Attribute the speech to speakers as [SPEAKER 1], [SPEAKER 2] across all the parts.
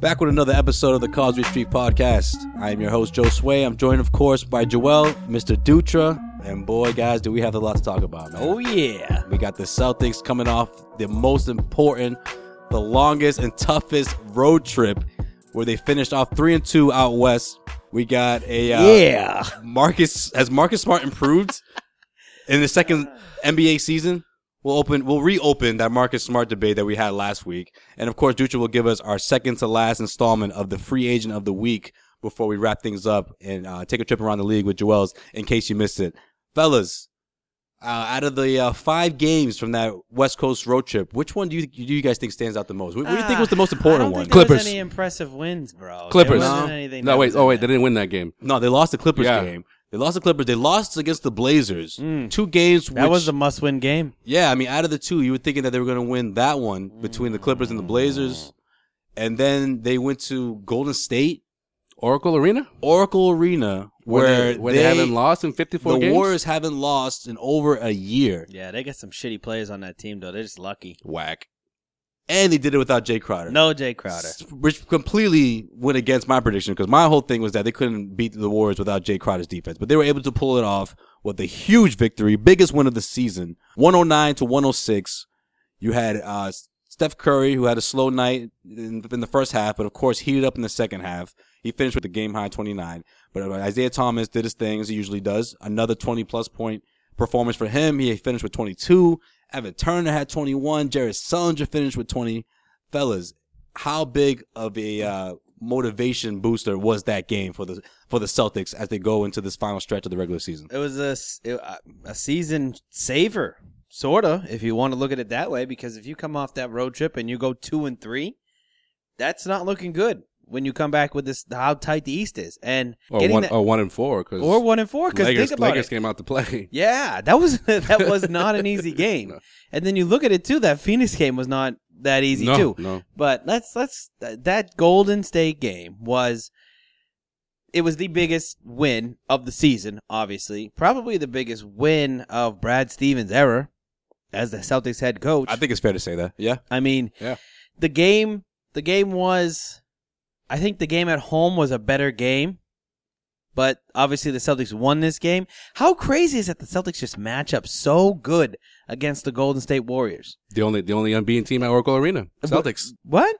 [SPEAKER 1] Back with another episode of the Causeway Street Podcast. I am your host, Joe Sway. I'm joined, of course, by Joel, Mr. Dutra, and boy, guys, do we have a lot to talk about. man.
[SPEAKER 2] Oh yeah.
[SPEAKER 1] We got the Celtics coming off the most important, the longest, and toughest road trip where they finished off 3 and 2 out west. We got a. Uh,
[SPEAKER 2] yeah.
[SPEAKER 1] Marcus has Marcus Smart improved in the second NBA season? We'll open we'll reopen that Marcus Smart debate that we had last week. And of course Dutra will give us our second to last installment of the free agent of the week before we wrap things up and uh, take a trip around the league with Joel's in case you missed it. Fellas, uh, out of the uh, five games from that West Coast road trip, which one do you do you guys think stands out the most? What, what do you think was the most
[SPEAKER 2] Uh, I
[SPEAKER 1] important
[SPEAKER 2] don't
[SPEAKER 1] one?
[SPEAKER 2] Think there was
[SPEAKER 3] Clippers.
[SPEAKER 2] any impressive wins, bro? There
[SPEAKER 3] Clippers.
[SPEAKER 2] wasn't
[SPEAKER 1] No.
[SPEAKER 2] anything
[SPEAKER 3] No,
[SPEAKER 2] that
[SPEAKER 3] wait.
[SPEAKER 2] was
[SPEAKER 3] Oh,
[SPEAKER 2] in
[SPEAKER 3] wait. They
[SPEAKER 2] that.
[SPEAKER 3] didn't win that game.
[SPEAKER 1] No, they lost the Clippers
[SPEAKER 3] Yeah.
[SPEAKER 1] game. They lost the Clippers. They lost against the Blazers.
[SPEAKER 2] Mm.
[SPEAKER 1] Two games.
[SPEAKER 2] That
[SPEAKER 1] which,
[SPEAKER 2] was a must-win game.
[SPEAKER 1] yeah. I mean, out of the two, you were thinking that they were going to win that one between the Clippers and the
[SPEAKER 3] Mm.
[SPEAKER 1] Blazers, and then they went to Golden State
[SPEAKER 3] Oracle Arena,
[SPEAKER 1] Oracle Arena
[SPEAKER 3] where,
[SPEAKER 1] where
[SPEAKER 3] they, where they, haven't lost in fifty-four
[SPEAKER 1] The
[SPEAKER 3] games.
[SPEAKER 1] Warriors haven't lost in over a year.
[SPEAKER 2] Yeah, they got some shitty players on that team though. They're just lucky.
[SPEAKER 1] Whack. And they did it without Jay Crowder.
[SPEAKER 2] No Jay Crowder.
[SPEAKER 1] Which completely went against my prediction because my whole thing was that they couldn't beat the Warriors without Jay Crowder's defense, but they were able to pull it off with a huge victory, biggest win of the season, 109 to 106. You had uh, Steph Curry, who had a slow night in, in the first half, but of course heated up in the second half. He finished with a game high 29. But uh, Isaiah Thomas did his thing as he usually does. Another 20 plus point performance for him. He finished with 22. Evan Turner had 21. Jared Sullinger finished with 20. Fellas, how big of a uh, motivation booster was that game for the for the Celtics as they go into this final stretch of the regular season?
[SPEAKER 2] It was a s- it- uh, a season saver, sorta, if you want to look at it that way. Because if you come off that road trip and you go two and three, that's not looking good when you come back with this how tight the East is and
[SPEAKER 3] or
[SPEAKER 2] getting
[SPEAKER 3] Oh, one,
[SPEAKER 2] that-
[SPEAKER 3] or one and four, because
[SPEAKER 2] or one and four. Because
[SPEAKER 3] Lakers,
[SPEAKER 2] think about
[SPEAKER 3] Lakers
[SPEAKER 2] it.
[SPEAKER 3] came out to play.
[SPEAKER 2] Yeah, that was that was not an easy game.
[SPEAKER 3] No.
[SPEAKER 2] And then you look at it too. That Phoenix game was not that easy
[SPEAKER 3] no,
[SPEAKER 2] too.
[SPEAKER 3] no.
[SPEAKER 2] But let's let's th- that Golden State game was it was the biggest win of the season, obviously. Probably the biggest win of Brad Stevens' era as the Celtics head coach.
[SPEAKER 1] I think it's fair to say that. Yeah.
[SPEAKER 2] I mean,
[SPEAKER 3] Yeah.
[SPEAKER 2] the game the game was I think the game at home was a better game. But obviously the Celtics won this game. How crazy is that the Celtics just match up so good against the Golden State Warriors?
[SPEAKER 3] The only the only unbeaten team at Oracle Arena. Celtics.
[SPEAKER 2] What?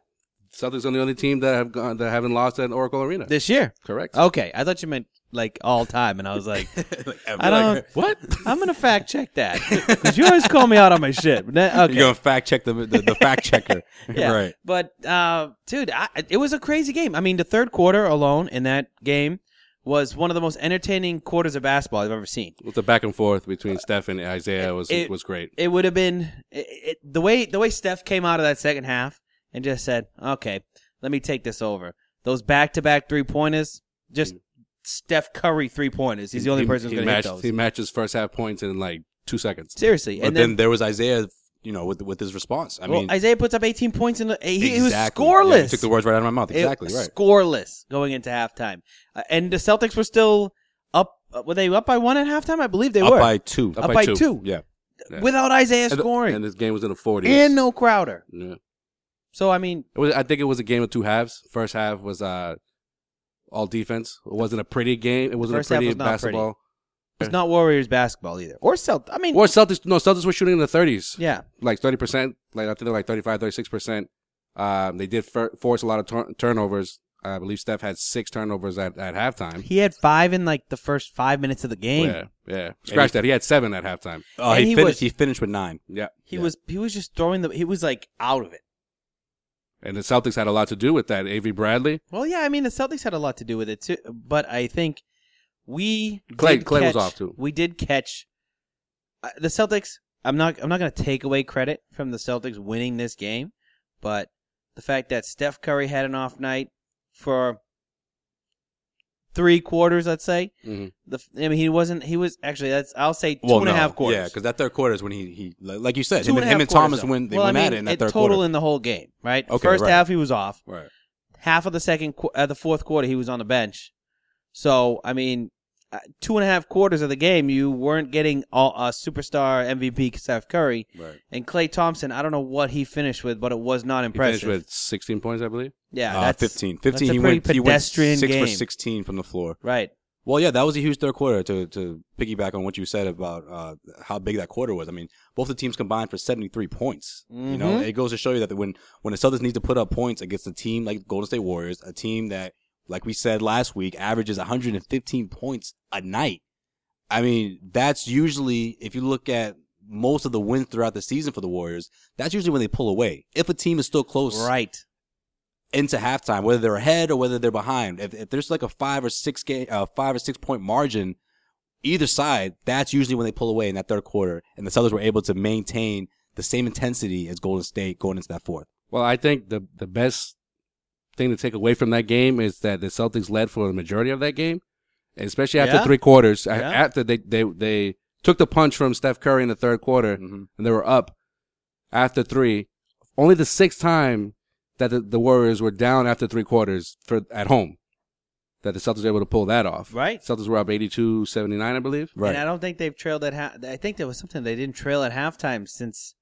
[SPEAKER 3] Celtics are the only team that have gone that haven't lost at Oracle Arena.
[SPEAKER 2] This year.
[SPEAKER 3] Correct.
[SPEAKER 2] Okay, I thought you meant like all time, and I was like, I
[SPEAKER 1] like,
[SPEAKER 2] don't. What? I'm gonna fact check that because you always call me out on my shit. But that- Okay.
[SPEAKER 1] You're gonna fact check the the, the fact checker,
[SPEAKER 2] yeah.
[SPEAKER 1] right?
[SPEAKER 2] But uh, dude, I, it was a crazy game. I mean, the third quarter alone in that game was one of the most entertaining quarters of basketball I've ever seen.
[SPEAKER 3] With the back and forth between Steph and Isaiah was
[SPEAKER 2] it-
[SPEAKER 3] was great.
[SPEAKER 2] It would have been it, it, the way the way Steph came out of that second half and just said, "Okay, let me take this over." Those back to back three pointers, just Steph Curry three pointers. He's the only
[SPEAKER 3] He-
[SPEAKER 2] person
[SPEAKER 3] he
[SPEAKER 2] who's gonna
[SPEAKER 3] matched,
[SPEAKER 2] hit those.
[SPEAKER 3] He matches first half points in like two seconds.
[SPEAKER 2] Seriously,
[SPEAKER 1] But
[SPEAKER 2] and
[SPEAKER 1] then,
[SPEAKER 2] then
[SPEAKER 1] there was Isaiah, you know, with with his response. I
[SPEAKER 2] well,
[SPEAKER 1] mean,
[SPEAKER 2] Isaiah puts up 18 points in the. He, he was
[SPEAKER 1] exactly.
[SPEAKER 2] scoreless.
[SPEAKER 1] Yeah, you took the words right out of my mouth.
[SPEAKER 2] It-
[SPEAKER 1] Exactly right.
[SPEAKER 2] Scoreless going into halftime, uh, and the Celtics were still up. uh, Were they up by one at halftime? I believe they
[SPEAKER 1] Up
[SPEAKER 2] were
[SPEAKER 1] by two.
[SPEAKER 2] up, by two.
[SPEAKER 1] Yeah.
[SPEAKER 3] Yeah.
[SPEAKER 2] without Isaiah
[SPEAKER 3] And-
[SPEAKER 2] scoring and,
[SPEAKER 3] and this game was in the 40s.
[SPEAKER 2] no Crowder.
[SPEAKER 3] yeah.
[SPEAKER 2] So I mean,
[SPEAKER 3] It was, I think it was a game of two halves. First half was uh, all defense. It wasn't a pretty game. It wasn't
[SPEAKER 2] First
[SPEAKER 3] a
[SPEAKER 2] half
[SPEAKER 3] pretty
[SPEAKER 2] was not pretty.
[SPEAKER 3] basketball.
[SPEAKER 2] it's not Warriors basketball either, or Celt. I mean,
[SPEAKER 3] Or Celtics. No, Celtics were shooting in the 30s.
[SPEAKER 2] yeah,
[SPEAKER 3] Like 30%. Like I think they were like 35, 36%. Um, they did fir- force a lot of tur- turnovers. I believe Steph had six turnovers at, at halftime.
[SPEAKER 2] he had five in like the first five minutes of the game.
[SPEAKER 3] Yeah, yeah. Scratch that. He had seven at halftime.
[SPEAKER 1] Oh,
[SPEAKER 2] And
[SPEAKER 1] he,
[SPEAKER 2] he
[SPEAKER 1] finished.
[SPEAKER 2] was-
[SPEAKER 1] he finished with nine.
[SPEAKER 3] Yeah.
[SPEAKER 2] He
[SPEAKER 3] Yeah.
[SPEAKER 2] was he was just throwing the he was like out of it.
[SPEAKER 3] And the Celtics had a lot to do with that. Avery Bradley.
[SPEAKER 2] Well, yeah, I mean the Celtics had a lot to do with it too, but I think we
[SPEAKER 3] Clay-
[SPEAKER 2] did
[SPEAKER 3] Clay was
[SPEAKER 2] catch-
[SPEAKER 3] off, too.
[SPEAKER 2] We did catch uh, the Celtics. I'm not I'm not going to take away credit from the Celtics winning this game, but the fact that Steph Curry had an off night for three quarters, let's say.
[SPEAKER 3] Mhm.
[SPEAKER 2] The f- I mean he wasn't he was actually that's I'll say two
[SPEAKER 1] Mm-hmm. Well,
[SPEAKER 2] and a half
[SPEAKER 1] no.
[SPEAKER 2] quarters.
[SPEAKER 1] Yeah, because that third quarter is when he, he like like you said,
[SPEAKER 2] Two
[SPEAKER 1] him and,
[SPEAKER 2] a half
[SPEAKER 1] him and
[SPEAKER 2] quarters,
[SPEAKER 1] Thomas
[SPEAKER 2] though.
[SPEAKER 1] went. They
[SPEAKER 2] well,
[SPEAKER 1] went
[SPEAKER 2] I mean,
[SPEAKER 1] at it in that
[SPEAKER 2] it
[SPEAKER 1] third
[SPEAKER 2] total
[SPEAKER 1] quarter.
[SPEAKER 2] in the whole game, right?
[SPEAKER 1] Okay,
[SPEAKER 2] First
[SPEAKER 1] right.
[SPEAKER 2] half he was off.
[SPEAKER 3] Right.
[SPEAKER 2] half of the second qu- uh, the fourth quarter he was on the bench. So I mean, uh, two and a half quarters of the game you weren't getting all uh, superstar MVP Steph Curry
[SPEAKER 3] Right.
[SPEAKER 2] and Clay Thompson. I don't know what he finished with, but it was not
[SPEAKER 3] He finished
[SPEAKER 2] impressive.
[SPEAKER 3] with 16 points, I believe.
[SPEAKER 2] yeah,
[SPEAKER 1] uh,
[SPEAKER 2] that's
[SPEAKER 1] 15.
[SPEAKER 2] that's
[SPEAKER 1] 15
[SPEAKER 2] a
[SPEAKER 1] he
[SPEAKER 2] pretty
[SPEAKER 1] went he went
[SPEAKER 2] pedestrian
[SPEAKER 1] 6
[SPEAKER 2] game.
[SPEAKER 1] for 16 from the floor.
[SPEAKER 2] Right.
[SPEAKER 1] Well, yeah, that was a huge third quarter to to piggyback on what you said about uh, how big that quarter was. I mean, both the teams combined for 73 points. You know, it goes to show you that when when the Celtics need to put up points against a team like Golden State Warriors, a team that like we said last week averages 115 points a night. I mean, that's usually if you look at most of the wins throughout the season for the Warriors, that's usually when they pull away. If a team is still close
[SPEAKER 2] Right.
[SPEAKER 1] into halftime, whether they're ahead or whether they're behind. If, if there's like a five or six game, uh, five or six point margin, either side, that's usually when they pull away in that third quarter, and the Celtics were able to maintain the same intensity as Golden State going into that fourth.
[SPEAKER 3] Well, I think the the best thing to take away from that game is that the Celtics led for the majority of that game, especially after
[SPEAKER 2] Yeah.
[SPEAKER 3] three quarters. a-
[SPEAKER 2] Yeah.
[SPEAKER 3] After they, they they took the punch from Steph Curry in the third quarter,
[SPEAKER 2] Mm-hmm.
[SPEAKER 3] and they were up after three. Only the sixth time that the, the Warriors were down after three quarters for at home, that the Celtics were able to pull that off.
[SPEAKER 2] Right.
[SPEAKER 3] Celtics were up 82-79, I believe.
[SPEAKER 1] Right.
[SPEAKER 2] And I don't think they've trailed at half. I think there was something they didn't trail at halftime since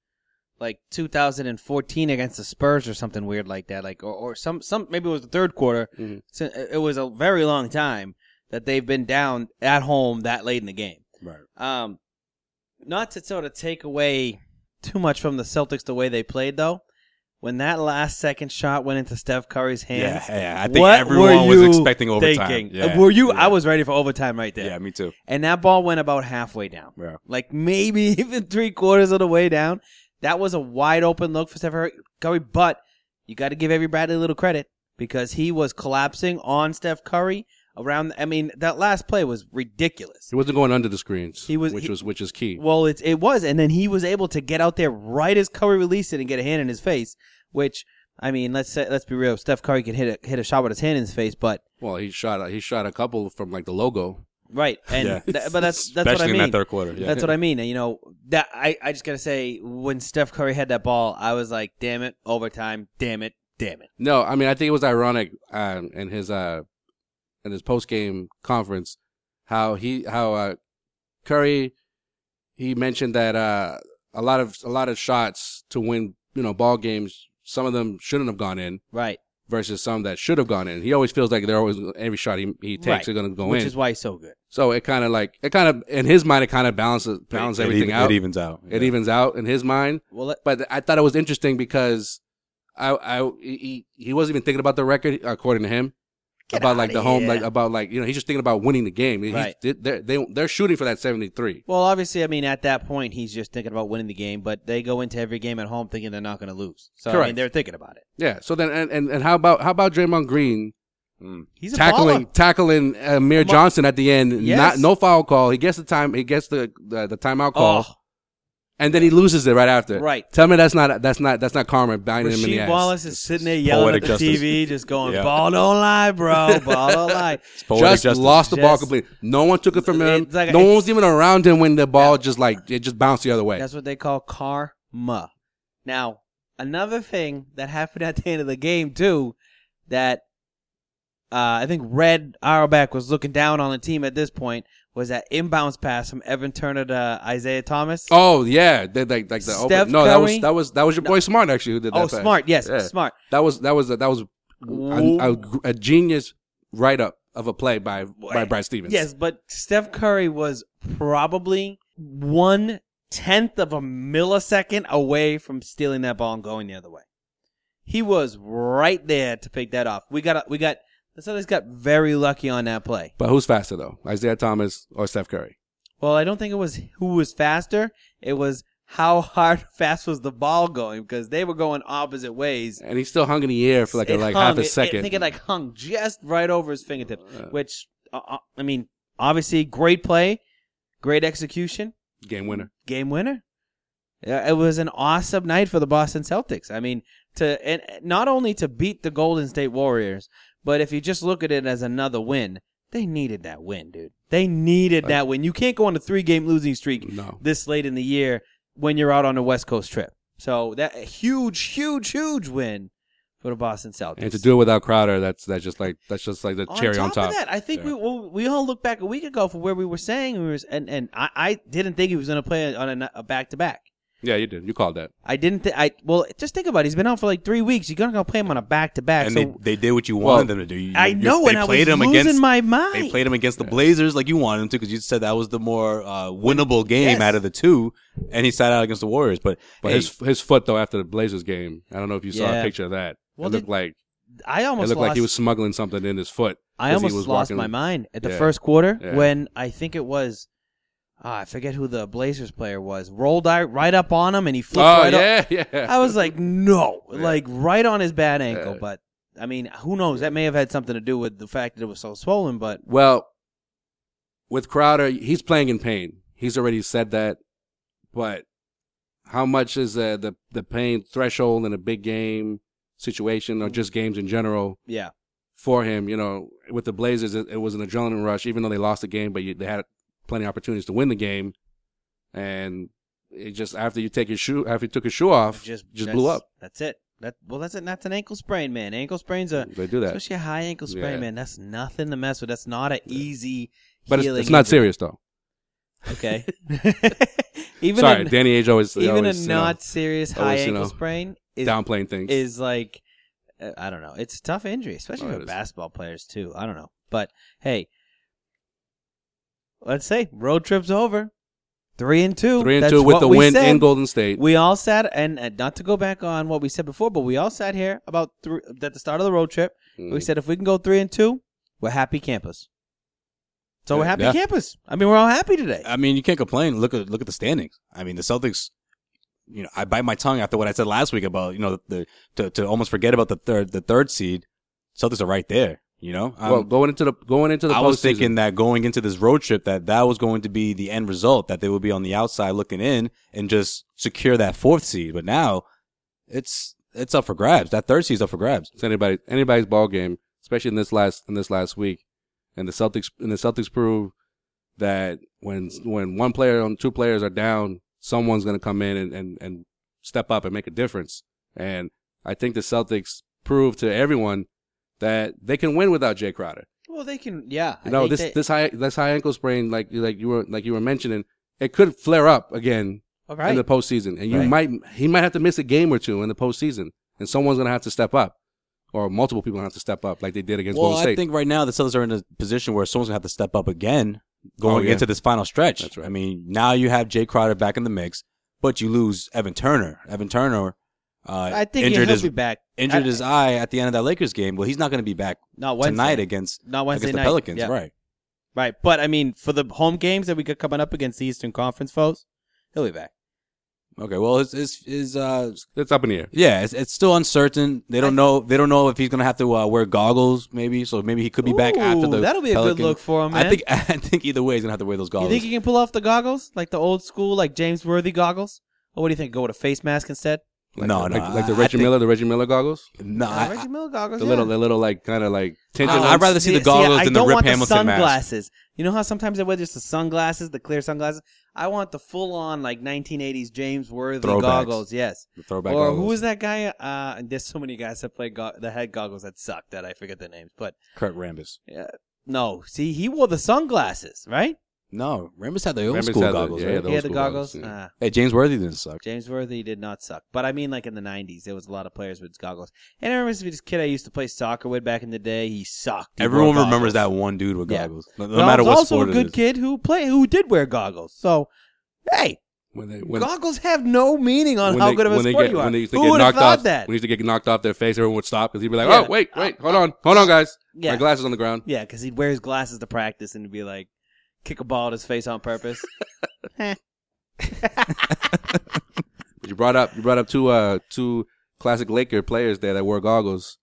[SPEAKER 2] like 2014 against the Spurs or something weird like that. Like or, or some some maybe it was the third quarter.
[SPEAKER 1] Mm-hmm.
[SPEAKER 3] Mhm.
[SPEAKER 2] So uh, it- it was a very long time that they've been down at home that late in the game.
[SPEAKER 1] Right.
[SPEAKER 2] Um, not to sort of take away too much from the Celtics the way they played though. When that last second shot went into Steph Curry's
[SPEAKER 1] Yeah,
[SPEAKER 2] hands,
[SPEAKER 1] yeah. I think
[SPEAKER 2] what
[SPEAKER 1] everyone
[SPEAKER 2] were
[SPEAKER 1] was
[SPEAKER 2] you
[SPEAKER 1] expecting overtime.
[SPEAKER 2] thinking?
[SPEAKER 1] Yeah.
[SPEAKER 2] Were you?
[SPEAKER 1] Yeah.
[SPEAKER 2] I was ready for overtime right there
[SPEAKER 1] Yeah, me too.
[SPEAKER 2] and that ball went about halfway down.
[SPEAKER 1] Yeah.
[SPEAKER 2] Like maybe even three quarters of the way down. That was a wide open look for Steph Curry, but you got to give every Bradley a little credit because he was collapsing on Steph Curry around. I mean, that last play was ridiculous.
[SPEAKER 3] He wasn't going under the screens,
[SPEAKER 2] He was-
[SPEAKER 3] which
[SPEAKER 2] he-
[SPEAKER 3] was which is key.
[SPEAKER 2] Well, it it was, and then he was able to get out there right as Curry released it and get a hand in his face. Which I mean, let's say, let's be real. Steph Curry can hit a hit a shot with his hand in his face, but
[SPEAKER 3] Well, he shot a- he shot a couple from like the logo.
[SPEAKER 2] right, and
[SPEAKER 1] Yeah.
[SPEAKER 2] th- but that's that's what I
[SPEAKER 1] Especially
[SPEAKER 2] mean.
[SPEAKER 1] in that third quarter. Yeah.
[SPEAKER 2] That's what I mean. And, you know, that I, I just gotta say, when Steph Curry had that ball, I was like, damn it, overtime, damn it, damn it.
[SPEAKER 3] No, I mean I think it was ironic um, in his uh in his post game conference how he how uh, Curry he mentioned that uh a lot of a lot of shots to win you know ball games some of them shouldn't have gone in
[SPEAKER 2] Right.
[SPEAKER 3] versus some that should have gone in. He always feels like they're always every shot he he takes
[SPEAKER 2] Right.
[SPEAKER 3] is going to go
[SPEAKER 2] Which
[SPEAKER 3] in.
[SPEAKER 2] is why he's so good.
[SPEAKER 3] so it kind of like it kind of in his mind it kind of balances balances
[SPEAKER 1] It
[SPEAKER 3] everything
[SPEAKER 1] even-
[SPEAKER 3] out.
[SPEAKER 1] It e, evens out.
[SPEAKER 3] it
[SPEAKER 1] Yeah.
[SPEAKER 3] evens out in his mind
[SPEAKER 2] Well, let,
[SPEAKER 3] but I thought it was interesting because I, I he, he wasn't even thinking about the record according to him about like the home like about like you know he's just thinking about winning the game. He's-
[SPEAKER 2] Right.
[SPEAKER 3] they're, they they're shooting for that seventy three.
[SPEAKER 2] well, obviously, I mean, at that point, he's just thinking about winning the game, but they go into every game at home thinking they're not gonna lose. So, I mean,
[SPEAKER 3] Correct.
[SPEAKER 2] they're thinking about it.
[SPEAKER 3] Yeah. So then and, and, and how about how about Draymond Green
[SPEAKER 2] He's a
[SPEAKER 3] tackling
[SPEAKER 2] baller.
[SPEAKER 3] tackling uh, Amir
[SPEAKER 2] Come on.
[SPEAKER 3] Johnson at the end?
[SPEAKER 2] Yes.
[SPEAKER 3] Not no foul call. He gets the time. He gets the the, the timeout call.
[SPEAKER 2] Oh,
[SPEAKER 3] And then he loses it right after.
[SPEAKER 2] Right.
[SPEAKER 3] Tell me that's not that's not that's not karma biting him in the
[SPEAKER 2] Rasheed
[SPEAKER 3] ass.
[SPEAKER 2] Wallace is sitting there yelling
[SPEAKER 1] Poetic
[SPEAKER 2] at the
[SPEAKER 1] justice.
[SPEAKER 2] TV, just going,
[SPEAKER 1] Yeah.
[SPEAKER 2] ball don't lie, bro, ball don't lie.
[SPEAKER 1] It's poetic
[SPEAKER 3] just
[SPEAKER 1] justice.
[SPEAKER 3] lost the ball
[SPEAKER 2] Just-
[SPEAKER 3] completely. No one took it from him.
[SPEAKER 2] It's like-
[SPEAKER 3] no one
[SPEAKER 2] it's-
[SPEAKER 3] was even around him when the ball just like it just bounced the other way.
[SPEAKER 2] That's what they call karma. Now, another thing that happened at the end of the game too, that uh, I think Red Auerbach was looking down on the team at this point was that inbounds pass from Evan Turner to uh, Isaiah Thomas.
[SPEAKER 3] Oh yeah, they, like like the
[SPEAKER 2] Steph
[SPEAKER 3] open. No, that was
[SPEAKER 2] Curry?
[SPEAKER 3] that was that was your boy Smart actually who did that.
[SPEAKER 2] Oh,
[SPEAKER 3] pass.
[SPEAKER 2] Smart, yes,
[SPEAKER 3] Yeah.
[SPEAKER 2] Smart.
[SPEAKER 3] That was that was a, that was a, a, a genius write up of a play by by Brad Stevens.
[SPEAKER 2] Yes, but Steph Curry was probably one tenth of a millisecond away from stealing that ball and going the other way. He was right there to pick that off. We got we got the Celtics got very lucky on that play.
[SPEAKER 3] But who's faster though, Isaiah Thomas or Steph Curry?
[SPEAKER 2] Well, I don't think it was who was faster. It was how hard fast was the ball going because they were going opposite ways.
[SPEAKER 3] And he still hung in the air for like a,
[SPEAKER 2] It
[SPEAKER 3] like
[SPEAKER 2] hung-
[SPEAKER 3] half
[SPEAKER 2] it-
[SPEAKER 3] a
[SPEAKER 2] it-
[SPEAKER 3] second.
[SPEAKER 2] I think it like hung just right over his fingertips, which uh, uh, I mean, obviously great play, great execution,
[SPEAKER 3] Game winner.
[SPEAKER 2] game winner. Yeah, It was an awesome night for the Boston Celtics. I mean, to and not only to beat the Golden State Warriors, but if you just look at it as another win, they needed that win, dude. They needed that win. You can't go on a three-game losing streak
[SPEAKER 3] Uh, No.
[SPEAKER 2] this late in the year when you're out on a West Coast trip. So that a huge, huge, huge win for the Boston Celtics.
[SPEAKER 3] And to do it without Crowder, that's that's just like that's just like the cherry on top.
[SPEAKER 2] of that, I think
[SPEAKER 3] Yeah.
[SPEAKER 2] we well, we all look back a week ago for where we were saying we were, and and I, I didn't think he was going to play on a- a back to back.
[SPEAKER 3] Yeah, you did. You called that.
[SPEAKER 2] I didn't think I well just think about it. He's been out for like three weeks. You're gonna go play him on a back to back.
[SPEAKER 1] and
[SPEAKER 2] So
[SPEAKER 1] they, they did what you
[SPEAKER 3] Well,
[SPEAKER 1] wanted them to do. You-
[SPEAKER 2] I
[SPEAKER 1] you-
[SPEAKER 2] know,
[SPEAKER 1] they
[SPEAKER 2] and I was
[SPEAKER 1] played 'em
[SPEAKER 2] losing
[SPEAKER 1] against,
[SPEAKER 2] my mind.
[SPEAKER 1] They played them against the Blazers like you wanted them to because you said that was the more uh, winnable game
[SPEAKER 2] Yes.
[SPEAKER 1] out of the two, and he sat out against the Warriors. But,
[SPEAKER 3] But
[SPEAKER 1] hey,
[SPEAKER 3] his his foot though after the Blazers game, I don't know if you saw
[SPEAKER 2] Yeah.
[SPEAKER 3] a picture of that.
[SPEAKER 2] Well,
[SPEAKER 3] it looked
[SPEAKER 2] did-
[SPEAKER 3] like
[SPEAKER 2] I
[SPEAKER 3] it
[SPEAKER 2] almost
[SPEAKER 3] looked
[SPEAKER 2] lost,
[SPEAKER 3] like he was smuggling something in his foot.
[SPEAKER 2] I
[SPEAKER 3] 'cause he
[SPEAKER 2] almost
[SPEAKER 3] was
[SPEAKER 2] lost
[SPEAKER 3] walking-
[SPEAKER 2] my mind at the
[SPEAKER 3] Yeah.
[SPEAKER 2] first quarter
[SPEAKER 3] Yeah.
[SPEAKER 2] when I think it was ah, I forget who the Blazers player was rolled out right up on him and he
[SPEAKER 3] Oh
[SPEAKER 2] flipped right up.
[SPEAKER 3] yeah, yeah.
[SPEAKER 2] I was like, no,
[SPEAKER 3] Yeah.
[SPEAKER 2] like right on his bad ankle.
[SPEAKER 3] Yeah.
[SPEAKER 2] But I mean, who knows? That may have had something to do with the fact that it was so swollen. But
[SPEAKER 3] Well, with Crowder, he's playing in pain. He's already said that. But how much is uh, the the pain threshold in a big game situation or just games in general
[SPEAKER 2] yeah,
[SPEAKER 3] for him? You know, with the Blazers, it, it was an adrenaline rush, even though they lost the game, but you, they had plenty of opportunities to win the game. And it just after you take your shoe after you took your shoe off, just just blew
[SPEAKER 2] that's-
[SPEAKER 3] up.
[SPEAKER 2] That's it. That well, that's it. That's an ankle sprain, man. Ankle sprains are
[SPEAKER 3] They do that,
[SPEAKER 2] Especially a high ankle sprain,
[SPEAKER 3] Yeah.
[SPEAKER 2] man. That's nothing to mess with. That's not an easy.
[SPEAKER 3] but it's,
[SPEAKER 2] healing
[SPEAKER 3] it's not
[SPEAKER 2] injury.
[SPEAKER 3] serious though.
[SPEAKER 2] Okay. even
[SPEAKER 3] Sorry,
[SPEAKER 2] a,
[SPEAKER 3] Danny Age always
[SPEAKER 2] even
[SPEAKER 3] always,
[SPEAKER 2] a
[SPEAKER 3] you know,
[SPEAKER 2] not serious high
[SPEAKER 3] always, you
[SPEAKER 2] ankle
[SPEAKER 3] know,
[SPEAKER 2] sprain is
[SPEAKER 3] downplaying things.
[SPEAKER 2] is like uh, I don't know. It's a tough injury, especially
[SPEAKER 3] No, it
[SPEAKER 2] for
[SPEAKER 3] is.
[SPEAKER 2] basketball players too. I don't know, but hey, let's say road trip's over. Three and two.
[SPEAKER 3] Three and
[SPEAKER 2] That's
[SPEAKER 3] two with
[SPEAKER 2] what
[SPEAKER 3] the
[SPEAKER 2] we
[SPEAKER 3] win
[SPEAKER 2] said.
[SPEAKER 3] in Golden State.
[SPEAKER 2] We all sat, and uh, not to go back on what we said before, but we all sat here about three, at the start of the road trip. We
[SPEAKER 3] Mm.
[SPEAKER 2] said if we can go three and two, we're happy campers. So we're
[SPEAKER 3] Yeah,
[SPEAKER 2] happy
[SPEAKER 1] yeah.
[SPEAKER 2] campers. I mean, we're all happy today.
[SPEAKER 1] I mean, you can't complain. Look at look at the standings. I mean, the Celtics. You know, I bite my tongue after what I said last week about you know the to to almost forget about the third the third seed. Celtics are right there. You know, I'm-
[SPEAKER 3] well, Um, going into the going into the
[SPEAKER 1] I was
[SPEAKER 3] postseason,
[SPEAKER 1] thinking that going into this road trip that that was going to be the end result that they would be on the outside looking in and just secure that fourth seed. But now it's it's up for grabs. That third seed's up for grabs.
[SPEAKER 3] it's anybody anybody's ball game, especially in this last in this last week, and the Celtics and the Celtics prove that when when one player on two players are down, someone's going to come in and, and and step up and make a difference. And I think the Celtics prove to everyone that they can win without Jay Crowder.
[SPEAKER 2] well, they can. Yeah. I
[SPEAKER 3] You know
[SPEAKER 2] think
[SPEAKER 3] this
[SPEAKER 2] they-
[SPEAKER 3] this high this high ankle sprain like like you were like you were mentioning, it could flare up again
[SPEAKER 2] all right.
[SPEAKER 3] in the postseason, and you
[SPEAKER 1] Right.
[SPEAKER 3] might he might have to miss a game or two in the postseason, and someone's gonna have to step up, or multiple people have to step up like they did against
[SPEAKER 1] Well,
[SPEAKER 3] Golden State.
[SPEAKER 1] I think right now the Celtics are in a position where someone's gonna have to step up again
[SPEAKER 3] Oh,
[SPEAKER 1] going
[SPEAKER 3] yeah.
[SPEAKER 1] into this final stretch.
[SPEAKER 3] That's right.
[SPEAKER 1] I mean, now you have Jay Crowder back in the mix, but you lose Evan Turner. Evan Turner uh,
[SPEAKER 2] I think
[SPEAKER 1] injured
[SPEAKER 2] he'll
[SPEAKER 1] his
[SPEAKER 2] be back.
[SPEAKER 1] injured
[SPEAKER 2] I-
[SPEAKER 1] his eye at the end of that Lakers game. Well, he's not going to be back
[SPEAKER 2] not Wednesday.
[SPEAKER 1] tonight against
[SPEAKER 2] Not Wednesday
[SPEAKER 1] against the
[SPEAKER 2] night.
[SPEAKER 1] Pelicans,
[SPEAKER 2] Yeah.
[SPEAKER 1] right?
[SPEAKER 2] Right. But I mean, for the home games that we got coming up against the Eastern Conference foes, he'll be back.
[SPEAKER 1] Okay. Well, his his, his uh,
[SPEAKER 3] it's up in the air.
[SPEAKER 1] Yeah, it's, it's still uncertain. They don't know. They don't know if he's gonna have to uh, wear goggles, maybe. So maybe he could be back after
[SPEAKER 2] Ooh,
[SPEAKER 1] the.
[SPEAKER 2] that'll be a good
[SPEAKER 1] Pelicans.
[SPEAKER 2] look for him,
[SPEAKER 1] I
[SPEAKER 2] man.
[SPEAKER 1] think. I think either way, he's gonna have to wear those
[SPEAKER 2] You
[SPEAKER 1] goggles.
[SPEAKER 2] think he can pull off the goggles like the old school, like James Worthy goggles? Or what do you think? Go with a face mask instead?
[SPEAKER 3] Like,
[SPEAKER 1] no,
[SPEAKER 3] like,
[SPEAKER 1] no,
[SPEAKER 3] like, the
[SPEAKER 1] I- I
[SPEAKER 3] Reggie
[SPEAKER 1] think-
[SPEAKER 3] Miller, the Reggie Miller goggles,
[SPEAKER 1] no,
[SPEAKER 2] Yeah,
[SPEAKER 1] I-
[SPEAKER 2] Reggie Miller goggles.
[SPEAKER 3] the
[SPEAKER 2] yeah.
[SPEAKER 3] little, the little like kind of like tinted
[SPEAKER 1] I- I'd
[SPEAKER 3] ones.
[SPEAKER 1] rather see the
[SPEAKER 2] Uh, I-
[SPEAKER 1] goggles
[SPEAKER 2] I
[SPEAKER 1] than the
[SPEAKER 2] don't
[SPEAKER 1] Rip
[SPEAKER 2] want
[SPEAKER 1] Hamilton mask.
[SPEAKER 2] sunglasses. You know how sometimes I wear just the sunglasses, the clear sunglasses. I want the full on like 1980s James Worthy
[SPEAKER 1] Throwbacks.
[SPEAKER 2] goggles. Yes.
[SPEAKER 1] the throwback.
[SPEAKER 2] Or
[SPEAKER 1] goggles.
[SPEAKER 2] who was that guy? Uh, there's so many guys that play go- the head goggles that suck that I forget their names. But
[SPEAKER 1] Kurt Rambis.
[SPEAKER 2] uh, no, see, he wore the sunglasses, right?
[SPEAKER 1] No, Rambis had the old
[SPEAKER 3] Rambis
[SPEAKER 1] school
[SPEAKER 3] had the-
[SPEAKER 1] goggles,
[SPEAKER 3] yeah,
[SPEAKER 1] right?
[SPEAKER 3] the
[SPEAKER 2] he
[SPEAKER 3] old
[SPEAKER 2] had the
[SPEAKER 3] school
[SPEAKER 2] goggles.
[SPEAKER 3] goggles, yeah.
[SPEAKER 2] Ah,
[SPEAKER 1] Hey, James Worthy didn't suck.
[SPEAKER 2] James Worthy did not suck, but I mean, like in the '90s, there was a lot of players with goggles. And I remember this kid I used to play soccer with back in the day. He sucked. He wore
[SPEAKER 1] Everyone remembers
[SPEAKER 2] goggles.
[SPEAKER 1] that one dude with
[SPEAKER 2] Yeah.
[SPEAKER 1] goggles. No, no
[SPEAKER 2] But I
[SPEAKER 1] matter
[SPEAKER 2] was
[SPEAKER 1] what
[SPEAKER 2] also
[SPEAKER 1] sport
[SPEAKER 2] a
[SPEAKER 1] it
[SPEAKER 2] good
[SPEAKER 1] is.
[SPEAKER 2] kid who play who did wear goggles. So, hey,
[SPEAKER 3] When they when,
[SPEAKER 2] goggles have no meaning on
[SPEAKER 3] when
[SPEAKER 2] how
[SPEAKER 3] they-
[SPEAKER 2] good of a
[SPEAKER 3] when they
[SPEAKER 2] sport
[SPEAKER 3] get-
[SPEAKER 2] you are.
[SPEAKER 3] When they used to
[SPEAKER 2] Who
[SPEAKER 3] get
[SPEAKER 2] would have
[SPEAKER 3] knocked
[SPEAKER 2] thought
[SPEAKER 3] off,
[SPEAKER 2] that?
[SPEAKER 3] When they used to get knocked off their face, everyone would stop because he'd be like,
[SPEAKER 2] Yeah. Uh,
[SPEAKER 3] "Oh, wait, wait, hold on, hold on, guys,
[SPEAKER 2] Yeah.
[SPEAKER 3] my glasses on the ground."
[SPEAKER 2] Yeah, because he'd wear his glasses to practice and be like, kick a ball at his face on purpose.
[SPEAKER 3] But you brought up you brought up two uh two classic Laker players there that wore goggles.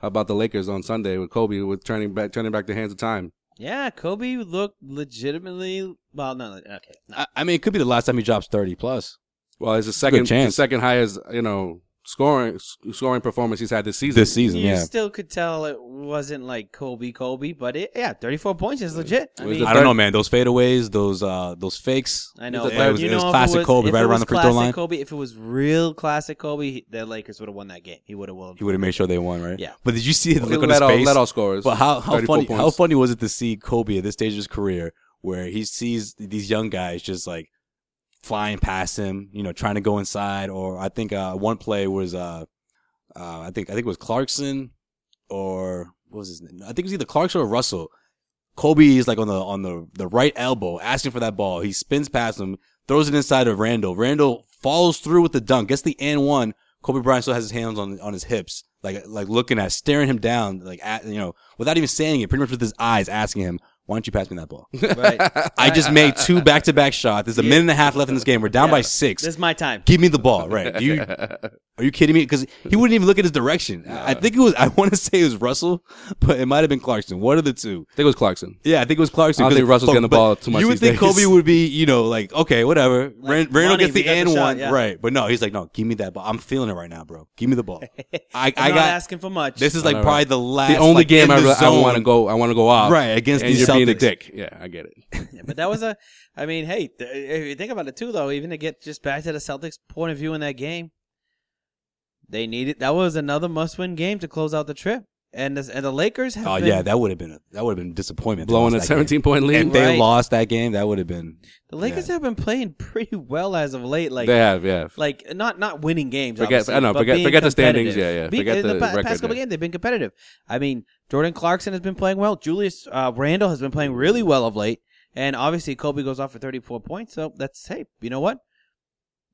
[SPEAKER 3] How about the Lakers on Sunday with Kobe with turning back turning back the hands of time?
[SPEAKER 2] yeah, Kobe looked legitimately well. No, okay, no.
[SPEAKER 1] I, I mean, it could be the last time he drops thirty plus
[SPEAKER 3] Well, it's the second the
[SPEAKER 1] chance.
[SPEAKER 3] second highest you know scoring scoring performance he's had this season.
[SPEAKER 1] this season.
[SPEAKER 2] you
[SPEAKER 1] Yeah,
[SPEAKER 2] still could tell it wasn't like Kobe, Kobe, but it, yeah, thirty-four points is legit. I
[SPEAKER 3] Was
[SPEAKER 2] mean,
[SPEAKER 3] it
[SPEAKER 1] I don't know, man. Those fadeaways, those uh, those fakes.
[SPEAKER 2] I know.
[SPEAKER 3] It was a
[SPEAKER 2] but
[SPEAKER 3] third-
[SPEAKER 2] you
[SPEAKER 3] it
[SPEAKER 2] know,
[SPEAKER 1] was
[SPEAKER 2] if
[SPEAKER 1] classic
[SPEAKER 2] it was,
[SPEAKER 1] Kobe,
[SPEAKER 2] if
[SPEAKER 1] right
[SPEAKER 2] it
[SPEAKER 1] around
[SPEAKER 2] was
[SPEAKER 1] the free throw
[SPEAKER 2] classic
[SPEAKER 1] line.
[SPEAKER 2] Kobe, if it was real classic Kobe, he- the Lakers would have won that game. He would have won.
[SPEAKER 1] He would have made sure they won, right?
[SPEAKER 2] Yeah.
[SPEAKER 1] But did you see the look on his
[SPEAKER 3] let all
[SPEAKER 1] face?
[SPEAKER 3] let all scorers.
[SPEAKER 1] But how how
[SPEAKER 3] 34
[SPEAKER 1] funny
[SPEAKER 3] points.
[SPEAKER 1] how funny was it to see Kobe at this stage of his career where he sees these young guys just like flying past him, you know, trying to go inside or I think uh one play was uh, uh I think I think it was Clarkson or what was his name? I think it was either Clarkson or Russell. Kobe is like on the on the the right elbow asking for that ball. He spins past him, throws it inside of Randall. Randall follows through with the dunk, gets the and one. Kobe Bryant still has his hands on on his hips, like like looking at, staring him down, like at you know, without even saying it, pretty much with his eyes asking him, "Why don't you pass me that ball?"
[SPEAKER 2] Right.
[SPEAKER 1] I just made two back to back shots. There's a
[SPEAKER 2] Yeah.
[SPEAKER 1] minute and a half left in this game. We're down
[SPEAKER 2] Yeah.
[SPEAKER 1] by six.
[SPEAKER 2] This is my time.
[SPEAKER 1] Give me the ball, right? You are you kidding me? Because he wouldn't even look at his direction. I I think it was. I want to say it was Russell, but it might have been Clarkson. One of the two.
[SPEAKER 3] I think it was Clarkson.
[SPEAKER 1] Yeah, I think it was Clarkson.
[SPEAKER 3] I don't
[SPEAKER 1] 'cause-
[SPEAKER 3] think Russell's
[SPEAKER 1] but-
[SPEAKER 3] getting the
[SPEAKER 1] but
[SPEAKER 3] ball too much
[SPEAKER 1] You would
[SPEAKER 3] these
[SPEAKER 1] think
[SPEAKER 3] days.
[SPEAKER 1] Kobe would be, you know, like okay, whatever. Ran- Randall
[SPEAKER 2] money,
[SPEAKER 1] gets
[SPEAKER 2] if he
[SPEAKER 1] the
[SPEAKER 2] got the
[SPEAKER 1] and
[SPEAKER 2] shot,
[SPEAKER 1] one,
[SPEAKER 2] yeah.
[SPEAKER 1] right? But no, he's like, no, give me that ball. I'm feeling it right now, bro. Give me the ball. I,
[SPEAKER 2] I'm
[SPEAKER 1] I
[SPEAKER 2] not
[SPEAKER 1] got
[SPEAKER 2] asking for much.
[SPEAKER 1] this is like
[SPEAKER 3] know,
[SPEAKER 1] probably
[SPEAKER 3] right?
[SPEAKER 1] the last,
[SPEAKER 3] The only
[SPEAKER 1] like,
[SPEAKER 3] game
[SPEAKER 1] in
[SPEAKER 3] I,
[SPEAKER 1] the
[SPEAKER 3] re- I
[SPEAKER 1] zone.
[SPEAKER 3] want to go I want to go off
[SPEAKER 1] right against
[SPEAKER 3] and
[SPEAKER 1] these
[SPEAKER 3] you're being a
[SPEAKER 1] Celtics.
[SPEAKER 3] dick. Yeah, I get it.
[SPEAKER 2] Yeah, but that was a. I mean, hey, th- if you think about it too, though, even to get just back to the Celtics' point of view in that game, they needed that was another must-win game to close out the trip, and this, and the Lakers have
[SPEAKER 1] Oh
[SPEAKER 2] been,
[SPEAKER 1] yeah, that would have been a, that would have been a disappointment. if they
[SPEAKER 3] Blowing a
[SPEAKER 1] lost that game.
[SPEAKER 3] 17 point lead.
[SPEAKER 1] If they
[SPEAKER 2] Right.
[SPEAKER 1] lost that game, that would have been
[SPEAKER 2] the Lakers have been playing pretty well as of late. Like
[SPEAKER 3] they have, yeah.
[SPEAKER 2] like not not winning games.
[SPEAKER 3] Forget-
[SPEAKER 2] obviously,
[SPEAKER 3] I know,
[SPEAKER 2] but
[SPEAKER 3] forget-
[SPEAKER 2] being
[SPEAKER 3] forget the standings,
[SPEAKER 2] competitive.
[SPEAKER 3] yeah, yeah. Forget
[SPEAKER 2] in
[SPEAKER 3] the
[SPEAKER 2] pa-
[SPEAKER 3] record,
[SPEAKER 2] past couple
[SPEAKER 3] yeah.
[SPEAKER 2] games, they've been competitive. I mean, Jordan Clarkson has been playing well. Julius uh, Randall has been playing really well of late, and obviously Kobe goes off for 34 points. So that's hey, you know what?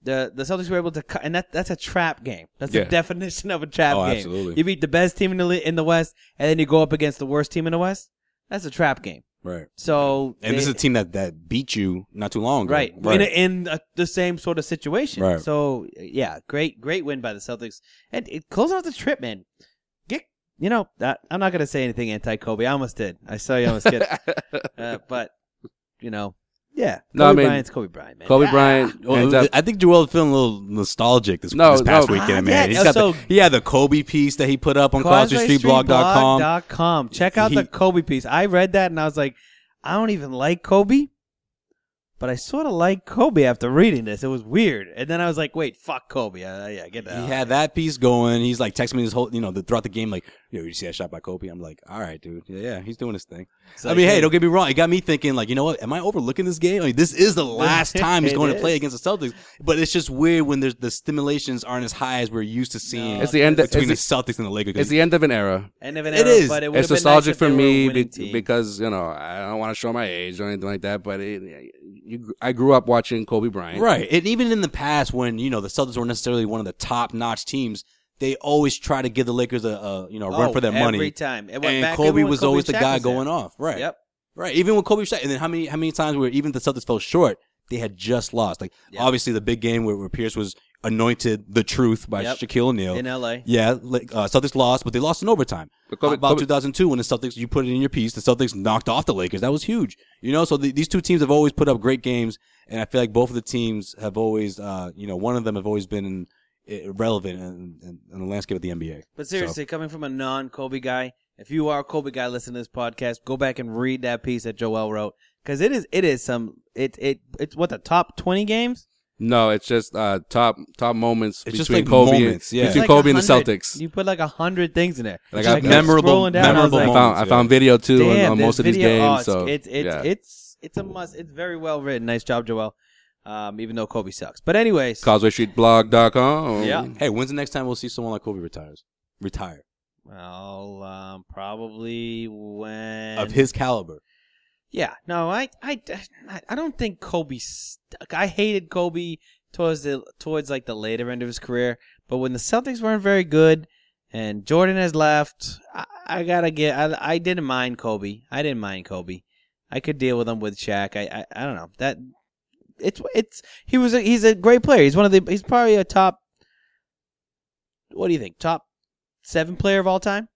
[SPEAKER 2] The the Celtics were able to cut, and that that's a trap game. That's
[SPEAKER 3] Yeah.
[SPEAKER 2] the definition of a trap
[SPEAKER 1] Oh,
[SPEAKER 2] game.
[SPEAKER 1] absolutely.
[SPEAKER 2] You beat the best team in the le- in the West, and then you go up against the worst team in the West. That's a trap game.
[SPEAKER 1] right.
[SPEAKER 2] So
[SPEAKER 1] And this
[SPEAKER 2] they-
[SPEAKER 1] is a team that that beat you not too long ago.
[SPEAKER 2] Right. In, a, in a, the same sort of situation.
[SPEAKER 1] Right.
[SPEAKER 2] So, yeah, great, great win by the Celtics. And it, closing out the trip, man. Get, you know, uh, I'm not going to say anything anti Kobe. I almost did. I saw you almost get it. Uh, but, you know, yeah.
[SPEAKER 3] No,
[SPEAKER 2] Kobe
[SPEAKER 3] I mean-
[SPEAKER 2] Bryant's Kobe Bryant, man.
[SPEAKER 3] Kobe Bryant
[SPEAKER 1] Well,
[SPEAKER 3] ends up-
[SPEAKER 1] I think Joel's feeling a little nostalgic this,
[SPEAKER 3] No,
[SPEAKER 1] this past
[SPEAKER 3] no.
[SPEAKER 1] weekend,
[SPEAKER 2] Ah, yeah,
[SPEAKER 1] man. He's got
[SPEAKER 2] so-
[SPEAKER 1] the, he had the Kobe piece that he put up on CausewayStreetBlog.com.
[SPEAKER 2] CausewayStreetBlog.com. Check out the
[SPEAKER 1] He-
[SPEAKER 2] Kobe piece. I read that and I was like, I don't even like Kobe, but I sort of like Kobe after reading this. It was weird. And then I was like, wait, fuck Kobe. Uh, yeah, get that.
[SPEAKER 1] He had that piece going. He's like texting me this whole, you know, the, throughout the game, like, yo, you see that shot by Kobe? I'm like, all right, dude. Yeah, yeah he's doing his thing. I mean, hey, don't get me wrong. It got me thinking, like, you know what? Am I overlooking this game? I mean, this is the last time he's
[SPEAKER 2] It
[SPEAKER 1] going to play
[SPEAKER 2] is.
[SPEAKER 1] against the Celtics. But it's just weird when there's the stimulations aren't as high as we're used to seeing
[SPEAKER 3] It's the end-
[SPEAKER 1] between the
[SPEAKER 3] it's
[SPEAKER 1] Celtics and the Lakers.
[SPEAKER 3] it's the end of an era.
[SPEAKER 2] End of an
[SPEAKER 1] It
[SPEAKER 2] era,
[SPEAKER 1] is.
[SPEAKER 2] But it would've
[SPEAKER 3] It's
[SPEAKER 2] been
[SPEAKER 3] nostalgic
[SPEAKER 2] nice if
[SPEAKER 3] for
[SPEAKER 2] they were a
[SPEAKER 3] me
[SPEAKER 2] winning
[SPEAKER 3] be-
[SPEAKER 2] team.
[SPEAKER 3] because you know I don't want to show my age or anything like that. But it, you, I grew up watching Kobe Bryant.
[SPEAKER 1] Right. And even in the past, when, you know, the Celtics weren't necessarily one of the top notch teams, they always try to give the Lakers a, a you know, run
[SPEAKER 2] Oh,
[SPEAKER 1] for their
[SPEAKER 2] every
[SPEAKER 1] money.
[SPEAKER 2] time. It went
[SPEAKER 1] And
[SPEAKER 2] back
[SPEAKER 1] Kobe
[SPEAKER 2] even when
[SPEAKER 1] was always the
[SPEAKER 2] Shaq
[SPEAKER 1] guy
[SPEAKER 2] was
[SPEAKER 1] going
[SPEAKER 2] there.
[SPEAKER 1] off. Right.
[SPEAKER 2] Yep.
[SPEAKER 1] Right. Even when Kobe Shaq. And then how many how many times where even the Celtics fell short, they had just lost. Like
[SPEAKER 2] Yeah.
[SPEAKER 1] obviously the big game where, where Pierce was anointed the truth by
[SPEAKER 2] Yep.
[SPEAKER 1] Shaquille O'Neal.
[SPEAKER 2] In L.A.
[SPEAKER 1] yeah, like, uh, Celtics lost, but they lost in overtime.
[SPEAKER 3] But Kobe-
[SPEAKER 1] How about
[SPEAKER 3] Kobe-
[SPEAKER 1] 2002 when the Celtics, you put it in your piece, the Celtics knocked off the Lakers. That was huge. You know, so the, these two teams have always put up great games, and I feel like both of the teams have always, uh, you know, one of them have always been in, relevant in, in, in the landscape of the NBA.
[SPEAKER 2] But
[SPEAKER 1] So-
[SPEAKER 2] seriously, coming from a non-Kobe guy, if you are a Kobe guy, listen to this podcast. Go back and read that piece that Joel wrote because it is it is some it it it's what the top twenty games.
[SPEAKER 3] No, it's just uh, top top moments
[SPEAKER 1] It's
[SPEAKER 3] between
[SPEAKER 1] just like
[SPEAKER 3] Kobe
[SPEAKER 1] moments, yeah.
[SPEAKER 3] and,
[SPEAKER 1] It's
[SPEAKER 3] between
[SPEAKER 2] Like
[SPEAKER 3] Kobe and the
[SPEAKER 2] 100.
[SPEAKER 3] Celtics.
[SPEAKER 2] You put like a hundred things in there.
[SPEAKER 3] Like,
[SPEAKER 2] Just
[SPEAKER 3] I-
[SPEAKER 2] kept
[SPEAKER 1] memorable-
[SPEAKER 2] scrolling down, and I was
[SPEAKER 1] memorable
[SPEAKER 3] I
[SPEAKER 2] like,
[SPEAKER 3] found I
[SPEAKER 1] moments,
[SPEAKER 3] found video too on-
[SPEAKER 2] Damn,
[SPEAKER 3] on
[SPEAKER 2] there's
[SPEAKER 3] most of these
[SPEAKER 2] video- oh,
[SPEAKER 3] games.
[SPEAKER 2] it's-
[SPEAKER 3] So
[SPEAKER 2] it's it's
[SPEAKER 3] yeah.
[SPEAKER 2] it's it's a must. It's very well written. Nice job, Joel. Um, even though Kobe sucks, but anyways,
[SPEAKER 3] CausewayStreetBlog.com.
[SPEAKER 2] Yeah.
[SPEAKER 1] Hey, when's the next time we'll see someone like Kobe retires? Retire
[SPEAKER 2] well, um, probably when
[SPEAKER 1] of his caliber.
[SPEAKER 2] Yeah, no, I, I, I don't think Kobe. Stuck. I hated Kobe towards the towards like the later end of his career, but when the Celtics weren't very good and Jordan has left, I, I gotta get. I, I didn't mind Kobe. I didn't mind Kobe. I could deal with him with Shaq. I, I, I don't know that. It's it's he was a, he's a great player. He's one of the he's probably a top. What do you think? Top seven player of all time?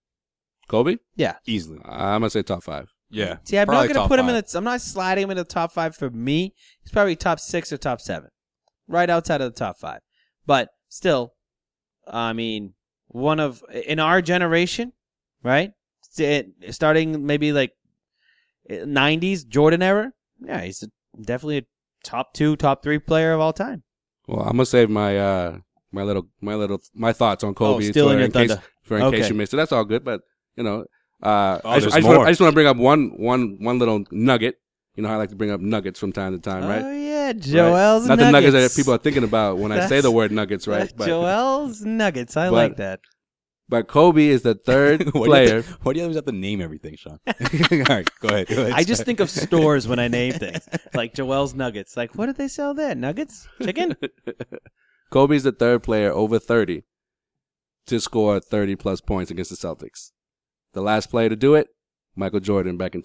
[SPEAKER 3] Kobe?
[SPEAKER 2] Yeah.
[SPEAKER 1] Easily.
[SPEAKER 3] I'm going to say top five.
[SPEAKER 1] Yeah.
[SPEAKER 2] See, I'm
[SPEAKER 1] Probably
[SPEAKER 2] not gonna
[SPEAKER 1] top
[SPEAKER 2] put him
[SPEAKER 1] five.
[SPEAKER 2] in. The, I'm not sliding him in the top five for me. He's probably top six or top seven, right outside of the top five. But still, I mean, one of in our generation, right? St- Starting maybe like '90s Jordan era. Yeah, he's a, definitely a top two, top three player of all time.
[SPEAKER 3] Well, I'm gonna save my uh my little my little my thoughts on Kobe
[SPEAKER 2] Oh, still in your
[SPEAKER 3] case,
[SPEAKER 2] thunder.
[SPEAKER 3] for in
[SPEAKER 2] Okay.
[SPEAKER 3] case you missed it. That's all good, but you know, uh,
[SPEAKER 1] Oh,
[SPEAKER 3] I just,
[SPEAKER 1] there's
[SPEAKER 3] I just, wanna,
[SPEAKER 1] more.
[SPEAKER 3] I just want to bring up one one one little nugget. You know, how I like to bring up nuggets from time to time, right?
[SPEAKER 2] Oh
[SPEAKER 3] Right.
[SPEAKER 2] yeah, Joel's
[SPEAKER 3] Not
[SPEAKER 2] nuggets.
[SPEAKER 3] the nuggets that people are thinking about when I say
[SPEAKER 2] That's-
[SPEAKER 3] the word nuggets, right? But,
[SPEAKER 2] Joel's nuggets. I
[SPEAKER 3] But-
[SPEAKER 2] like that.
[SPEAKER 3] but Kobe is the
[SPEAKER 1] Why
[SPEAKER 3] third
[SPEAKER 1] do you
[SPEAKER 3] player.
[SPEAKER 1] have to- Why do you always have to name everything, Sean? All right, go ahead. Go ahead.
[SPEAKER 2] I just think of stores when I name things, like Joel's Nuggets. Like, what did they sell there? Nuggets, chicken.
[SPEAKER 3] Kobe's the third player over 30 to score 30 plus points against the Celtics. The last player to do it, Michael Jordan back in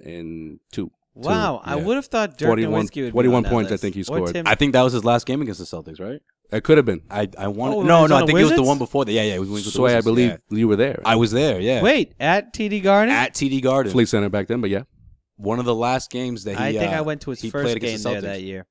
[SPEAKER 3] 2002.
[SPEAKER 2] Wow, I
[SPEAKER 3] yeah.
[SPEAKER 2] would have thought Dirk
[SPEAKER 3] 41
[SPEAKER 2] Nowitzki would.
[SPEAKER 3] 41
[SPEAKER 2] be on that
[SPEAKER 3] points, I
[SPEAKER 2] list.
[SPEAKER 3] think he
[SPEAKER 2] Or
[SPEAKER 3] scored.
[SPEAKER 2] Tim-
[SPEAKER 1] I think that was his last game against the Celtics, right?
[SPEAKER 3] It could have been.
[SPEAKER 1] I I want
[SPEAKER 2] Oh,
[SPEAKER 1] no
[SPEAKER 2] when he was
[SPEAKER 1] no. I
[SPEAKER 2] on the
[SPEAKER 1] think it was the
[SPEAKER 2] Wizards?
[SPEAKER 1] one before that. Yeah yeah. It was when he was with the
[SPEAKER 3] Sway, I
[SPEAKER 1] Wizards,
[SPEAKER 3] believe
[SPEAKER 1] yeah.
[SPEAKER 3] you were there.
[SPEAKER 1] I was there. Yeah.
[SPEAKER 2] Wait, at TD Garden.
[SPEAKER 1] at TD Garden,
[SPEAKER 3] Fleet Center back then, but yeah.
[SPEAKER 1] one of the last games that he.
[SPEAKER 2] I think
[SPEAKER 1] uh,
[SPEAKER 2] I went to his
[SPEAKER 1] he
[SPEAKER 2] first
[SPEAKER 1] played
[SPEAKER 2] game
[SPEAKER 1] against the
[SPEAKER 2] there
[SPEAKER 1] Celtics.
[SPEAKER 2] that year.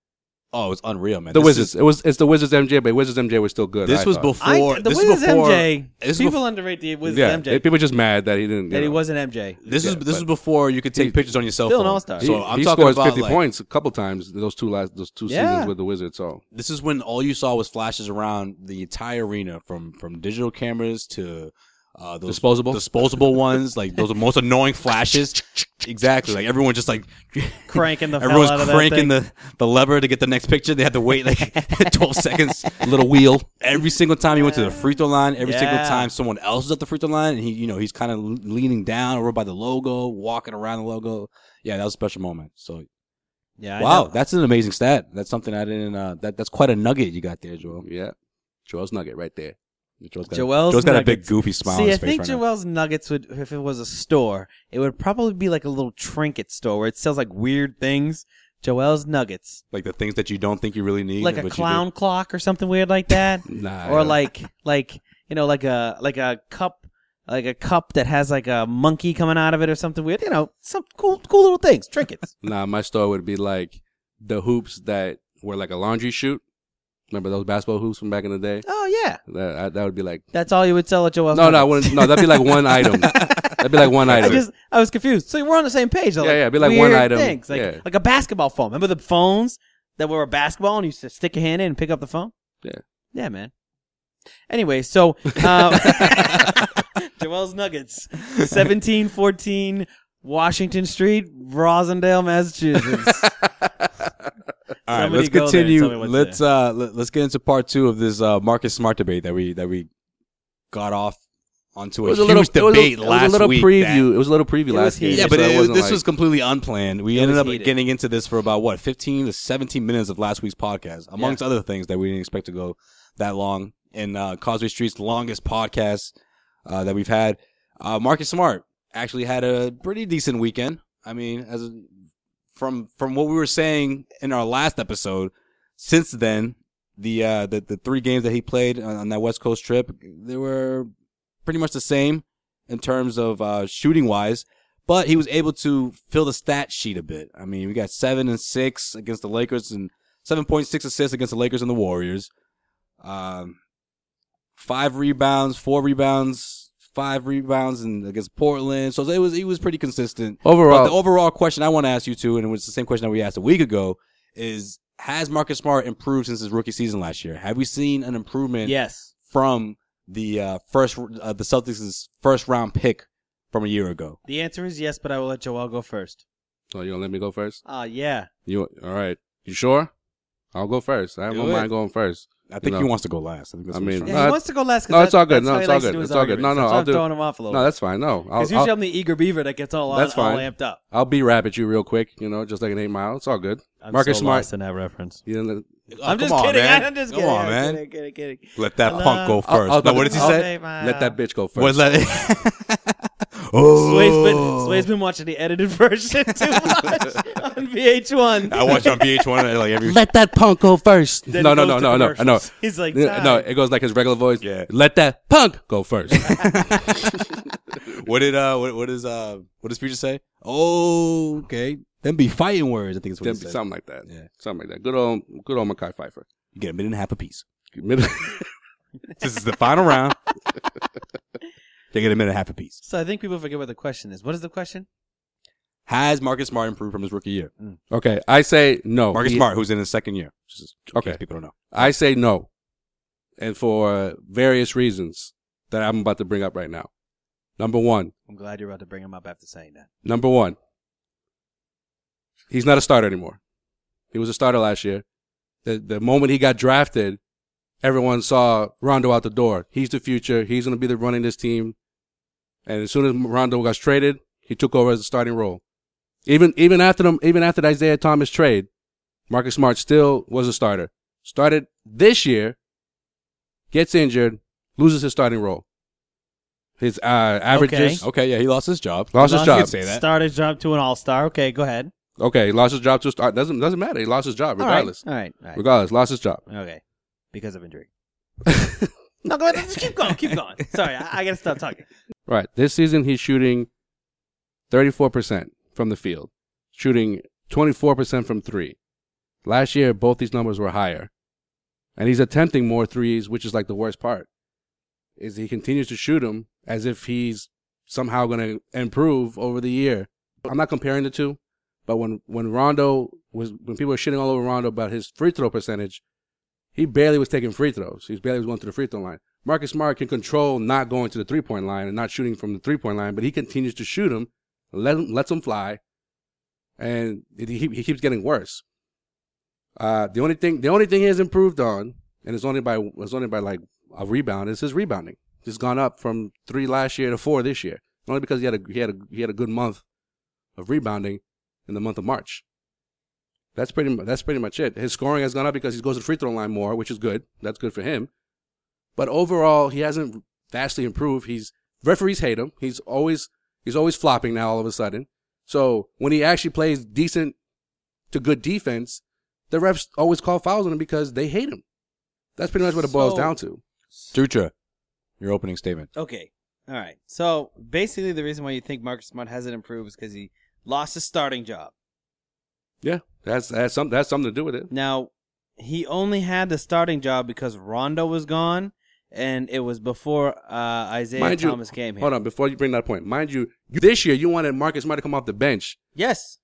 [SPEAKER 1] Oh, it's unreal, man.
[SPEAKER 3] The
[SPEAKER 1] This
[SPEAKER 3] Wizards.
[SPEAKER 1] is-
[SPEAKER 3] it was it's the Wizards MJ, but Wizards MJ was still good.
[SPEAKER 1] This
[SPEAKER 3] I
[SPEAKER 1] was
[SPEAKER 3] thought.
[SPEAKER 1] before.
[SPEAKER 2] I, the
[SPEAKER 1] this is
[SPEAKER 2] Wizards
[SPEAKER 1] before.
[SPEAKER 2] MJ.
[SPEAKER 1] This is
[SPEAKER 2] people
[SPEAKER 1] before-
[SPEAKER 2] underrate the Wizards
[SPEAKER 3] yeah,
[SPEAKER 2] MJ
[SPEAKER 3] people were just mad that he didn't.
[SPEAKER 2] that
[SPEAKER 3] you
[SPEAKER 2] he
[SPEAKER 3] know.
[SPEAKER 2] wasn't MJ.
[SPEAKER 1] This is
[SPEAKER 3] Yeah,
[SPEAKER 1] this
[SPEAKER 3] but-
[SPEAKER 1] is before you could take pictures on your cell
[SPEAKER 2] still
[SPEAKER 1] phone.
[SPEAKER 2] an all-star.
[SPEAKER 3] Uh, He,
[SPEAKER 1] So I'm
[SPEAKER 3] he
[SPEAKER 1] talking
[SPEAKER 3] scores
[SPEAKER 1] about
[SPEAKER 3] 50
[SPEAKER 1] like,
[SPEAKER 3] points a couple times those two last those two
[SPEAKER 2] Yeah.
[SPEAKER 3] seasons with the Wizards. So
[SPEAKER 1] This is when all you saw was flashes around the entire arena, from from digital cameras to uh, those
[SPEAKER 3] Disposable?
[SPEAKER 1] disposable ones. Like those are most annoying flashes. exactly. Like everyone just like
[SPEAKER 2] Cranking the hell
[SPEAKER 1] everyone's
[SPEAKER 2] out of that
[SPEAKER 1] cranking
[SPEAKER 2] thing.
[SPEAKER 1] the the lever to get the next picture. They had to wait like 12 seconds. Little wheel. Every single time he went to the free throw line. Every single
[SPEAKER 2] Yeah.
[SPEAKER 1] time someone else was at the free throw line, and he you know he's kind of leaning down over by the logo, walking around the logo. Yeah, that was a special moment. So
[SPEAKER 2] Yeah, I
[SPEAKER 1] wow,
[SPEAKER 2] know.
[SPEAKER 1] that's an amazing stat. That's something I didn't. Uh, that that's quite a nugget you got there, Joel.
[SPEAKER 3] yeah, Joel's nugget right there.
[SPEAKER 1] Joel's got,
[SPEAKER 2] Joel's
[SPEAKER 1] Joel's got a big
[SPEAKER 2] nuggets.
[SPEAKER 1] goofy smile
[SPEAKER 2] See,
[SPEAKER 1] on his
[SPEAKER 2] I
[SPEAKER 1] face
[SPEAKER 2] think
[SPEAKER 1] right now.
[SPEAKER 2] Joel's Nuggets would, if it was a store, it would probably be like a little trinket store where it sells like weird things. Joel's Nuggets,
[SPEAKER 1] Like the things that you don't think you really need,
[SPEAKER 2] like
[SPEAKER 1] but
[SPEAKER 2] a
[SPEAKER 1] you do.
[SPEAKER 2] clown clock or something weird like that,
[SPEAKER 3] Nah,
[SPEAKER 2] or
[SPEAKER 3] yeah.
[SPEAKER 2] like like you know like a like a cup like a cup that has like a monkey coming out of it or something weird. You know, some cool cool little things, trinkets.
[SPEAKER 3] Nah, my store would be like the hoops that were like a laundry chute. Remember those basketball hoops from back in the day?
[SPEAKER 2] oh yeah,
[SPEAKER 3] That, I, that would be like
[SPEAKER 2] that's all you would sell at Joel's.
[SPEAKER 3] no, no, I
[SPEAKER 2] Nuggets.
[SPEAKER 3] wouldn't. No, that'd be like one item. That'd be like one
[SPEAKER 2] I
[SPEAKER 3] item.
[SPEAKER 2] just I was confused. So we're on the same page. Though,
[SPEAKER 3] Yeah,
[SPEAKER 2] like,
[SPEAKER 3] yeah, be like one
[SPEAKER 2] weird
[SPEAKER 3] item.
[SPEAKER 2] Things. Like,
[SPEAKER 3] Yeah.
[SPEAKER 2] like a basketball phone. Remember the phones that were a basketball and you used to stick your hand in and pick up the phone?
[SPEAKER 3] Yeah.
[SPEAKER 2] Yeah, man. Anyway, so uh, Joel's Nuggets, 1714 Washington Street, Rosendale, Massachusetts.
[SPEAKER 1] All right,
[SPEAKER 2] Somebody
[SPEAKER 1] let's
[SPEAKER 2] go there and
[SPEAKER 1] continue.
[SPEAKER 2] tell me what's
[SPEAKER 1] Let's uh, let, us get into part two of this uh, Marcus Smart debate that we that we got off onto a, huge debate
[SPEAKER 3] it was
[SPEAKER 1] last
[SPEAKER 3] a little
[SPEAKER 1] week. that-
[SPEAKER 3] preview. It was a little preview
[SPEAKER 2] was
[SPEAKER 3] last game.
[SPEAKER 2] heated.
[SPEAKER 1] yeah,
[SPEAKER 3] so
[SPEAKER 1] but
[SPEAKER 3] that
[SPEAKER 1] it,
[SPEAKER 3] wasn't
[SPEAKER 1] this
[SPEAKER 3] like-
[SPEAKER 1] was completely unplanned. We ended
[SPEAKER 2] was
[SPEAKER 1] up
[SPEAKER 2] heated.
[SPEAKER 1] getting into this for about what fifteen to seventeen minutes of last week's podcast, amongst other things that we didn't expect to go that long. And uh, Causeway Street's longest podcast uh, that we've had, uh, Marcus Smart actually had a pretty decent weekend. I mean, as from from what we were saying in our last episode, since then the uh, the the three games that he played on, on that West Coast trip, they were pretty much the same in terms of uh, shooting wise, but he was able to fill the stat sheet a bit. I mean, we got seven and six against the Lakers and seven point six assists against the Lakers and the Warriors. Um, five rebounds, four rebounds, five rebounds, and against Portland. So it was he was pretty consistent.
[SPEAKER 3] overall.
[SPEAKER 1] But the overall question I want to ask you too, and it was the same question that we asked a week ago, is has Marcus Smart improved since his rookie season last year? Have we seen an improvement
[SPEAKER 2] yes.
[SPEAKER 1] from the uh, first uh, the Celtics' first round pick from a year ago?
[SPEAKER 2] The answer is yes, but I will let Joel go first.
[SPEAKER 3] So you gonna let me go first?
[SPEAKER 2] Oh, yeah.
[SPEAKER 3] You all right? You sure? I'll go first. I
[SPEAKER 1] Do
[SPEAKER 3] don't
[SPEAKER 1] it.
[SPEAKER 3] mind going first.
[SPEAKER 1] I think
[SPEAKER 3] No.
[SPEAKER 1] he wants to go last. I think that's
[SPEAKER 3] I
[SPEAKER 1] what he's
[SPEAKER 3] mean-
[SPEAKER 1] trying
[SPEAKER 2] yeah he
[SPEAKER 3] No,
[SPEAKER 2] wants to go last. 'cause
[SPEAKER 3] no, it's
[SPEAKER 2] that-
[SPEAKER 3] all good.
[SPEAKER 2] that's
[SPEAKER 3] No,
[SPEAKER 2] how he
[SPEAKER 3] it's all
[SPEAKER 2] likes to
[SPEAKER 3] good.
[SPEAKER 2] do his
[SPEAKER 3] It's all good. No,
[SPEAKER 2] arguments.
[SPEAKER 3] no,
[SPEAKER 2] That's why
[SPEAKER 3] I'll
[SPEAKER 2] I'm
[SPEAKER 3] do-
[SPEAKER 2] throwing him off a little.
[SPEAKER 3] No, that's fine. No, I'll,
[SPEAKER 2] Because
[SPEAKER 3] I'll,
[SPEAKER 2] usually I'm the eager beaver that gets all, all, all
[SPEAKER 3] That's fine.
[SPEAKER 2] amped up.
[SPEAKER 3] I'll be rap at you real quick. You know, just like an eight mile. It's all good.
[SPEAKER 2] I'm
[SPEAKER 3] Marcus
[SPEAKER 2] so
[SPEAKER 3] Smart.
[SPEAKER 2] lost in that reference.
[SPEAKER 3] You didn't-
[SPEAKER 1] to- Oh,
[SPEAKER 2] I'm
[SPEAKER 1] come
[SPEAKER 2] just
[SPEAKER 1] on,
[SPEAKER 2] kidding.
[SPEAKER 1] man.
[SPEAKER 2] I'm just
[SPEAKER 1] Come
[SPEAKER 2] kidding.
[SPEAKER 1] on, man.
[SPEAKER 2] Kidding, kidding, kidding.
[SPEAKER 1] Let that
[SPEAKER 2] Hello.
[SPEAKER 1] punk go
[SPEAKER 3] I'll-
[SPEAKER 1] first.
[SPEAKER 3] I'll-
[SPEAKER 1] no, what does he
[SPEAKER 3] I'll-
[SPEAKER 1] say?
[SPEAKER 2] Okay, bye.
[SPEAKER 3] Let that bitch go first.
[SPEAKER 1] What let? oh,
[SPEAKER 2] Sway's been, Sway's been watching the edited version too much on VH1.
[SPEAKER 1] I watch on VH1 like every.
[SPEAKER 3] Let that punk go first.
[SPEAKER 2] Then
[SPEAKER 3] no,
[SPEAKER 2] it
[SPEAKER 3] no,
[SPEAKER 2] goes
[SPEAKER 3] no,
[SPEAKER 2] to
[SPEAKER 3] no, no, no.
[SPEAKER 2] commercials. He's like,
[SPEAKER 3] Yeah, no,
[SPEAKER 2] "Time."
[SPEAKER 3] it goes like his regular voice.
[SPEAKER 1] Yeah.
[SPEAKER 3] Let that punk go first.
[SPEAKER 1] What did uh? What, what is uh? What does Future say? Oh, okay. Then be fighting words. I think it's what
[SPEAKER 3] Then
[SPEAKER 1] he said.
[SPEAKER 3] something like that.
[SPEAKER 1] Yeah.
[SPEAKER 3] Something like that. Good old, good old Mackay Pfeiffer.
[SPEAKER 1] You get a minute and a half apiece.
[SPEAKER 3] Middle-
[SPEAKER 1] This is the final round. They get a minute and a half apiece.
[SPEAKER 2] So I think people forget what the question is. What is the question?
[SPEAKER 1] Has Marcus Smart improved from his rookie year?
[SPEAKER 3] okay, I say no.
[SPEAKER 1] Marcus
[SPEAKER 3] He-
[SPEAKER 1] Smart, who's in his second year. Just in
[SPEAKER 3] Okay.
[SPEAKER 1] case people don't know.
[SPEAKER 3] I say no, and for various reasons that I'm about to bring up right now. Number one,
[SPEAKER 2] I'm glad you're about to bring him up after saying that.
[SPEAKER 3] Number one, he's not a starter anymore. He was a starter last year. The the moment he got drafted, everyone saw Rondo out the door. He's the future. He's going to be the running this team. And as soon as Rondo got traded, he took over as the starting role. Even even after them, even after the Isaiah Thomas trade, Marcus Smart still was a starter. Started this year, gets injured, loses his starting role. His uh, averages.
[SPEAKER 1] Okay, yeah, he lost his job.
[SPEAKER 3] Lost his
[SPEAKER 1] You
[SPEAKER 3] job.
[SPEAKER 1] could say that.
[SPEAKER 2] Started job to an all star. Okay, go ahead.
[SPEAKER 3] Okay, he lost his job to a start. Doesn't doesn't matter. He lost his job
[SPEAKER 2] All right,
[SPEAKER 3] regardless.
[SPEAKER 2] All right. All right.
[SPEAKER 3] Regardless, lost his job.
[SPEAKER 2] Okay. Because of injury. no, go ahead. Just keep going. Keep going. Sorry, I, I got to stop talking.
[SPEAKER 3] Right. This season he's shooting 34% from the field, shooting 24% from 3. Last year both these numbers were higher. And he's attempting more threes, which is like the worst part. Is he continues to shoot them as if he's somehow going to improve over the year. I'm not comparing the two, but when when Rondo was when people were shitting all over Rondo about his free throw percentage, he barely was taking free throws. He barely was going to the free throw line. Marcus Smart can control not going to the three point line and not shooting from the three point line, but he continues to shoot him, let him lets him fly, and he, he keeps getting worse. Uh, the only thing the only thing he has improved on, and it's only by it's only by like a rebound, is his rebounding. He's gone up from three last year to four this year, only because he had a he had a he had a good month of rebounding in the month of March. That's pretty. mu- That's pretty much it. His scoring has gone up because he goes to the free throw line more, which is good. That's good for him. But overall, he hasn't vastly improved. He's referees hate him. He's always he's always flopping now. All of a sudden, so when he actually plays decent to good defense, the refs always call fouls on him because they hate him. That's pretty much what it boils
[SPEAKER 2] So-
[SPEAKER 3] down to.
[SPEAKER 1] Dutra, your opening statement.
[SPEAKER 2] Okay. All right. So basically, the reason why you think Marcus Smart hasn't improved is because he lost his starting job.
[SPEAKER 3] Yeah, that's that's something that's something to do with it.
[SPEAKER 2] Now, he only had the starting job because Rondo was gone, and it was before uh, Isaiah
[SPEAKER 3] Mind you-
[SPEAKER 2] Thomas came here.
[SPEAKER 3] Hold on, before you bring that point, mind you, you this year you wanted Marcus Smart to come off the bench,
[SPEAKER 2] Yes.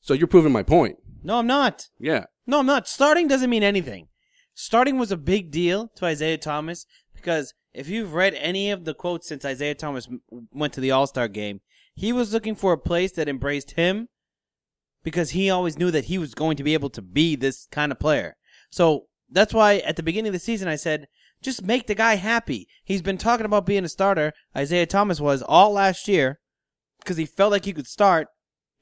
[SPEAKER 3] so you're proving my point.
[SPEAKER 2] No, I'm not.
[SPEAKER 3] Yeah,
[SPEAKER 2] No, I'm not. Starting doesn't mean anything. Starting was a big deal to Isaiah Thomas because if you've read any of the quotes since Isaiah Thomas m- went to the All Star game, he was looking for a place that embraced him because he always knew that he was going to be able to be this kind of player. So that's why at the beginning of the season I said, just make the guy happy. He's been talking about being a starter. Isaiah Thomas was all last year because he felt like he could start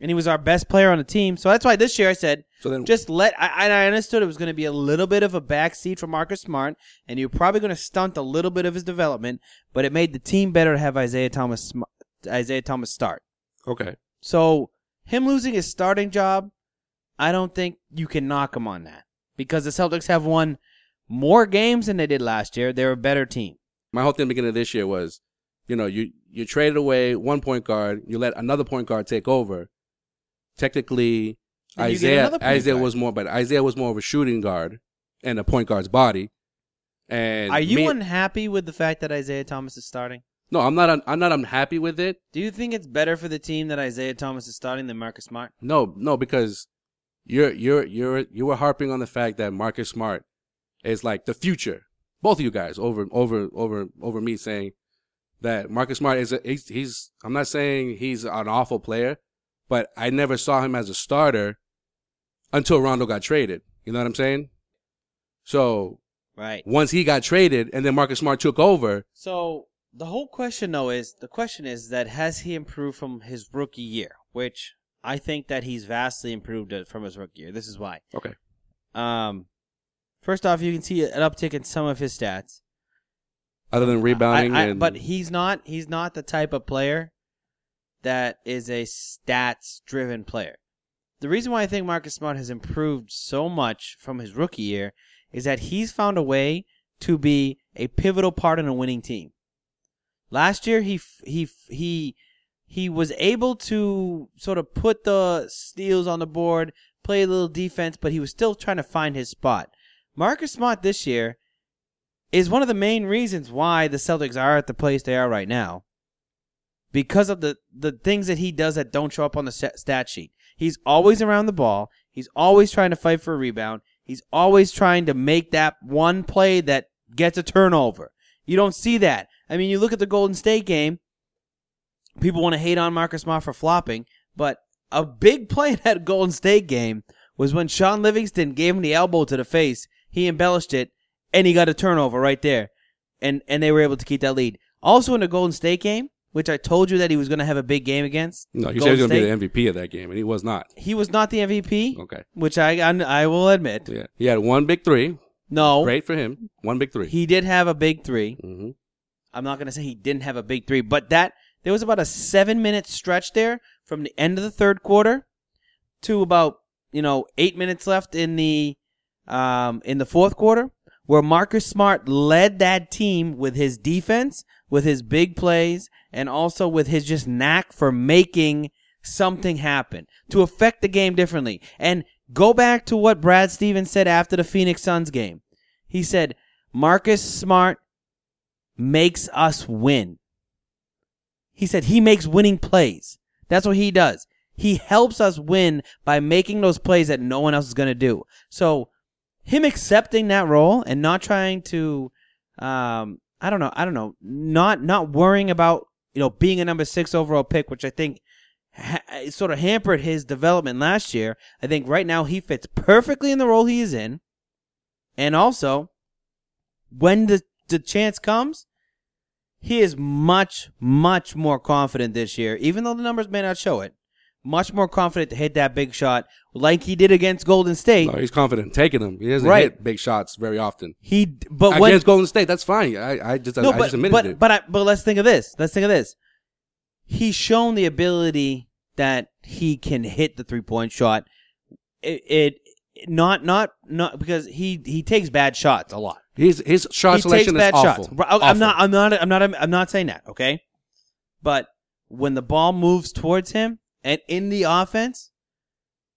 [SPEAKER 2] and he was our best player on the team. So that's why this year I said,
[SPEAKER 3] So then-
[SPEAKER 2] just let. I, I understood it was going to be a little bit of a backseat for Marcus Smart, and you're probably going to stunt a little bit of his development. But it made the team better to have Isaiah Thomas sm- Isaiah Thomas start.
[SPEAKER 3] okay.
[SPEAKER 2] So him losing his starting job, I don't think you can knock him on that because the Celtics have won more games than they did last year. They're a better team.
[SPEAKER 3] my whole thing beginning of this year was, you know, you you traded away one point guard, you let another point guard take over. Technically,
[SPEAKER 2] And you get
[SPEAKER 3] Isaiah
[SPEAKER 2] another point
[SPEAKER 3] Isaiah
[SPEAKER 2] guard.
[SPEAKER 3] was more, but Isaiah was more of a shooting guard and a point guard's body. And
[SPEAKER 2] Are you
[SPEAKER 3] me-
[SPEAKER 2] unhappy with the fact that Isaiah Thomas is starting?
[SPEAKER 3] No, I'm not. Un- I'm not unhappy with it.
[SPEAKER 2] Do you think it's better for the team that Isaiah Thomas is starting than Marcus Smart?
[SPEAKER 3] No, no, because you're you're you're you were harping on the fact that Marcus Smart is like the future. Both of you guys over over over over me saying that Marcus Smart is a, he's, he's I'm not saying he's an awful player, but I never saw him as a starter until Rondo got traded. You know what I'm saying? So
[SPEAKER 2] Right.
[SPEAKER 3] once he got traded and then Marcus Smart took over,
[SPEAKER 2] So the whole question though is the question is that has he improved from his rookie year, which I think that he's vastly improved it from his rookie year. This is why.
[SPEAKER 3] okay,
[SPEAKER 2] Um, first off, you can see an uptick in some of his stats.
[SPEAKER 3] other than rebounding
[SPEAKER 2] I- I-
[SPEAKER 3] and
[SPEAKER 2] but he's not he's not the type of player that is a stats driven player. The reason why I think Marcus Smart has improved so much from his rookie year is that he's found a way to be a pivotal part in a winning team. Last year he f- he f- he he was able to sort of put the steals on the board, play a little defense, but he was still trying to find his spot. Marcus Smart this year is one of the main reasons why the Celtics are at the place they are right now. Because of the, the things that he does that don't show up on the sta- stat sheet. He's always around the ball. He's always trying to fight for a rebound. He's always trying to make that one play that gets a turnover. You don't see that. I mean, you look at the Golden State game. People want to hate on Marcus Smart for flopping, but a big play in that Golden State game was when Sean Livingston gave him the elbow to the face. He embellished it, and he got a turnover right there, and and they were able to keep that lead. Also in the Golden State game, which I told you that he was going to have a big game against.
[SPEAKER 3] no, you said he
[SPEAKER 2] Golden
[SPEAKER 3] was
[SPEAKER 2] State,
[SPEAKER 3] going to be the MVP of that game, and he was not.
[SPEAKER 2] He was not the MVP,
[SPEAKER 3] Okay,
[SPEAKER 2] which I, I I will admit.
[SPEAKER 3] yeah, he had one big three.
[SPEAKER 2] No,
[SPEAKER 3] Great for him. One big three.
[SPEAKER 2] he did have a big three.
[SPEAKER 3] hmm
[SPEAKER 2] I'm not going to say he didn't have a big three, but that there was about a seven minute stretch there from the end of the third quarter to about you know eight minutes left in the um, in the fourth quarter where Marcus Smart led that team with his defense, with his big plays, and also with his just knack for making something happen to affect the game differently. And go back to what Brad Stevens said after the Phoenix Suns game. He said Marcus Smart makes us win. He said he makes winning plays. That's what he does. He helps us win by making those plays that no one else is going to do. So, him accepting that role and not trying to, um, I don't know, I don't know, not not worrying about you know being a number six overall pick, which I think ha- it sort of hampered his development last year. I think right now he fits perfectly in the role he is in, and also when the the chance comes, he is much much more confident this year, even though the numbers may not show it. Much more confident to hit that big shot like he did against Golden State.
[SPEAKER 3] No, he's confident in taking them. He doesn't
[SPEAKER 2] Right.
[SPEAKER 3] hit big shots very often.
[SPEAKER 2] He, d- but when
[SPEAKER 3] Against Golden State, that's fine. I, I just, I,
[SPEAKER 2] no, but
[SPEAKER 3] just admitted
[SPEAKER 2] but
[SPEAKER 3] it.
[SPEAKER 2] but I, but let's think of this. Let's think of this. He's shown the ability that he can hit the three point shot. It, it not not not because he he takes bad shots a lot.
[SPEAKER 3] his his shot
[SPEAKER 2] he takes
[SPEAKER 3] selection is
[SPEAKER 2] bad
[SPEAKER 3] awful.
[SPEAKER 2] shots. Right, I- I'm not I'm not I'm not I'm not saying that. Okay, but when the ball moves towards him and in the offense,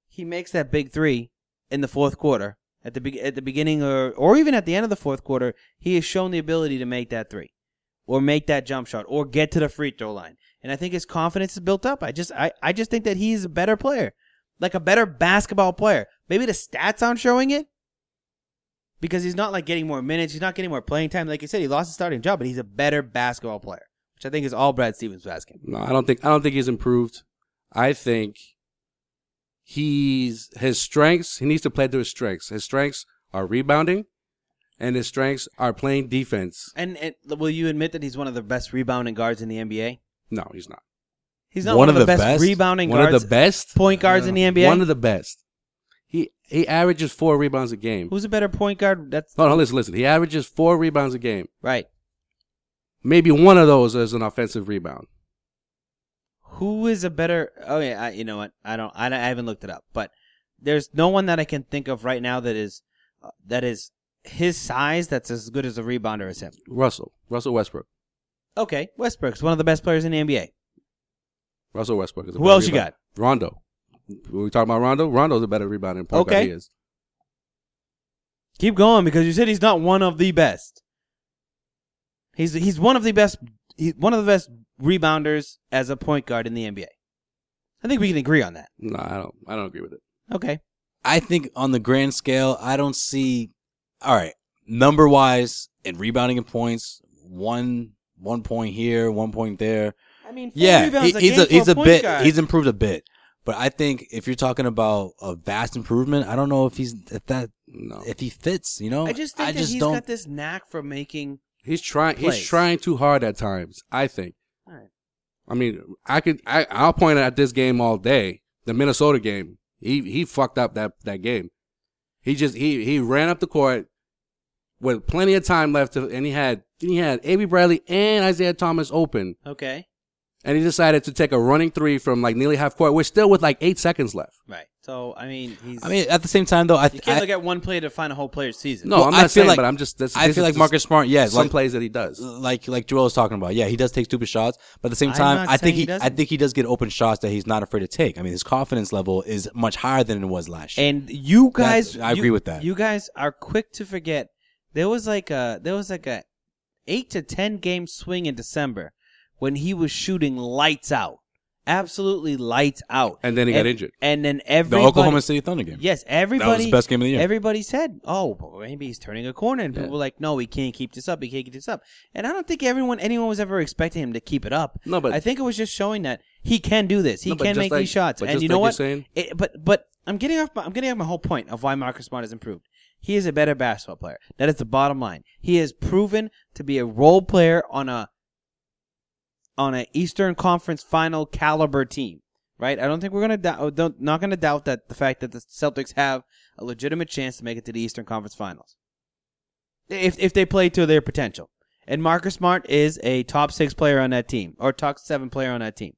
[SPEAKER 2] he makes that big three in the fourth quarter at the be- at the beginning or or even at the end of the fourth quarter. He has shown the ability to make that three, or make that jump shot, or get to the free throw line. And I think his confidence is built up. I just I, I just think that he's a better player, like a better basketball player. Maybe the stats aren't showing it. Because he's not like getting more minutes, he's not getting more playing time. Like you said, he lost his starting job, but he's a better basketball player, which I think is all Brad Stevens was asking.
[SPEAKER 3] No, I don't think I don't think he's improved. I think he's his strengths. He needs to play to his strengths. His strengths are rebounding, and his strengths are playing defense.
[SPEAKER 2] And, and will you admit that he's one of the best rebounding guards in the NBA?
[SPEAKER 3] No, he's not.
[SPEAKER 2] He's not one, of the, best, rebounding
[SPEAKER 3] One
[SPEAKER 2] guards,
[SPEAKER 3] of the best
[SPEAKER 2] point guards in the NBA.
[SPEAKER 3] One of the best. He he averages four rebounds a game.
[SPEAKER 2] Who's a better point guard? That's
[SPEAKER 3] No, no, listen, listen. He averages four rebounds a game.
[SPEAKER 2] right.
[SPEAKER 3] Maybe one of those is an offensive rebound.
[SPEAKER 2] Who is a better? Oh yeah, I, you know what? I don't, I don't- I haven't looked it up, but there's no one that I can think of right now that is uh, that is his size that's as good as a rebounder as him.
[SPEAKER 3] Russell, Russell Westbrook,
[SPEAKER 2] Okay, Westbrook's one of the best players in the NBA.
[SPEAKER 3] Russell Westbrook. Is a
[SPEAKER 2] Who
[SPEAKER 3] better
[SPEAKER 2] else you
[SPEAKER 3] rebounder. Rondo. Were we talking about Rondo? Rondo's a better rebounder. Point
[SPEAKER 2] Okay.
[SPEAKER 3] guard he is.
[SPEAKER 2] Keep going because you said he's not one of the best. He's he's one of the best he, one of the best rebounders as a point guard in the NBA. I think we can agree on that.
[SPEAKER 3] No, I don't. I don't agree with it.
[SPEAKER 2] Okay.
[SPEAKER 1] I think on the grand scale, I don't see. All right, number wise and rebounding and points, one one point here, one point there.
[SPEAKER 2] I mean,
[SPEAKER 1] yeah, he- he's a, he's a bit. He's improved a bit, But I think if you're talking about a vast improvement, I don't know if he's if that
[SPEAKER 3] No.
[SPEAKER 1] if he fits. You know,
[SPEAKER 2] I just think that he's
[SPEAKER 1] don't.
[SPEAKER 2] got this knack for making.
[SPEAKER 3] He's trying.
[SPEAKER 2] plays.
[SPEAKER 3] He's trying too hard at times. I think.
[SPEAKER 2] Alright.
[SPEAKER 3] I mean, I could. I, I'll point at this game all day. The Minnesota game. He he fucked up that that game. He just he he ran up the court with plenty of time left, to, and he had he had Avery Bradley and Isaiah Thomas open,
[SPEAKER 2] Okay,
[SPEAKER 3] and he decided to take a running three from like nearly half court. We're still with like eight seconds left.
[SPEAKER 2] right. So I mean, he's.
[SPEAKER 1] I mean, at the same time though, I
[SPEAKER 2] you
[SPEAKER 1] th-
[SPEAKER 2] can't look
[SPEAKER 1] I,
[SPEAKER 2] at one player to find a whole player's season.
[SPEAKER 3] No,
[SPEAKER 1] Well,
[SPEAKER 3] I'm
[SPEAKER 1] I
[SPEAKER 3] not
[SPEAKER 1] feel
[SPEAKER 3] saying,
[SPEAKER 1] like-
[SPEAKER 3] but I'm just. This,
[SPEAKER 1] I
[SPEAKER 3] this
[SPEAKER 1] feel
[SPEAKER 3] is
[SPEAKER 1] like
[SPEAKER 3] just
[SPEAKER 1] Marcus Smart. Yes,
[SPEAKER 3] some
[SPEAKER 1] like,
[SPEAKER 3] plays that he does.
[SPEAKER 1] like like Joel was talking about. Yeah, he does take stupid shots, but at the same
[SPEAKER 2] I'm
[SPEAKER 1] time,
[SPEAKER 2] not
[SPEAKER 1] I think
[SPEAKER 2] saying
[SPEAKER 1] he,
[SPEAKER 2] he
[SPEAKER 1] I
[SPEAKER 2] doesn't.
[SPEAKER 1] think he does get open shots that he's not afraid to take. I mean, his confidence level is much higher than it was last year.
[SPEAKER 2] And you
[SPEAKER 1] That's-
[SPEAKER 2] guys,
[SPEAKER 1] I
[SPEAKER 2] you-
[SPEAKER 1] agree with that.
[SPEAKER 2] You guys are quick to forget. There was like a there was like a eight to ten game swing in December when he was shooting lights out, absolutely lights out.
[SPEAKER 3] And then he got injured.
[SPEAKER 2] And then
[SPEAKER 1] the
[SPEAKER 2] everybody,
[SPEAKER 1] Oklahoma City Thunder game.
[SPEAKER 2] yes, everybody
[SPEAKER 1] the best game of the year.
[SPEAKER 2] Everybody said, "Oh, but maybe he's turning a corner," and people
[SPEAKER 3] Yeah.
[SPEAKER 2] were like, "No, he can't keep this up. He can't keep this up." And I don't think everyone, anyone was ever expecting him to keep it up.
[SPEAKER 3] No, but-
[SPEAKER 2] I think it was just showing that he can do this. He
[SPEAKER 3] No, but
[SPEAKER 2] can
[SPEAKER 3] just
[SPEAKER 2] make
[SPEAKER 3] like-
[SPEAKER 2] these shots.
[SPEAKER 3] but
[SPEAKER 2] And
[SPEAKER 3] just
[SPEAKER 2] you know
[SPEAKER 3] like you're
[SPEAKER 2] what?
[SPEAKER 3] saying-
[SPEAKER 2] It, but but I'm getting off. My, I'm getting off my whole point of why Marcus Smart has improved. He is a better basketball player. That is the bottom line. He is proven to be a role player on a on an Eastern Conference Final caliber team, right? I don't think we're gonna doubt, don't, not gonna doubt that the fact that the Celtics have a legitimate chance to make it to the Eastern Conference Finals if if they play to their potential. And Marcus Smart is a top six player on that team or top seven player on that team.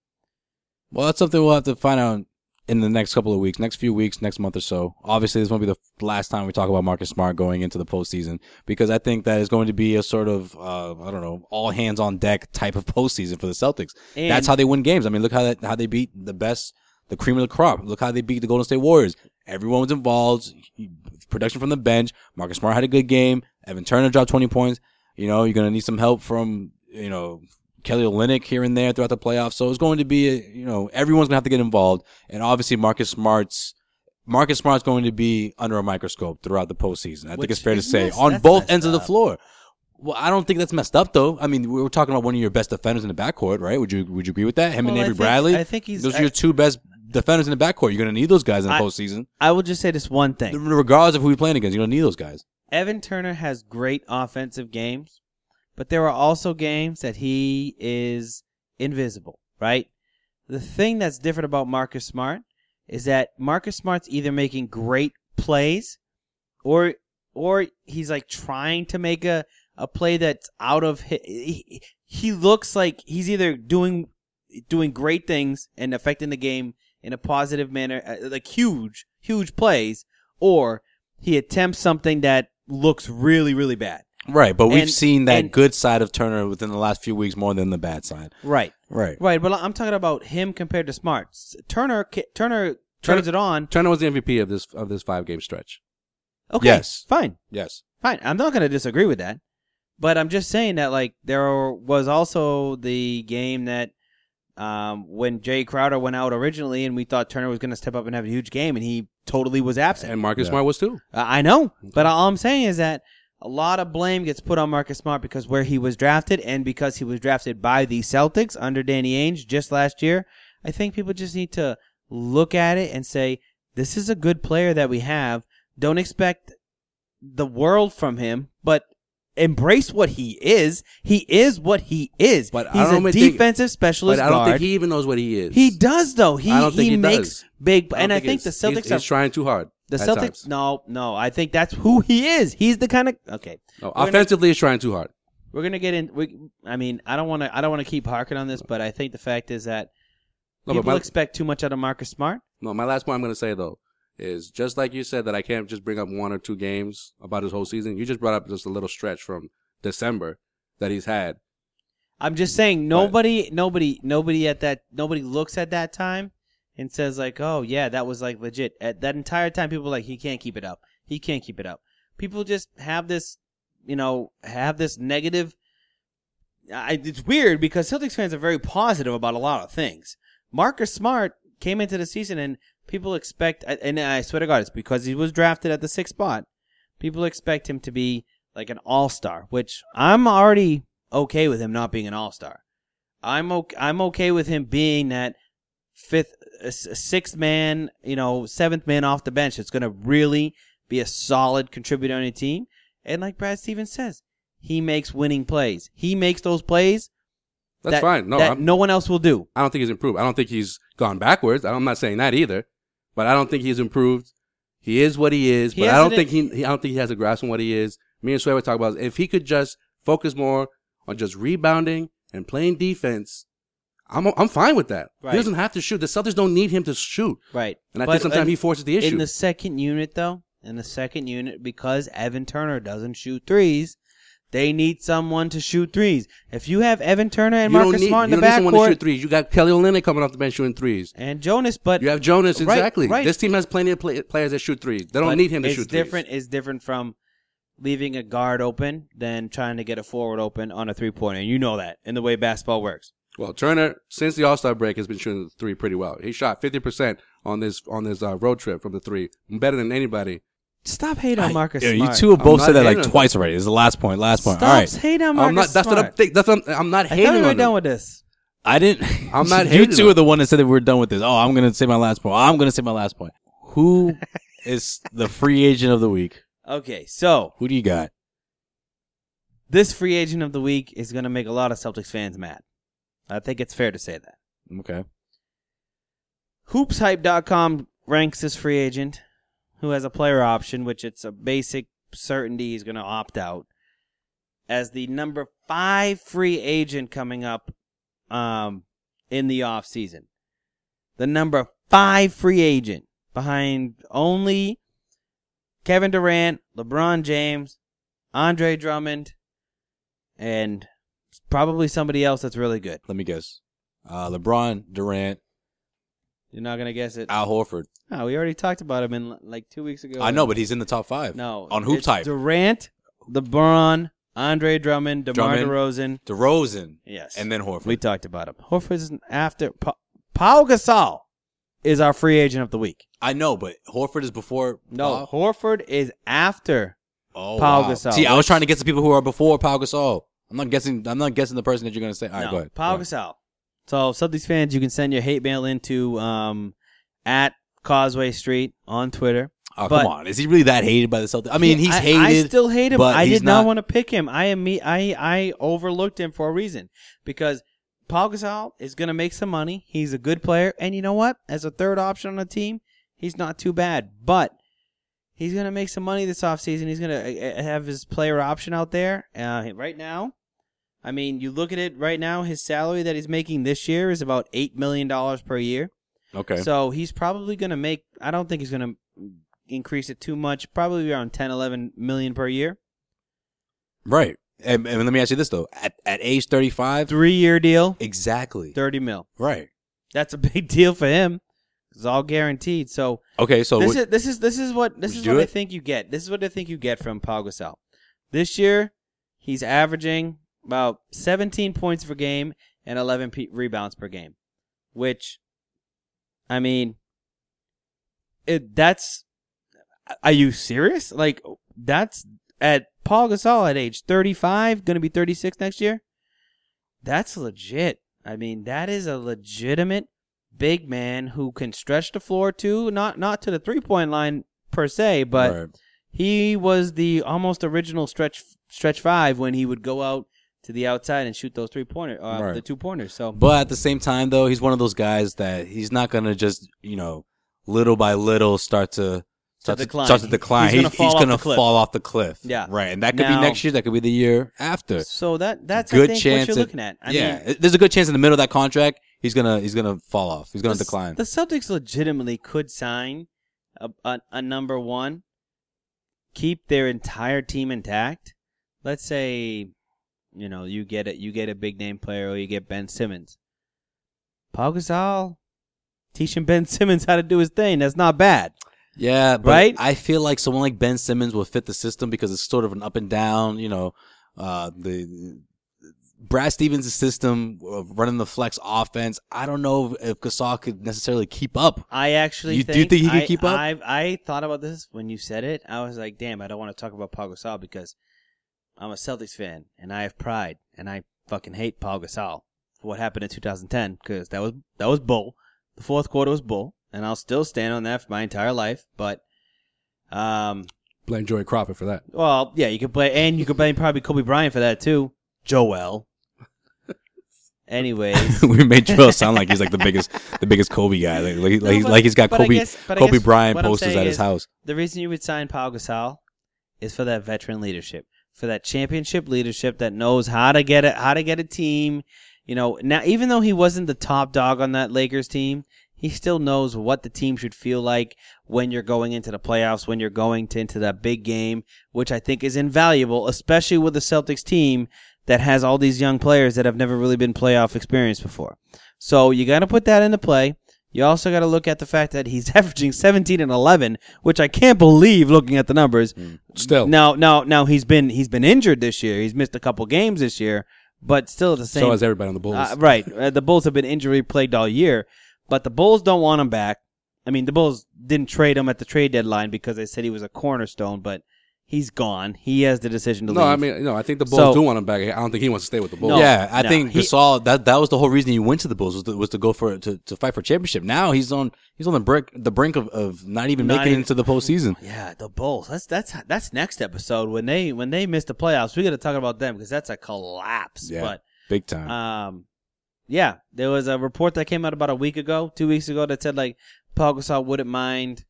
[SPEAKER 1] Well, that's something we'll have to find out in the next couple of weeks, next few weeks, next month or so. Obviously, this won't be the f- last time we talk about Marcus Smart going into the postseason because I think that is going to be a sort of, uh, I don't know, all hands on deck type of postseason for the Celtics.
[SPEAKER 2] And-
[SPEAKER 1] That's how they win games. I mean, look how that, how they beat the best, the cream of the crop. Look how they beat the Golden State Warriors. Everyone was involved. He- Production from the bench. Marcus Smart had a good game. Evan Turner dropped 20 points. You know, you're going to need some help from, you know, Kelly Olynyk here and there throughout the playoffs. So it's going to be, a, you know, everyone's going to have to get involved. And obviously, Marcus Smart's Marcus Smart's going to be under a microscope throughout the postseason. I think
[SPEAKER 2] Which
[SPEAKER 1] it's fair to
[SPEAKER 2] is
[SPEAKER 1] say
[SPEAKER 2] messed-
[SPEAKER 1] on
[SPEAKER 2] that's
[SPEAKER 1] both
[SPEAKER 2] messed
[SPEAKER 1] ends of the
[SPEAKER 2] up.
[SPEAKER 1] floor. Well, I don't think that's messed up though. I mean, we were talking about one of your best defenders in the backcourt, right? Would you Would you agree with that? Him
[SPEAKER 2] Well,
[SPEAKER 1] and
[SPEAKER 2] I
[SPEAKER 1] Avery
[SPEAKER 2] think-
[SPEAKER 1] Bradley.
[SPEAKER 2] I think he's-
[SPEAKER 1] those are
[SPEAKER 2] I-
[SPEAKER 1] your two best defenders in the backcourt. You're going to need those guys in the
[SPEAKER 2] I-
[SPEAKER 1] postseason,
[SPEAKER 2] I will just say this one thing.
[SPEAKER 1] regardless of who you're playing against. You're going to need those guys.
[SPEAKER 2] Evan Turner has great offensive games, but there are also games that he is invisible, right? The thing that's different about Marcus Smart is that Marcus Smart's either making great plays or or he's like trying to make a, a play that's out of his, he, he looks like he's either doing doing great things and affecting the game in a positive manner uh, like huge huge plays or he attempts something that looks really really bad
[SPEAKER 1] Right, but we've
[SPEAKER 2] And-
[SPEAKER 1] seen that
[SPEAKER 2] and-
[SPEAKER 1] good side of Turner within the last few weeks more than the bad side.
[SPEAKER 2] right
[SPEAKER 1] Right.
[SPEAKER 2] right but i'm talking about him compared to smart S- turner ca- turner turns
[SPEAKER 3] Turner-
[SPEAKER 2] it on
[SPEAKER 3] Turner was the MVP of this of this five game stretch.
[SPEAKER 2] okay
[SPEAKER 1] Yes.
[SPEAKER 2] fine
[SPEAKER 1] Yes.
[SPEAKER 2] fine. I'm not going to disagree with that. But I'm just saying that like there was also the game that um, when Jay Crowder went out originally, and we thought Turner was going to step up and have a huge game, and he totally was absent.
[SPEAKER 3] And Marcus
[SPEAKER 1] Yeah.
[SPEAKER 3] Smart was too.
[SPEAKER 2] Uh, I know, but all I'm saying is that a lot of blame gets put on Marcus Smart because where he was drafted and because he was drafted by the Celtics under Danny Ainge just last year. I think people just need to look at it and say, this is a good player that we have. Don't expect the world from him, but embrace what he is. He is what he is.
[SPEAKER 3] But I
[SPEAKER 2] He's
[SPEAKER 3] don't
[SPEAKER 2] a
[SPEAKER 3] think-
[SPEAKER 2] defensive specialist
[SPEAKER 3] But I don't
[SPEAKER 2] guard.
[SPEAKER 3] think he even knows what he is.
[SPEAKER 2] he does though. He
[SPEAKER 3] I don't think
[SPEAKER 2] he,
[SPEAKER 3] he
[SPEAKER 2] makes
[SPEAKER 3] does.
[SPEAKER 2] big
[SPEAKER 3] don't
[SPEAKER 2] and I think
[SPEAKER 3] he's-
[SPEAKER 2] the Celtics
[SPEAKER 3] he's,
[SPEAKER 2] are
[SPEAKER 3] he's trying too hard.
[SPEAKER 2] the
[SPEAKER 3] at
[SPEAKER 2] Celtics?
[SPEAKER 3] times.
[SPEAKER 2] No, no. I think that's who he is. He's the kind of okay.
[SPEAKER 3] No,
[SPEAKER 2] We're gonna,
[SPEAKER 3] offensively, he's trying too hard.
[SPEAKER 2] we're gonna get in. We, I mean, I don't want to. I don't want to keep harking on this, but I think the fact is that
[SPEAKER 3] No, but
[SPEAKER 2] people
[SPEAKER 3] my,
[SPEAKER 2] expect too much out of Marcus Smart.
[SPEAKER 3] no, my last point I'm going to say though is just like you said that I can't just bring up one or two games about his whole season. You just brought up just a little stretch from December that he's had.
[SPEAKER 2] I'm just saying nobody, nobody, nobody at that nobody looks at that time and says like, "Oh yeah, that was like legit." At that entire time, people were like, "He can't keep it up. He can't keep it up." People just have this, you know, have this negative. I, it's weird because Celtics fans are very positive about a lot of things. Marcus Smart came into the season and people expect, and I swear to God, it's because he was drafted at the sixth spot. People expect him to be like an all star, which I'm already okay with him not being an all star. I'm okay, I'm okay with him being that fifth, uh, s- sixth man, you know, seventh man off the bench that's going to really be a solid contributor on your team. And like Brad Stevens says, he makes winning plays. He makes those plays
[SPEAKER 3] That's
[SPEAKER 2] that-
[SPEAKER 3] fine. No,
[SPEAKER 2] that
[SPEAKER 3] I'm,
[SPEAKER 2] no one else will do.
[SPEAKER 3] I don't think he's improved. I don't think he's gone backwards. I'm not saying that either, but I don't think he's improved. He is what he is,
[SPEAKER 2] He
[SPEAKER 3] but I don't
[SPEAKER 2] hasn't-
[SPEAKER 3] think he, he. I don't think he has a grasp on what he is. Me and Sway were talking about if he could just focus more on just rebounding and playing defense. I'm I'm fine with that.
[SPEAKER 2] Right.
[SPEAKER 3] He doesn't have to shoot. The Celtics don't need him to shoot,
[SPEAKER 2] Right.
[SPEAKER 3] and I
[SPEAKER 2] But uh,
[SPEAKER 3] think sometimes
[SPEAKER 2] in-
[SPEAKER 3] he forces the issue.
[SPEAKER 2] In the second unit, though, in the second unit, because Evan Turner doesn't shoot threes, they need someone to shoot threes. If you have Evan Turner and
[SPEAKER 3] you
[SPEAKER 2] Marcus
[SPEAKER 3] don't need,
[SPEAKER 2] Smart
[SPEAKER 3] you
[SPEAKER 2] in the
[SPEAKER 3] don't need someone to
[SPEAKER 2] backcourt
[SPEAKER 3] shoot threes. You got Kelly Olynyk coming off the bench shooting threes.
[SPEAKER 2] and Jonas, but
[SPEAKER 3] You have Jonas
[SPEAKER 2] Right,
[SPEAKER 3] exactly.
[SPEAKER 2] right.
[SPEAKER 3] This team has plenty of play, players that shoot threes. They don't
[SPEAKER 2] but
[SPEAKER 3] need him to
[SPEAKER 2] it's
[SPEAKER 3] shoot threes.
[SPEAKER 2] different. It's different from leaving a guard open than trying to get a forward open on a three pointer. And you know that in the way basketball works.
[SPEAKER 3] Well, Turner since the All Star break has been shooting the three pretty well. He shot fifty percent on this on this uh, road trip from the three, better than anybody.
[SPEAKER 2] Stop hating on Marcus
[SPEAKER 1] Yeah, you
[SPEAKER 2] Smart.
[SPEAKER 1] two have
[SPEAKER 3] I'm
[SPEAKER 1] both
[SPEAKER 3] not
[SPEAKER 1] said that like
[SPEAKER 3] hating on
[SPEAKER 1] twice already. This is the last point. Last point.
[SPEAKER 2] Stop
[SPEAKER 1] All right.
[SPEAKER 2] hating on Marcus
[SPEAKER 3] I'm not. That's
[SPEAKER 2] Smart.
[SPEAKER 3] what I'm. Think, that's what I'm, I'm not
[SPEAKER 2] I thought
[SPEAKER 3] hating
[SPEAKER 2] we were
[SPEAKER 3] on
[SPEAKER 2] done
[SPEAKER 3] him.
[SPEAKER 2] with this.
[SPEAKER 1] I didn't.
[SPEAKER 3] I'm not
[SPEAKER 1] You
[SPEAKER 3] hating
[SPEAKER 1] two
[SPEAKER 3] on
[SPEAKER 1] are the one that said that we're done with this. Oh, I'm gonna say my last point. I'm gonna say my last point. Who is the free agent of the week?
[SPEAKER 2] Okay, so
[SPEAKER 1] Who do you got?
[SPEAKER 2] this free agent of the week is going to make a lot of Celtics fans mad. I think it's fair to say that.
[SPEAKER 1] Okay.
[SPEAKER 2] Hoopshype.com ranks this free agent who has a player option, which it's a basic certainty he's going to opt out, as the number five free agent coming up um, in the offseason. The number five free agent behind only Kevin Durant, LeBron James, Andre Drummond, and probably somebody else that's really good.
[SPEAKER 1] Let me guess. Uh, LeBron, Durant,
[SPEAKER 2] You're not going to guess it.
[SPEAKER 1] Al Horford.
[SPEAKER 2] No, we already talked about him in like two weeks ago.
[SPEAKER 1] I know, but he's in the top five.
[SPEAKER 2] no
[SPEAKER 1] on hoop
[SPEAKER 2] it's
[SPEAKER 1] type.
[SPEAKER 2] Durant, LeBron, Andre Drummond, DeMar
[SPEAKER 1] Drummond.
[SPEAKER 2] DeRozan.
[SPEAKER 1] DeRozan,
[SPEAKER 2] Yes,
[SPEAKER 1] and then Horford.
[SPEAKER 2] we talked about him. Horford's an after. Pa- Paul Gasol is our free agent of the week.
[SPEAKER 1] I know, but Horford is before.
[SPEAKER 2] No,
[SPEAKER 1] Paul,
[SPEAKER 2] Horford is after.
[SPEAKER 1] oh,
[SPEAKER 2] Paul
[SPEAKER 1] wow.
[SPEAKER 2] Gasol.
[SPEAKER 1] See, I was trying to get some people who are before Paul Gasol. I'm not guessing. I'm not guessing the person that you're gonna say. All right,
[SPEAKER 2] no,
[SPEAKER 1] go ahead.
[SPEAKER 2] Paul
[SPEAKER 1] Go ahead.
[SPEAKER 2] Gasol. So, Celtics fans, you can send your hate mail into um, at Causeway Street on Twitter.
[SPEAKER 1] Oh,
[SPEAKER 2] but-
[SPEAKER 1] come on. Is he really that hated by the Celtics? I mean, he's
[SPEAKER 2] I-
[SPEAKER 1] hated.
[SPEAKER 2] I still hate him.
[SPEAKER 1] but
[SPEAKER 2] I
[SPEAKER 1] he's
[SPEAKER 2] did not,
[SPEAKER 1] not-
[SPEAKER 2] want to pick him. I am me. I I overlooked him for a reason because Paul Gasol is going to make some money. He's a good player, and you know what? As a third option on the team, he's not too bad. But he's going to make some money this offseason. He's going to have his player option out there uh, right now. I mean, you look at it right now. His salary that he's making this year is about eight million dollars per year.
[SPEAKER 1] okay.
[SPEAKER 2] So he's probably going to make, I don't think he's going to increase it too much, probably around 10, 11 million per year.
[SPEAKER 1] Right. And, and let me ask you this though: at, at age 35,
[SPEAKER 2] Three year deal,
[SPEAKER 1] exactly.
[SPEAKER 2] 30 mil.
[SPEAKER 1] Right.
[SPEAKER 2] That's a big deal for him. It's all guaranteed. So
[SPEAKER 1] Okay. So
[SPEAKER 2] this
[SPEAKER 1] what-
[SPEAKER 2] is this is this is what this
[SPEAKER 1] would
[SPEAKER 2] is
[SPEAKER 1] you
[SPEAKER 2] what
[SPEAKER 1] do
[SPEAKER 2] I
[SPEAKER 1] it?
[SPEAKER 2] think you get. This is what I think you get from Paul Gasol. This year, he's averaging about 17 points per game and 11 pe rebounds per game, which, I mean, it that's. Are you serious? Like that's at Paul Gasol at age 35, going to be 36 next year. That's legit. I mean, that is a legitimate big man who can stretch the floor too, not not to the three point line per se, but
[SPEAKER 1] Right.
[SPEAKER 2] he was the almost original stretch stretch five when he would go out to the outside and shoot those three pointer, uh,
[SPEAKER 1] Right.
[SPEAKER 2] the two pointers. So
[SPEAKER 1] But at the same time, though, he's one of those guys that he's not gonna just you know little by little start to start
[SPEAKER 2] decline.
[SPEAKER 1] start to decline.
[SPEAKER 2] He's gonna fall off
[SPEAKER 1] gonna
[SPEAKER 2] the cliff.
[SPEAKER 1] fall off the cliff.
[SPEAKER 2] Yeah.
[SPEAKER 1] Right. And that could
[SPEAKER 2] Now-
[SPEAKER 1] be next year. That could be the year after.
[SPEAKER 2] so that that's I
[SPEAKER 1] Good
[SPEAKER 2] think
[SPEAKER 1] chance
[SPEAKER 2] what you're
[SPEAKER 1] that-
[SPEAKER 2] looking at. I
[SPEAKER 1] yeah.
[SPEAKER 2] mean,
[SPEAKER 1] There's a good chance in the middle of that contract, he's gonna he's gonna fall off. He's gonna
[SPEAKER 2] the,
[SPEAKER 1] decline.
[SPEAKER 2] The Celtics legitimately could sign a, a, a number one, keep their entire team intact. Let's say, you know, you get a, you get a big name player or you get Ben Simmons. Paul Gasol teaching Ben Simmons how to do his thing. That's not bad.
[SPEAKER 1] Yeah, but
[SPEAKER 2] Right?
[SPEAKER 1] I feel like someone like Ben Simmons will fit the system because it's sort of an up and down. You know, uh, the Brad Stevens' system of running the flex offense. I don't know if Gasol could necessarily keep up.
[SPEAKER 2] I actually
[SPEAKER 1] You do
[SPEAKER 2] think,
[SPEAKER 1] think he can
[SPEAKER 2] I,
[SPEAKER 1] keep up?
[SPEAKER 2] I, I thought about this when you said it. I was like, damn, I don't want to talk about Paul Gasol because I'm a Celtics fan and I have pride and I fucking hate Paul Gasol for what happened in 2010 because that was that was bull. The fourth quarter was bull, and I'll still stand on that for my entire life. But, um,
[SPEAKER 3] Blame Joey Crawford for that.
[SPEAKER 2] well, yeah, you could play, and you could blame probably Kobe Bryant for that too. Joel. Anyways,
[SPEAKER 1] we made Joel sound like he's like the biggest, the biggest Kobe guy. Like like,
[SPEAKER 2] No,
[SPEAKER 1] like,
[SPEAKER 2] but-
[SPEAKER 1] like he's got
[SPEAKER 2] but I
[SPEAKER 1] Kobe
[SPEAKER 2] guess- but I
[SPEAKER 1] Kobe
[SPEAKER 2] guess
[SPEAKER 1] Bryant
[SPEAKER 2] what I'm
[SPEAKER 1] posters
[SPEAKER 2] saying
[SPEAKER 1] at his
[SPEAKER 2] is-
[SPEAKER 1] house.
[SPEAKER 2] the reason you would sign Paul Gasol is for that veteran leadership, for that championship leadership that knows how to get it, how to get a team. You know, now even though he wasn't the top dog on that Lakers team, he still knows what the team should feel like when you're going into the playoffs, when you're going to, into that big game, which I think is invaluable, especially with the Celtics team that has all these young players that have never really been playoff experienced before. So you got to put that into play. You also got to look at the fact that he's averaging 17 and 11, which I can't believe looking at the numbers.
[SPEAKER 3] Still,
[SPEAKER 2] Now, now, now he's been he's been injured this year. He's missed a couple games this year, but still at the same.
[SPEAKER 3] so has everybody on the Bulls.
[SPEAKER 2] Uh, right. Uh, the Bulls have been injury plagued all year, but the Bulls don't want him back. I mean, the Bulls didn't trade him at the trade deadline because they said he was a cornerstone, but he's gone. He has the decision to
[SPEAKER 3] no,
[SPEAKER 2] leave.
[SPEAKER 3] I mean, no, I think the Bulls
[SPEAKER 2] So-
[SPEAKER 3] do want him back. I don't think he wants to stay with the Bulls.
[SPEAKER 2] No,
[SPEAKER 1] yeah, I
[SPEAKER 2] no,
[SPEAKER 1] think
[SPEAKER 2] he-
[SPEAKER 1] Gasol. That that was the whole reason he went to the Bulls was to, was to go for to, to fight for a championship. Now he's on he's on the brink the brink of, of not even
[SPEAKER 2] Not
[SPEAKER 1] making
[SPEAKER 2] even-
[SPEAKER 1] it into the postseason.
[SPEAKER 2] Yeah, the Bulls. That's that's that's next episode when they when they miss the playoffs. We got to talk about them because that's a collapse.
[SPEAKER 1] Yeah. Big time.
[SPEAKER 2] But um, yeah, there was a report that came out about a week ago, two weeks ago, that said like Paul Gasol wouldn't mind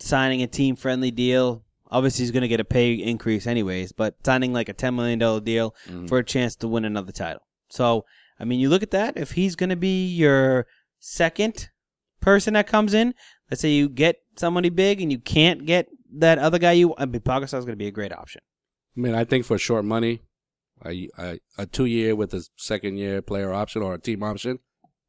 [SPEAKER 2] signing a team friendly deal. Obviously, he's going to get a pay increase anyways, but signing like a ten million dollar deal
[SPEAKER 1] Mm-hmm.
[SPEAKER 2] for a chance to win another title. So I mean, you look at that. If he's going to be your second person that comes in, let's say you get somebody big and you can't get that other guy, you I mean, Pau Gasol is going to be a great option.
[SPEAKER 3] I mean, I think for short money, a, a, a two year with a second year player option or a team option,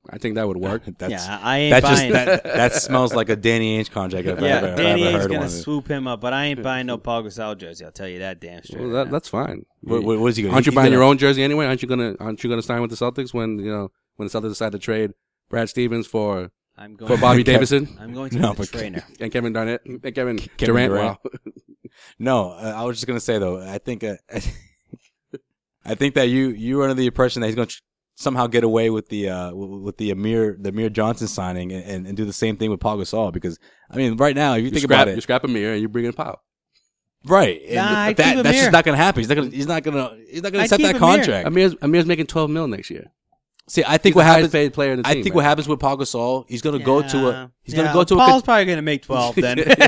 [SPEAKER 3] I think that would work.
[SPEAKER 1] that's
[SPEAKER 2] yeah, I ain't
[SPEAKER 1] that just
[SPEAKER 2] buying.
[SPEAKER 1] that, that smells like a Danny Ainge contract. If I
[SPEAKER 2] yeah,
[SPEAKER 1] ever, if
[SPEAKER 2] Danny
[SPEAKER 1] I ever
[SPEAKER 2] Ainge's
[SPEAKER 1] heard
[SPEAKER 2] going to
[SPEAKER 1] one.
[SPEAKER 2] swoop him up, but I ain't buying no Pau Gasol jersey. I'll tell you that damn straight.
[SPEAKER 3] Well,
[SPEAKER 2] right
[SPEAKER 3] that,
[SPEAKER 2] now.
[SPEAKER 3] that's fine.
[SPEAKER 1] What, what, what is he going?
[SPEAKER 3] Aren't you buying your own jersey anyway? Aren't you gonna Aren't you gonna sign with the Celtics when you know when the Celtics decide to trade Brad Stevens for
[SPEAKER 2] I'm going
[SPEAKER 3] for Bobby
[SPEAKER 2] to,
[SPEAKER 3] Davidson
[SPEAKER 2] I'm going to
[SPEAKER 1] No,
[SPEAKER 2] be the
[SPEAKER 1] but-
[SPEAKER 2] trainer.
[SPEAKER 3] and Kevin Garnett and
[SPEAKER 1] Kevin
[SPEAKER 3] Kevin, Durant?
[SPEAKER 1] Durant.
[SPEAKER 3] Wow.
[SPEAKER 1] No, uh, I was just gonna say though. I think uh, I think that you you were under the impression that he's gonna tr- somehow get away with the uh w- with the Amir the Amir Johnson signing and, and, and do the same thing with Paul Gasol because I mean right now if you,
[SPEAKER 3] You
[SPEAKER 1] think
[SPEAKER 3] scrap,
[SPEAKER 1] about
[SPEAKER 3] You
[SPEAKER 1] it
[SPEAKER 3] scrap a mirror and you bring in Powell.
[SPEAKER 1] right and
[SPEAKER 2] Nah, I'd
[SPEAKER 1] that,
[SPEAKER 2] keep
[SPEAKER 1] that's
[SPEAKER 2] Amir.
[SPEAKER 1] just not gonna happen he's not gonna he's not gonna he's not gonna
[SPEAKER 2] I'd
[SPEAKER 1] accept
[SPEAKER 2] keep
[SPEAKER 1] that
[SPEAKER 2] Amir.
[SPEAKER 1] contract.
[SPEAKER 3] Amir's Amir's making twelve mil next year.
[SPEAKER 1] See, I
[SPEAKER 3] He's
[SPEAKER 1] think what
[SPEAKER 3] the highest
[SPEAKER 1] happens
[SPEAKER 3] paid player in the
[SPEAKER 1] I
[SPEAKER 3] team,
[SPEAKER 1] think
[SPEAKER 3] right?
[SPEAKER 1] what happens with Paul Gasol he's gonna go to
[SPEAKER 2] Yeah.
[SPEAKER 1] a he's gonna
[SPEAKER 2] Yeah,
[SPEAKER 1] go to a
[SPEAKER 2] Paul's
[SPEAKER 1] con-
[SPEAKER 2] probably going to make 12 then.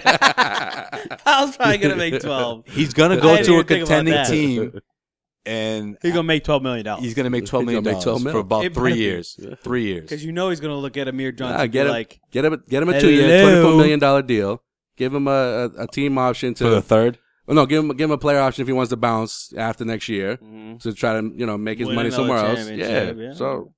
[SPEAKER 2] Paul's probably going to make 12.
[SPEAKER 1] he's gonna
[SPEAKER 2] I
[SPEAKER 1] go
[SPEAKER 2] didn't
[SPEAKER 1] to a
[SPEAKER 2] even think about
[SPEAKER 1] contending
[SPEAKER 2] that.
[SPEAKER 1] team and
[SPEAKER 2] He's going to make $12 million.
[SPEAKER 1] he's gonna make twelve
[SPEAKER 3] He's gonna
[SPEAKER 1] million
[SPEAKER 3] make 12
[SPEAKER 1] dollars
[SPEAKER 3] mil.
[SPEAKER 1] for about
[SPEAKER 2] It
[SPEAKER 1] three
[SPEAKER 2] better be.
[SPEAKER 1] years three years
[SPEAKER 2] Because you know he's going to look at Amir Johnson
[SPEAKER 3] Ah,
[SPEAKER 2] and be
[SPEAKER 3] get him,
[SPEAKER 2] like,
[SPEAKER 3] get him, get him a two year,
[SPEAKER 2] Hello.
[SPEAKER 3] twenty four million dollar deal. Give him a, a, a team option to
[SPEAKER 1] for the third.
[SPEAKER 3] Oh, no, give him give him a player option if he wants to bounce after next year to try to you know make his
[SPEAKER 2] Mm-hmm. Win
[SPEAKER 3] money
[SPEAKER 2] another
[SPEAKER 3] somewhere else. Yeah.
[SPEAKER 2] championship, yeah.
[SPEAKER 3] so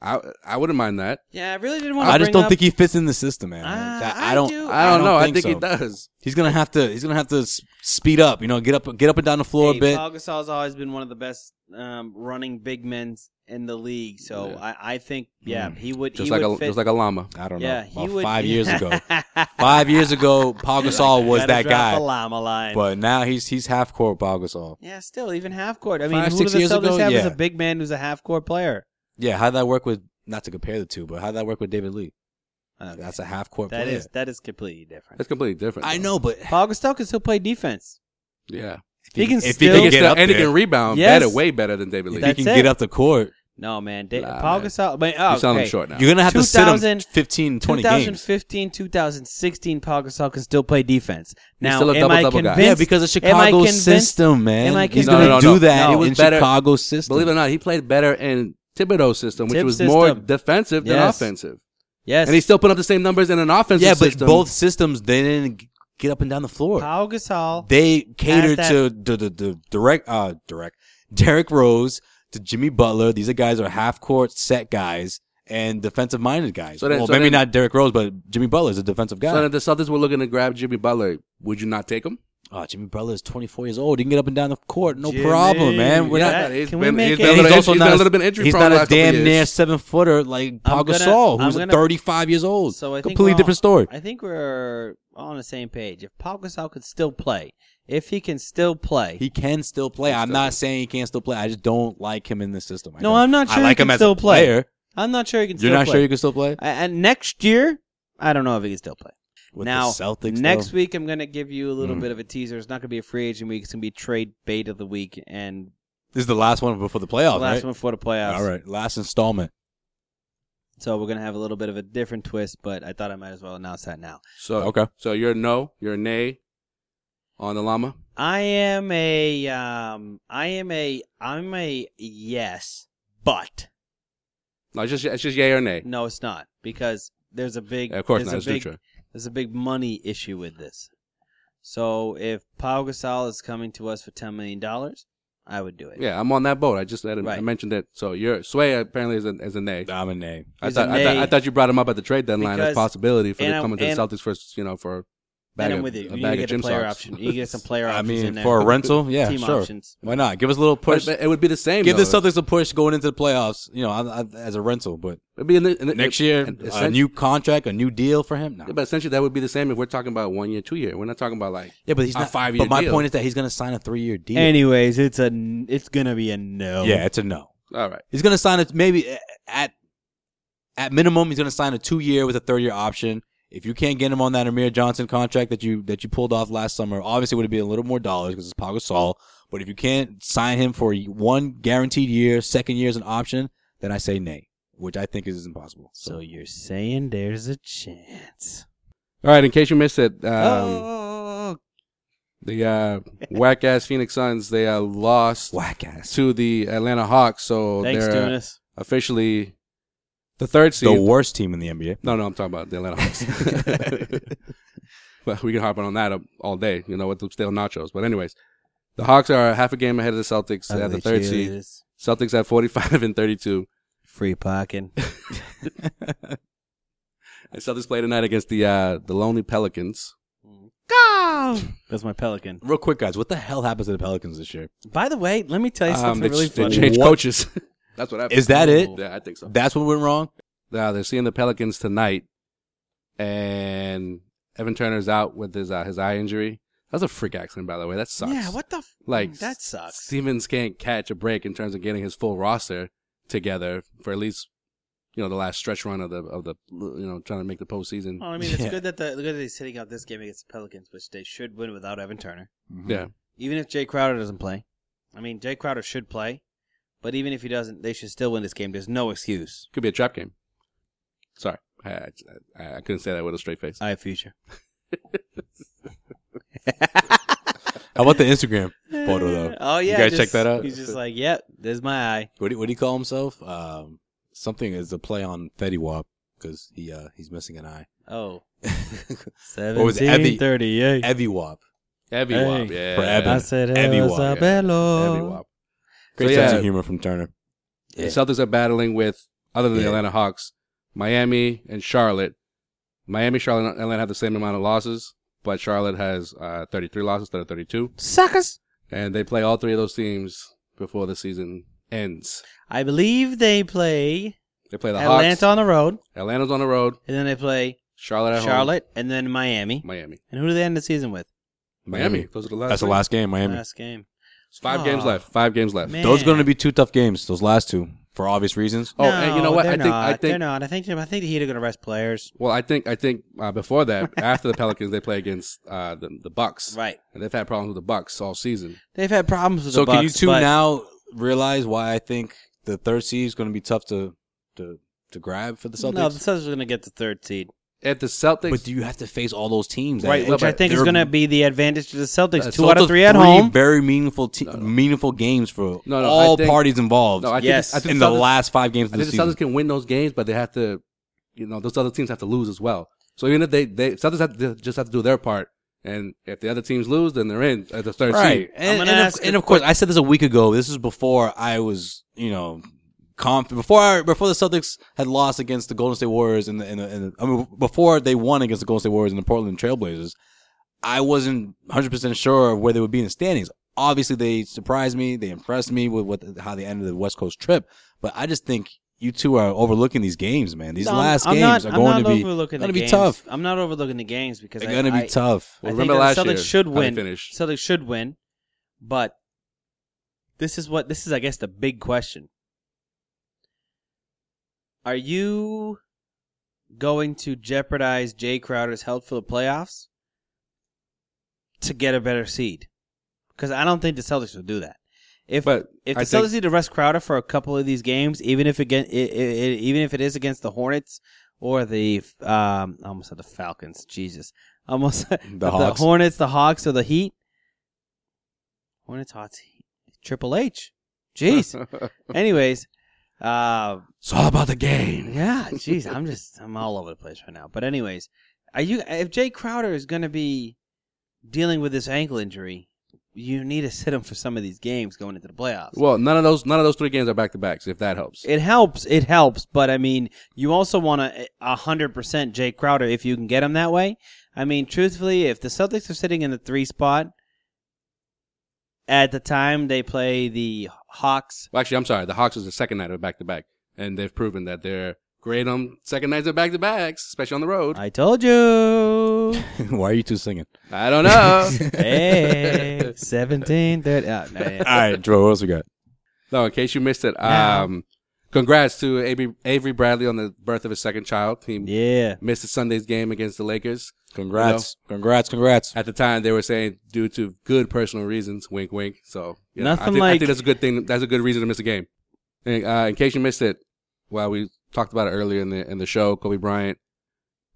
[SPEAKER 3] I I wouldn't mind that.
[SPEAKER 2] yeah, I really didn't want to
[SPEAKER 1] I just don't think he fits in the system, man.
[SPEAKER 2] Ah,
[SPEAKER 1] That-
[SPEAKER 2] I
[SPEAKER 1] I don't.
[SPEAKER 2] do.
[SPEAKER 3] I don't know. I think
[SPEAKER 1] so.
[SPEAKER 3] he does.
[SPEAKER 1] He's gonna have to. He's gonna have to s- speed up. You know, get up, get up and down the floor
[SPEAKER 2] hey,
[SPEAKER 1] a bit.
[SPEAKER 2] Pau Gasol's always been one of the best um, running big men in the league. So
[SPEAKER 3] Yeah.
[SPEAKER 2] I, I think, yeah,
[SPEAKER 1] Hmm.
[SPEAKER 2] he would.
[SPEAKER 3] Just
[SPEAKER 2] he
[SPEAKER 3] like
[SPEAKER 2] would
[SPEAKER 3] a
[SPEAKER 2] fit,
[SPEAKER 3] just like a llama.
[SPEAKER 1] I don't
[SPEAKER 2] yeah,
[SPEAKER 1] know.
[SPEAKER 2] he
[SPEAKER 1] About
[SPEAKER 2] would,
[SPEAKER 1] five years ago,
[SPEAKER 2] five
[SPEAKER 1] five years ago, Paul Gasol was that guy.
[SPEAKER 2] The llama line.
[SPEAKER 1] But now he's he's half court Paul Gasol.
[SPEAKER 2] yeah, still even half court. I mean,
[SPEAKER 1] Five,
[SPEAKER 2] who
[SPEAKER 1] six
[SPEAKER 2] do the
[SPEAKER 1] years
[SPEAKER 2] Celtics
[SPEAKER 1] ago?
[SPEAKER 2] have as
[SPEAKER 1] Yeah.
[SPEAKER 2] a big man who's a half court player?
[SPEAKER 1] Yeah, how'd that work with? Not to compare the two, but how'd that work with David Lee?
[SPEAKER 2] Okay.
[SPEAKER 1] Uh, That's a half court
[SPEAKER 2] Uh, That
[SPEAKER 1] player.
[SPEAKER 2] is that is completely different.
[SPEAKER 3] That's completely different.
[SPEAKER 1] I
[SPEAKER 3] though.
[SPEAKER 1] know, but
[SPEAKER 2] Paul Gasol can still play defense.
[SPEAKER 3] Yeah.
[SPEAKER 1] if
[SPEAKER 2] He can
[SPEAKER 1] if
[SPEAKER 2] still-
[SPEAKER 1] he can
[SPEAKER 3] He can
[SPEAKER 2] He'll
[SPEAKER 1] get
[SPEAKER 3] still,
[SPEAKER 1] up
[SPEAKER 3] and he
[SPEAKER 1] there,
[SPEAKER 3] can rebound
[SPEAKER 2] Yes.
[SPEAKER 3] better, way better than David
[SPEAKER 1] if
[SPEAKER 3] Lee.
[SPEAKER 1] he
[SPEAKER 2] That's
[SPEAKER 1] can
[SPEAKER 2] it.
[SPEAKER 1] get up the court.
[SPEAKER 2] No man, da-
[SPEAKER 3] Nah,
[SPEAKER 2] Paul
[SPEAKER 3] man.
[SPEAKER 2] Gasol. But, oh,
[SPEAKER 3] you sound
[SPEAKER 2] okay.
[SPEAKER 3] short now.
[SPEAKER 1] You're gonna have to sit him
[SPEAKER 2] 2000
[SPEAKER 1] 15, 20 games.
[SPEAKER 2] 2015, 2016, Paul Gasol can still play defense. Now,
[SPEAKER 3] still a
[SPEAKER 2] am I
[SPEAKER 3] double-double guy.
[SPEAKER 2] convinced?
[SPEAKER 3] Yeah,
[SPEAKER 1] Yeah, because of
[SPEAKER 2] am I
[SPEAKER 1] Chicago's
[SPEAKER 2] convinced-
[SPEAKER 1] system, man.
[SPEAKER 2] am I
[SPEAKER 1] he's
[SPEAKER 2] convinced-
[SPEAKER 1] gonna
[SPEAKER 3] No, no, no,
[SPEAKER 1] do that
[SPEAKER 3] no. It was
[SPEAKER 1] in
[SPEAKER 3] better-
[SPEAKER 1] Chicago's system.
[SPEAKER 3] Believe it or not, he played better in Thibodeau's system, which
[SPEAKER 2] Tib
[SPEAKER 3] was more
[SPEAKER 2] system.
[SPEAKER 3] defensive than
[SPEAKER 2] Yes.
[SPEAKER 3] offensive.
[SPEAKER 2] Yes,
[SPEAKER 3] And he still put up the same numbers in an offensive
[SPEAKER 1] yeah, but
[SPEAKER 3] system.
[SPEAKER 1] both systems they didn't g- get up and down the floor.
[SPEAKER 2] Paul Gasol.
[SPEAKER 1] They catered
[SPEAKER 2] that-
[SPEAKER 1] to the, the, the direct, uh, direct Derek Rose to Jimmy Butler. These are guys are half court set guys and defensive minded guys.
[SPEAKER 3] So then-
[SPEAKER 1] well,
[SPEAKER 3] so
[SPEAKER 1] maybe
[SPEAKER 3] then-
[SPEAKER 1] not Derek Rose, but Jimmy Butler is a defensive guy.
[SPEAKER 3] So if the Celtics were looking to grab Jimmy Butler, would you not take him?
[SPEAKER 1] oh, Jimmy Butler is 24 years old. He can get up and down the court, no
[SPEAKER 2] Jimmy.
[SPEAKER 1] problem, man. We're
[SPEAKER 2] Yeah.
[SPEAKER 1] not.
[SPEAKER 2] That-
[SPEAKER 3] he's
[SPEAKER 2] can we
[SPEAKER 3] been,
[SPEAKER 2] make it-
[SPEAKER 3] he's been a
[SPEAKER 2] And
[SPEAKER 3] little,
[SPEAKER 1] he's
[SPEAKER 3] he's
[SPEAKER 1] also
[SPEAKER 3] been
[SPEAKER 1] not
[SPEAKER 3] a little bit injury
[SPEAKER 1] He's
[SPEAKER 3] prone
[SPEAKER 1] not
[SPEAKER 3] the
[SPEAKER 1] a
[SPEAKER 3] last couple
[SPEAKER 1] damn
[SPEAKER 3] years.
[SPEAKER 1] near seven footer like Paul
[SPEAKER 2] I'm gonna-
[SPEAKER 1] Gasol,
[SPEAKER 2] I'm
[SPEAKER 1] who's
[SPEAKER 2] gonna-
[SPEAKER 1] 35 years old.
[SPEAKER 2] So I think
[SPEAKER 1] completely
[SPEAKER 2] we're
[SPEAKER 1] different
[SPEAKER 2] all-
[SPEAKER 1] story.
[SPEAKER 2] I think we're all on the same page. If Paul Gasol could still play, if he can still play,
[SPEAKER 1] He can still play. I'm not saying he can't still play. I just don't like him in the system. I
[SPEAKER 2] No,
[SPEAKER 1] don't.
[SPEAKER 2] I'm not sure
[SPEAKER 1] I
[SPEAKER 2] he
[SPEAKER 1] like
[SPEAKER 2] can
[SPEAKER 1] him as
[SPEAKER 2] still
[SPEAKER 1] a
[SPEAKER 2] play.
[SPEAKER 1] player.
[SPEAKER 2] I'm not sure he can
[SPEAKER 1] You're
[SPEAKER 2] still
[SPEAKER 1] not
[SPEAKER 2] play.
[SPEAKER 1] sure you can still play
[SPEAKER 2] A- and next year, I don't know if he can still play.
[SPEAKER 1] with
[SPEAKER 2] now,
[SPEAKER 1] the Celtics.
[SPEAKER 2] next
[SPEAKER 1] though?
[SPEAKER 2] week, I'm going to give you a little
[SPEAKER 1] Mm.
[SPEAKER 2] bit of a teaser. It's not going to be a free agent week. It's going to be trade bait of the week and
[SPEAKER 1] this is the last one before the playoffs,
[SPEAKER 2] last
[SPEAKER 1] right?
[SPEAKER 2] one for the playoffs.
[SPEAKER 1] All right, last installment.
[SPEAKER 2] So we're going to have a little bit of a different twist, but I thought I might as well announce that now.
[SPEAKER 3] So
[SPEAKER 1] Okay.
[SPEAKER 3] So you're a no, you're a nay on the llama.
[SPEAKER 2] I am a um I am a I'm a yes, but
[SPEAKER 3] No, it's just it's just yay or nay.
[SPEAKER 2] no it's not because there's a big
[SPEAKER 3] of course
[SPEAKER 2] there's
[SPEAKER 3] not.
[SPEAKER 2] a
[SPEAKER 3] It's
[SPEAKER 2] big,
[SPEAKER 3] neutral.
[SPEAKER 2] There's a big money issue with this. So if Pau Gasol is coming to us for 10 million dollars, I would do it.
[SPEAKER 3] Yeah, I'm on that boat. I just let him, I
[SPEAKER 2] Right.
[SPEAKER 3] mentioned it. So your Sway apparently is a, is a nay.
[SPEAKER 1] I'm a nay.
[SPEAKER 3] I
[SPEAKER 2] He's
[SPEAKER 3] thought,
[SPEAKER 2] a
[SPEAKER 3] I, thought,
[SPEAKER 2] nay.
[SPEAKER 3] I thought you brought him up at the trade deadline as
[SPEAKER 2] Because-
[SPEAKER 3] possibility for
[SPEAKER 2] and
[SPEAKER 3] the
[SPEAKER 2] I-
[SPEAKER 3] coming to the
[SPEAKER 2] and-
[SPEAKER 3] Celtics for you know for a bag
[SPEAKER 2] Then I'm
[SPEAKER 3] of-
[SPEAKER 2] with you.
[SPEAKER 3] a
[SPEAKER 2] You need
[SPEAKER 3] bag
[SPEAKER 2] to
[SPEAKER 3] of
[SPEAKER 2] get a
[SPEAKER 3] gym
[SPEAKER 2] player
[SPEAKER 3] socks.
[SPEAKER 2] option. You get some player
[SPEAKER 1] I
[SPEAKER 2] options in
[SPEAKER 1] mean,
[SPEAKER 2] there.
[SPEAKER 1] for a rental, yeah,
[SPEAKER 2] Team
[SPEAKER 1] sure.
[SPEAKER 2] options.
[SPEAKER 1] Why not? Give us a little
[SPEAKER 3] But,
[SPEAKER 1] push.
[SPEAKER 3] but it would be the same.
[SPEAKER 1] Give
[SPEAKER 3] though.
[SPEAKER 1] the Celtics a push going into the playoffs. You know, I, I, as a rental, but
[SPEAKER 3] It'd be in the, in the-
[SPEAKER 1] next year,
[SPEAKER 3] and
[SPEAKER 1] a
[SPEAKER 3] essen-
[SPEAKER 1] new contract, a new deal for him. No.
[SPEAKER 3] Yeah, but essentially, that would be the same if we're talking about one year, two year. We're not talking about like
[SPEAKER 1] Yeah, but he's
[SPEAKER 3] a
[SPEAKER 1] not
[SPEAKER 3] five year.
[SPEAKER 1] But my point is that he's going to sign a three year deal.
[SPEAKER 2] Anyways, it's a n- it's going to be a no.
[SPEAKER 1] yeah, it's a no.
[SPEAKER 3] all right.
[SPEAKER 1] He's going to sign a maybe a- at at minimum he's going to sign a two year with a third year option. If you can't get him on that Amir Johnson contract that you that you pulled off last summer, obviously it would be a little more dollars because it's Pau Gasol. But if you can't sign him for one guaranteed year, second year is an option, then I say nay, which I think is impossible.
[SPEAKER 2] So you're saying there's a chance.
[SPEAKER 3] All right. In case you missed it, um,
[SPEAKER 2] oh.
[SPEAKER 3] the uh, whack ass Phoenix Suns they uh, lost
[SPEAKER 1] whack ass.
[SPEAKER 3] to the Atlanta Hawks, so
[SPEAKER 2] Thanks,
[SPEAKER 3] they're uh,
[SPEAKER 2] Dunas.
[SPEAKER 3] officially the third seed.
[SPEAKER 1] The worst team in the NBA.
[SPEAKER 3] no, no, I'm talking about the Atlanta Hawks. but we can hop on that up all day, you know, with the stale nachos. But anyways, the Hawks are half a game ahead of the Celtics. They have the third seed. Celtics at 45 and 32.
[SPEAKER 2] Free parking.
[SPEAKER 3] And Celtics play tonight against the uh, the Lonely Pelicans.
[SPEAKER 2] That's my Pelican.
[SPEAKER 1] Real quick, guys, what the hell happens to the Pelicans this year?
[SPEAKER 2] By the way, let me tell you something
[SPEAKER 3] Um, they,
[SPEAKER 2] really
[SPEAKER 3] they
[SPEAKER 2] funny.
[SPEAKER 3] changed
[SPEAKER 1] What?
[SPEAKER 3] coaches. That's what happened.
[SPEAKER 1] Is that it?
[SPEAKER 3] Yeah, I think so.
[SPEAKER 1] That's what went wrong.
[SPEAKER 3] Now uh, they're seeing the Pelicans tonight, and Evan Turner's out with his uh, his eye injury. That's a freak accident, by the way. That sucks.
[SPEAKER 2] Yeah, what the f- mm,
[SPEAKER 3] Like
[SPEAKER 2] that sucks.
[SPEAKER 3] Stevens can't catch a break in terms of getting his full roster together for at least you know the last stretch run of the of the you know trying to make the postseason.
[SPEAKER 2] Well, I mean, it's
[SPEAKER 1] Yeah.
[SPEAKER 2] good that the good that he's hitting out this game against the Pelicans, which they should win without Evan Turner.
[SPEAKER 1] Mm-hmm.
[SPEAKER 3] Yeah,
[SPEAKER 2] Even if Jay Crowder doesn't play, I mean, Jay Crowder should play, but even if he doesn't, they should still win this game. There's no excuse.
[SPEAKER 3] could be a trap game. Sorry, I I, I- I couldn't say that with a straight face.
[SPEAKER 2] I have future.
[SPEAKER 1] How about the Instagram photo though?
[SPEAKER 2] Oh yeah,
[SPEAKER 1] you guys
[SPEAKER 2] just-
[SPEAKER 1] check that out.
[SPEAKER 2] He's just like, yep, there's my eye.
[SPEAKER 1] What do, what do you call himself? Um, something is a play on Fetty Wap because he uh, he's missing an eye.
[SPEAKER 2] Oh.
[SPEAKER 1] was it, Evie?
[SPEAKER 2] Seventeen thirty-eight.
[SPEAKER 1] Evie Wap.
[SPEAKER 3] Heavy
[SPEAKER 2] Hey.
[SPEAKER 3] wop, yeah.
[SPEAKER 1] For Evan.
[SPEAKER 2] I said,
[SPEAKER 1] Evie
[SPEAKER 2] "Hello,
[SPEAKER 1] Wap, yeah.
[SPEAKER 2] Isabello."
[SPEAKER 3] Heavy wop.
[SPEAKER 1] Great
[SPEAKER 3] So,
[SPEAKER 1] sense
[SPEAKER 3] yeah.
[SPEAKER 1] of humor from Turner.
[SPEAKER 3] The Celtics are battling with other than the
[SPEAKER 1] Yeah.
[SPEAKER 3] Atlanta Hawks, Miami and Charlotte. Miami, Charlotte, and Atlanta have the same amount of losses, but Charlotte has uh, 33 losses instead of 32,
[SPEAKER 2] Suckers.
[SPEAKER 3] and they play all three of those teams before the season ends.
[SPEAKER 2] I believe they play
[SPEAKER 3] They play the
[SPEAKER 2] Atlanta
[SPEAKER 3] Hawks.
[SPEAKER 2] on the road,
[SPEAKER 3] Atlanta's on the road.
[SPEAKER 2] and then they play
[SPEAKER 3] Charlotte at
[SPEAKER 2] Charlotte, and then Miami.
[SPEAKER 3] home. Miami.
[SPEAKER 2] And who do they end the season with?
[SPEAKER 3] Miami. Those are the last.
[SPEAKER 1] That's the
[SPEAKER 3] three.
[SPEAKER 1] last game, Miami.
[SPEAKER 2] Last game.
[SPEAKER 3] It's Five
[SPEAKER 2] Aw.
[SPEAKER 3] games left. Five games left.
[SPEAKER 2] Man.
[SPEAKER 1] Those are going to be two tough games. Those last two, for obvious reasons.
[SPEAKER 3] Oh, and you know
[SPEAKER 2] No,
[SPEAKER 3] what? I
[SPEAKER 2] they're
[SPEAKER 3] think-
[SPEAKER 2] not.
[SPEAKER 3] I think-
[SPEAKER 2] they're not. I think I think the Heat are going to rest players.
[SPEAKER 3] Well, I think I think uh, before that, after the Pelicans, they play against uh, the the Bucks,
[SPEAKER 2] Right.
[SPEAKER 3] and they've had problems with the Bucks all season.
[SPEAKER 2] They've had problems with
[SPEAKER 1] Oh, So
[SPEAKER 2] the
[SPEAKER 1] can you
[SPEAKER 2] Bucks,
[SPEAKER 1] two
[SPEAKER 2] but
[SPEAKER 1] now realize why I think the third seed is going to be tough to to to grab for the Celtics?
[SPEAKER 2] No, the Celtics are going to get the third seed,
[SPEAKER 3] At the Celtics,
[SPEAKER 1] but do you have to face all those teams?
[SPEAKER 3] Right,
[SPEAKER 1] That-
[SPEAKER 2] which I think is
[SPEAKER 1] they're-
[SPEAKER 2] going to be the advantage to the Celtics.
[SPEAKER 3] Uh,
[SPEAKER 2] two out
[SPEAKER 1] Those
[SPEAKER 2] of three at
[SPEAKER 1] three
[SPEAKER 2] home.
[SPEAKER 1] Very meaningful, te-
[SPEAKER 3] No, no.
[SPEAKER 1] meaningful games for
[SPEAKER 3] No, no, I
[SPEAKER 1] all
[SPEAKER 3] think-
[SPEAKER 1] parties involved.
[SPEAKER 3] No, I think,
[SPEAKER 2] Yes.
[SPEAKER 3] I think
[SPEAKER 1] in the
[SPEAKER 3] Celtics-
[SPEAKER 1] last five games
[SPEAKER 3] I
[SPEAKER 1] of the
[SPEAKER 3] think the
[SPEAKER 1] season.
[SPEAKER 3] Celtics can win those games, but they have to, you know, those other teams have to lose as well. So even if they, they Celtics have to, just have to do their part, and if the other teams lose, then they're in at the third
[SPEAKER 1] Right,
[SPEAKER 3] seed.
[SPEAKER 2] I'm
[SPEAKER 1] and,
[SPEAKER 2] gonna
[SPEAKER 1] and, of,
[SPEAKER 2] ask
[SPEAKER 1] and
[SPEAKER 2] a
[SPEAKER 1] of course, I said this a week ago. This is before I was, you know, conf- before I, before the Celtics had lost against the Golden State Warriors and the, and the, and the I mean, before they won against the Golden State Warriors and the Portland Trailblazers, I wasn't 100 percent sure of where they would be in the standings. Obviously, they surprised me. They impressed me with what how they ended the West Coast trip. But I just think you two are overlooking these games, man. These
[SPEAKER 2] No, I'm-
[SPEAKER 1] last
[SPEAKER 2] I'm
[SPEAKER 1] games
[SPEAKER 2] not-
[SPEAKER 1] are
[SPEAKER 2] I'm
[SPEAKER 1] going
[SPEAKER 2] not
[SPEAKER 1] to be
[SPEAKER 2] overlooking
[SPEAKER 1] going to
[SPEAKER 2] the
[SPEAKER 1] be
[SPEAKER 2] games.
[SPEAKER 1] tough.
[SPEAKER 2] I'm not overlooking the games because
[SPEAKER 1] They're
[SPEAKER 2] I-
[SPEAKER 1] going to be
[SPEAKER 2] I-
[SPEAKER 1] tough.
[SPEAKER 3] Well,
[SPEAKER 2] I
[SPEAKER 3] remember
[SPEAKER 2] think that
[SPEAKER 3] last
[SPEAKER 2] the Celtics
[SPEAKER 3] year,
[SPEAKER 2] should
[SPEAKER 3] how they
[SPEAKER 2] win.
[SPEAKER 3] finished.
[SPEAKER 2] Celtics should win, but this is what this is. I guess the big question: Are you going to jeopardize Jay Crowder's health for the playoffs to get a better seed? Because I don't think the Celtics will do that. If
[SPEAKER 3] But
[SPEAKER 2] if the
[SPEAKER 3] I think-
[SPEAKER 2] Celtics need to rest Crowder for a couple of these games, even if again, i i i even if it is against the Hornets or the um, I almost said the Falcons. Jesus, I almost the,
[SPEAKER 1] Hawks.
[SPEAKER 2] Hornets, the Hawks, or the Heat. Hornets, Hawks, Heat. Triple H. Jeez. Anyways, uh,
[SPEAKER 3] it's all about the game.
[SPEAKER 2] yeah, jeez, I'm just I'm all over the place right now. But anyways, are you if Jay Crowder is going to be dealing with this ankle injury, you need to sit him for some of these games going into the playoffs.
[SPEAKER 3] Well, none of those none of those three games are back to backs. If that helps,
[SPEAKER 2] it helps, it helps, but I mean, you also want a a hundred percent Jay Crowder if you can get him that way. I mean, truthfully, if the Celtics are sitting in the three spot at the time they play the Hawks,
[SPEAKER 3] Well, actually, I'm sorry. The Hawks is the second night of back to back, and they've proven that they're great on second nights of back to backs, especially on the road. I,
[SPEAKER 2] I told you.
[SPEAKER 1] Why are you two singing?
[SPEAKER 3] don't know.
[SPEAKER 2] hey, 17, 30. Oh, no, yeah.
[SPEAKER 1] All right, Drew, what else we got?
[SPEAKER 3] no, in case you missed it,
[SPEAKER 2] No.
[SPEAKER 3] um, congrats to Avery, Avery Bradley on the birth of his second child. He
[SPEAKER 2] Yeah.
[SPEAKER 3] missed his Sunday's game against the Lakers.
[SPEAKER 1] Congrats, congrats, congrats.
[SPEAKER 3] At the time, they were saying due to good personal reasons. Wink, wink. So you know, I,
[SPEAKER 2] Nothing
[SPEAKER 3] think, I
[SPEAKER 2] like-
[SPEAKER 3] think that's a good thing. That's a good reason to miss a game. And, uh, in case you missed it, while we talked about it earlier in the in the show, Kobe Bryant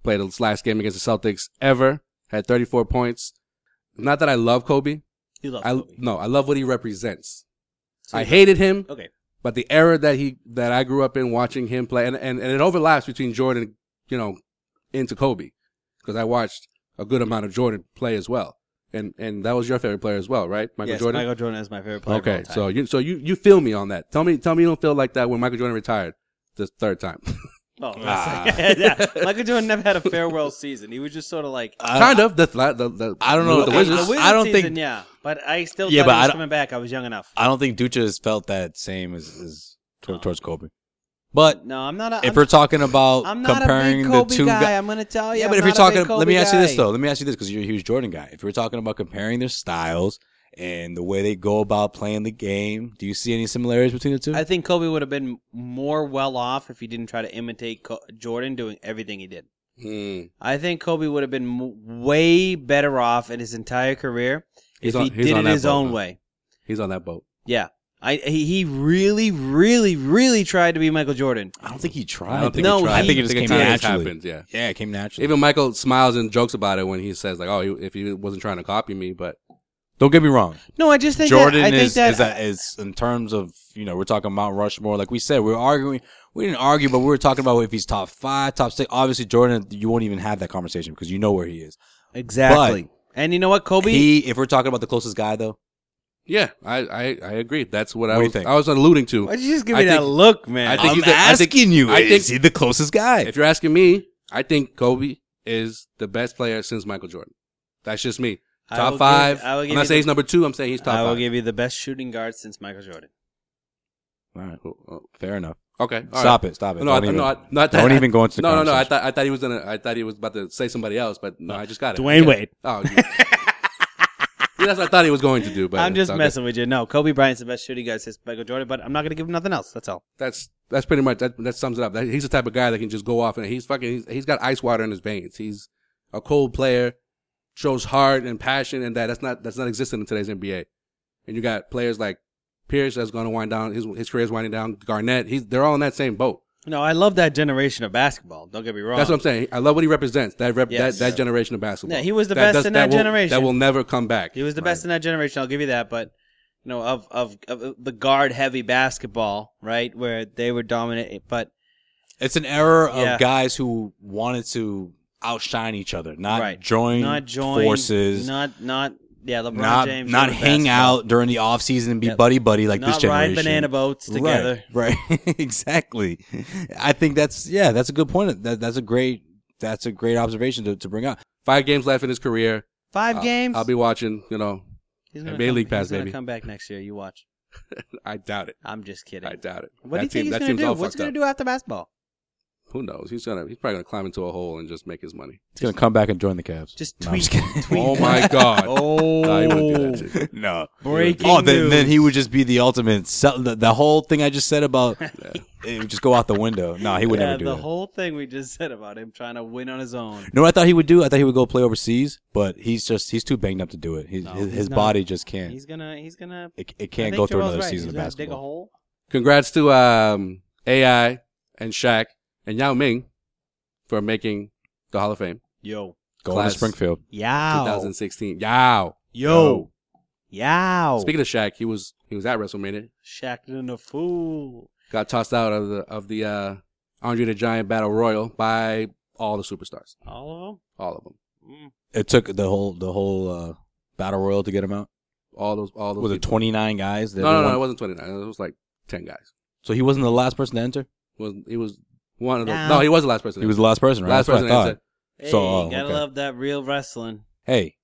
[SPEAKER 3] played his last game against the Celtics ever. Had 34 points. Not that I love Kobe.
[SPEAKER 2] He loves
[SPEAKER 3] I
[SPEAKER 2] Kobe.
[SPEAKER 3] no, I love what he represents.
[SPEAKER 2] So
[SPEAKER 3] I
[SPEAKER 2] he-
[SPEAKER 3] hated him,
[SPEAKER 2] Okay.
[SPEAKER 3] but the era that he that I grew up in watching him play, and and, and it overlaps between Jordan, you know, into Kobe, because I watched a good amount of Jordan play as well, and and that was your favorite player as well, right, Michael
[SPEAKER 2] yes,
[SPEAKER 3] Jordan?
[SPEAKER 2] Michael Jordan is my favorite player.
[SPEAKER 3] okay, so you so you you feel me on that? Tell me tell me you don't feel like that when Michael Jordan retired the third time,
[SPEAKER 2] Oh,
[SPEAKER 1] Ah.
[SPEAKER 2] yeah, yeah. Michael Jordan never had a farewell season. He was just sort of like.
[SPEAKER 3] kind of. The, the, the
[SPEAKER 1] I don't know
[SPEAKER 3] with
[SPEAKER 1] Uh, the
[SPEAKER 3] the Wizards.
[SPEAKER 1] Wizards. I don't
[SPEAKER 2] season,
[SPEAKER 1] think
[SPEAKER 2] Yeah, but I still
[SPEAKER 1] Yeah,
[SPEAKER 2] thought
[SPEAKER 1] but
[SPEAKER 2] he
[SPEAKER 1] I
[SPEAKER 2] was
[SPEAKER 1] don't-
[SPEAKER 2] coming back. I was young enough.
[SPEAKER 1] I don't think Ducha has felt that same as, as toward, towards Kobe. But
[SPEAKER 2] No, I'm not. A,
[SPEAKER 1] if
[SPEAKER 2] I'm,
[SPEAKER 1] we're talking about
[SPEAKER 2] I'm not
[SPEAKER 1] comparing
[SPEAKER 2] a big Kobe
[SPEAKER 1] the two
[SPEAKER 2] guy.
[SPEAKER 1] guys,
[SPEAKER 2] I'm gonna tell you.
[SPEAKER 1] yeah,
[SPEAKER 2] I'm
[SPEAKER 1] but if
[SPEAKER 2] not
[SPEAKER 1] you're
[SPEAKER 2] a
[SPEAKER 1] talking,
[SPEAKER 2] big Kobe
[SPEAKER 1] let me ask you this
[SPEAKER 2] guy.
[SPEAKER 1] though. Let me ask you this because you're a huge Jordan guy. If we're talking about comparing their styles and the way they go about playing the game, do you see any similarities between the two?
[SPEAKER 2] I think Kobe would have been more well off if he didn't try to imitate Co- Jordan doing everything he did.
[SPEAKER 3] Hmm.
[SPEAKER 2] I think Kobe would have been m- way better off in his entire career
[SPEAKER 3] He's
[SPEAKER 2] if
[SPEAKER 3] on-
[SPEAKER 2] he
[SPEAKER 3] he's
[SPEAKER 2] did
[SPEAKER 3] on
[SPEAKER 2] it
[SPEAKER 3] that
[SPEAKER 2] his
[SPEAKER 3] boat,
[SPEAKER 2] own
[SPEAKER 3] though.
[SPEAKER 2] way.
[SPEAKER 3] He's on that boat.
[SPEAKER 2] Yeah. I he he really really really tried to be Michael Jordan.
[SPEAKER 1] I don't think he tried.
[SPEAKER 3] I don't think
[SPEAKER 2] No,
[SPEAKER 3] he tried.
[SPEAKER 2] I think it
[SPEAKER 1] just came
[SPEAKER 3] time has
[SPEAKER 1] naturally.
[SPEAKER 3] happened, yeah.
[SPEAKER 1] yeah, it came naturally.
[SPEAKER 3] Even Michael smiles and jokes about it when he says like, "Oh, he- if he wasn't trying to copy me, but
[SPEAKER 1] don't get me wrong.
[SPEAKER 2] No, I just think
[SPEAKER 1] Jordan
[SPEAKER 2] that, I think
[SPEAKER 1] is,
[SPEAKER 2] that,
[SPEAKER 1] is, a, is in terms of you know we're talking Mount Rushmore. Like we said, we are arguing. We didn't argue, but we were talking about if he's top five, top six. Obviously, Jordan, you won't even have that conversation because you know where he is.
[SPEAKER 2] exactly. and you know what Kobe
[SPEAKER 1] He, if we're talking about the closest guy though,
[SPEAKER 3] yeah, I I, I agree. That's what,
[SPEAKER 1] What
[SPEAKER 3] I
[SPEAKER 1] do you
[SPEAKER 3] was
[SPEAKER 1] think?
[SPEAKER 3] I was alluding to.
[SPEAKER 2] Why'd you just give
[SPEAKER 3] I
[SPEAKER 2] me that
[SPEAKER 3] think-
[SPEAKER 2] look, man?
[SPEAKER 3] I think
[SPEAKER 1] I'm
[SPEAKER 3] he's the- I
[SPEAKER 1] asking
[SPEAKER 3] think-
[SPEAKER 1] you.
[SPEAKER 3] I think-
[SPEAKER 1] is he the closest guy?
[SPEAKER 3] If you're asking me, I think Kobe is the best player since Michael Jordan. That's just me.
[SPEAKER 2] I
[SPEAKER 3] Top
[SPEAKER 2] will give-
[SPEAKER 3] five.
[SPEAKER 2] I will give
[SPEAKER 3] I'm not
[SPEAKER 2] you
[SPEAKER 3] saying
[SPEAKER 2] the-
[SPEAKER 3] he's number two. I'm saying he's top
[SPEAKER 2] I will
[SPEAKER 3] five.
[SPEAKER 2] give you the best shooting guard since Michael Jordan.
[SPEAKER 1] All right, fair enough.
[SPEAKER 3] okay, all right.
[SPEAKER 1] Stop it, stop it.
[SPEAKER 3] No, I,
[SPEAKER 1] Don't even-
[SPEAKER 3] no, I, not that,
[SPEAKER 1] don't even go into the
[SPEAKER 3] No, no, no. I
[SPEAKER 1] conversation.
[SPEAKER 3] thought I thought he was gonna. I thought he was about to say somebody else, but no, I just got it.
[SPEAKER 2] Dwayne
[SPEAKER 3] Yeah.
[SPEAKER 2] Wade.
[SPEAKER 3] Oh, yeah. Yeah, that's what I thought he was going to do, but
[SPEAKER 2] I'm
[SPEAKER 3] it's
[SPEAKER 2] just
[SPEAKER 3] all good.
[SPEAKER 2] messing with you. No, Kobe Bryant's the best shooting guard since Michael Jordan, but I'm not gonna give him nothing else. That's all.
[SPEAKER 3] That's that's pretty much that. That sums it up. That, he's the type of guy that can just go off and he's fucking. He's, he's got ice water in his veins. He's a cold player, shows heart and passion, and that that's not that's not existent in today's NBA. And you got players like Pierce that's going to wind down. His his career's winding down. Garnett. He's they're all in that same boat.
[SPEAKER 2] No, I love that generation of basketball. Don't get me wrong.
[SPEAKER 3] That's what I'm saying. I love what he represents. That rep,
[SPEAKER 2] Yes.
[SPEAKER 3] that, that generation of basketball.
[SPEAKER 2] Yeah, he was the best in that
[SPEAKER 3] will-
[SPEAKER 2] generation.
[SPEAKER 3] That will never come back.
[SPEAKER 2] He was the best in that generation. I'll give you that. But you know, of of, of the guard heavy basketball, right, where they were dominant. eh, But
[SPEAKER 1] It's an error of
[SPEAKER 2] Yeah.
[SPEAKER 1] guys who wanted to outshine each other, not
[SPEAKER 2] Right.
[SPEAKER 1] join,
[SPEAKER 2] not join
[SPEAKER 1] forces, not
[SPEAKER 2] Not not yeah. LeBron
[SPEAKER 1] not,
[SPEAKER 2] James. with
[SPEAKER 1] hang
[SPEAKER 2] basketball.
[SPEAKER 1] out during the off season and be
[SPEAKER 2] Yep.
[SPEAKER 1] buddy buddy like
[SPEAKER 2] not
[SPEAKER 1] this generation.
[SPEAKER 2] ride banana boats together.
[SPEAKER 1] Right, right. exactly. I think that's yeah, that's a good point. That, that's a great that's a great observation to, to bring up.
[SPEAKER 3] Five games left in his career.
[SPEAKER 2] Five
[SPEAKER 3] I'll-
[SPEAKER 2] games.
[SPEAKER 3] I'll be watching. You know,
[SPEAKER 2] He's gonna
[SPEAKER 3] NBA
[SPEAKER 2] come,
[SPEAKER 3] League Pass,
[SPEAKER 2] he's gonna
[SPEAKER 3] baby.
[SPEAKER 2] Come back next year. You watch.
[SPEAKER 3] I doubt it.
[SPEAKER 2] I'm just kidding.
[SPEAKER 3] I doubt it.
[SPEAKER 2] What do you
[SPEAKER 3] That
[SPEAKER 2] think
[SPEAKER 3] team-
[SPEAKER 2] he's
[SPEAKER 3] that
[SPEAKER 2] gonna
[SPEAKER 3] team's
[SPEAKER 2] do?
[SPEAKER 3] all
[SPEAKER 2] What's
[SPEAKER 3] fucked
[SPEAKER 2] he gonna
[SPEAKER 3] up.
[SPEAKER 2] do after basketball?
[SPEAKER 3] Who knows? He's gonna he's probably gonna climb into a hole and just make his money.
[SPEAKER 1] He's gonna come back and join the Cavs.
[SPEAKER 2] Just
[SPEAKER 1] No, I'm
[SPEAKER 2] tweet.
[SPEAKER 1] just
[SPEAKER 2] tweet.
[SPEAKER 3] Oh my god.
[SPEAKER 2] Oh.
[SPEAKER 3] Nah, he wouldn't do that shit.
[SPEAKER 1] kidding. no.
[SPEAKER 2] Breaking
[SPEAKER 1] Oh, then,
[SPEAKER 2] news.
[SPEAKER 1] then he would just be the ultimate. Sell, the, the whole thing I just said about uh, it would just go out the window. No, he would
[SPEAKER 2] yeah,
[SPEAKER 1] never do
[SPEAKER 2] the
[SPEAKER 1] that.
[SPEAKER 2] whole thing we just said about him trying to win on his own.
[SPEAKER 1] you know what I thought he would do? I thought he would go play overseas, but he's just he's too banged up to do it. He,
[SPEAKER 2] No,
[SPEAKER 1] his
[SPEAKER 2] he's
[SPEAKER 1] his
[SPEAKER 2] not.
[SPEAKER 1] body just can't.
[SPEAKER 2] He's gonna. He's gonna.
[SPEAKER 1] it, it
[SPEAKER 2] I
[SPEAKER 1] can't
[SPEAKER 2] think
[SPEAKER 1] go through
[SPEAKER 2] Jarrell's
[SPEAKER 1] another
[SPEAKER 2] right.
[SPEAKER 1] season
[SPEAKER 2] he's
[SPEAKER 1] of
[SPEAKER 2] gonna
[SPEAKER 1] basketball.
[SPEAKER 2] Dig a hole.
[SPEAKER 3] Congrats to um, AI and Shaq and Yao Ming for making the Hall of Fame.
[SPEAKER 2] Yo.
[SPEAKER 1] Going
[SPEAKER 3] Class
[SPEAKER 1] to Springfield.
[SPEAKER 2] Yow.
[SPEAKER 3] 2016. Yow.
[SPEAKER 2] Yo.
[SPEAKER 1] Oh.
[SPEAKER 2] Yow.
[SPEAKER 3] Speaking of Shaq, he was he was at WrestleMania.
[SPEAKER 2] Shaq did a fool.
[SPEAKER 3] Got tossed out of the of the uh, Andre the Giant Battle Royal by all the superstars,
[SPEAKER 2] All
[SPEAKER 3] all of them,
[SPEAKER 2] of them.
[SPEAKER 1] It took the whole the whole uh, battle royal to get him out.
[SPEAKER 3] all those all those.
[SPEAKER 1] Was it
[SPEAKER 3] people.
[SPEAKER 1] twenty nine guys? that
[SPEAKER 3] No, no,
[SPEAKER 1] everyone-
[SPEAKER 3] no. It wasn't 29. It was like 10 guys.
[SPEAKER 1] So he wasn't the last person to enter.
[SPEAKER 3] It was he was one of the
[SPEAKER 2] No.
[SPEAKER 3] no. he was the last person.
[SPEAKER 1] He was the last person, right?
[SPEAKER 3] last
[SPEAKER 1] That's
[SPEAKER 3] person.
[SPEAKER 1] what I
[SPEAKER 3] to
[SPEAKER 1] thought.
[SPEAKER 2] Hey,
[SPEAKER 1] So, oh,
[SPEAKER 2] gotta
[SPEAKER 1] okay.
[SPEAKER 2] love that real wrestling.
[SPEAKER 1] Hey,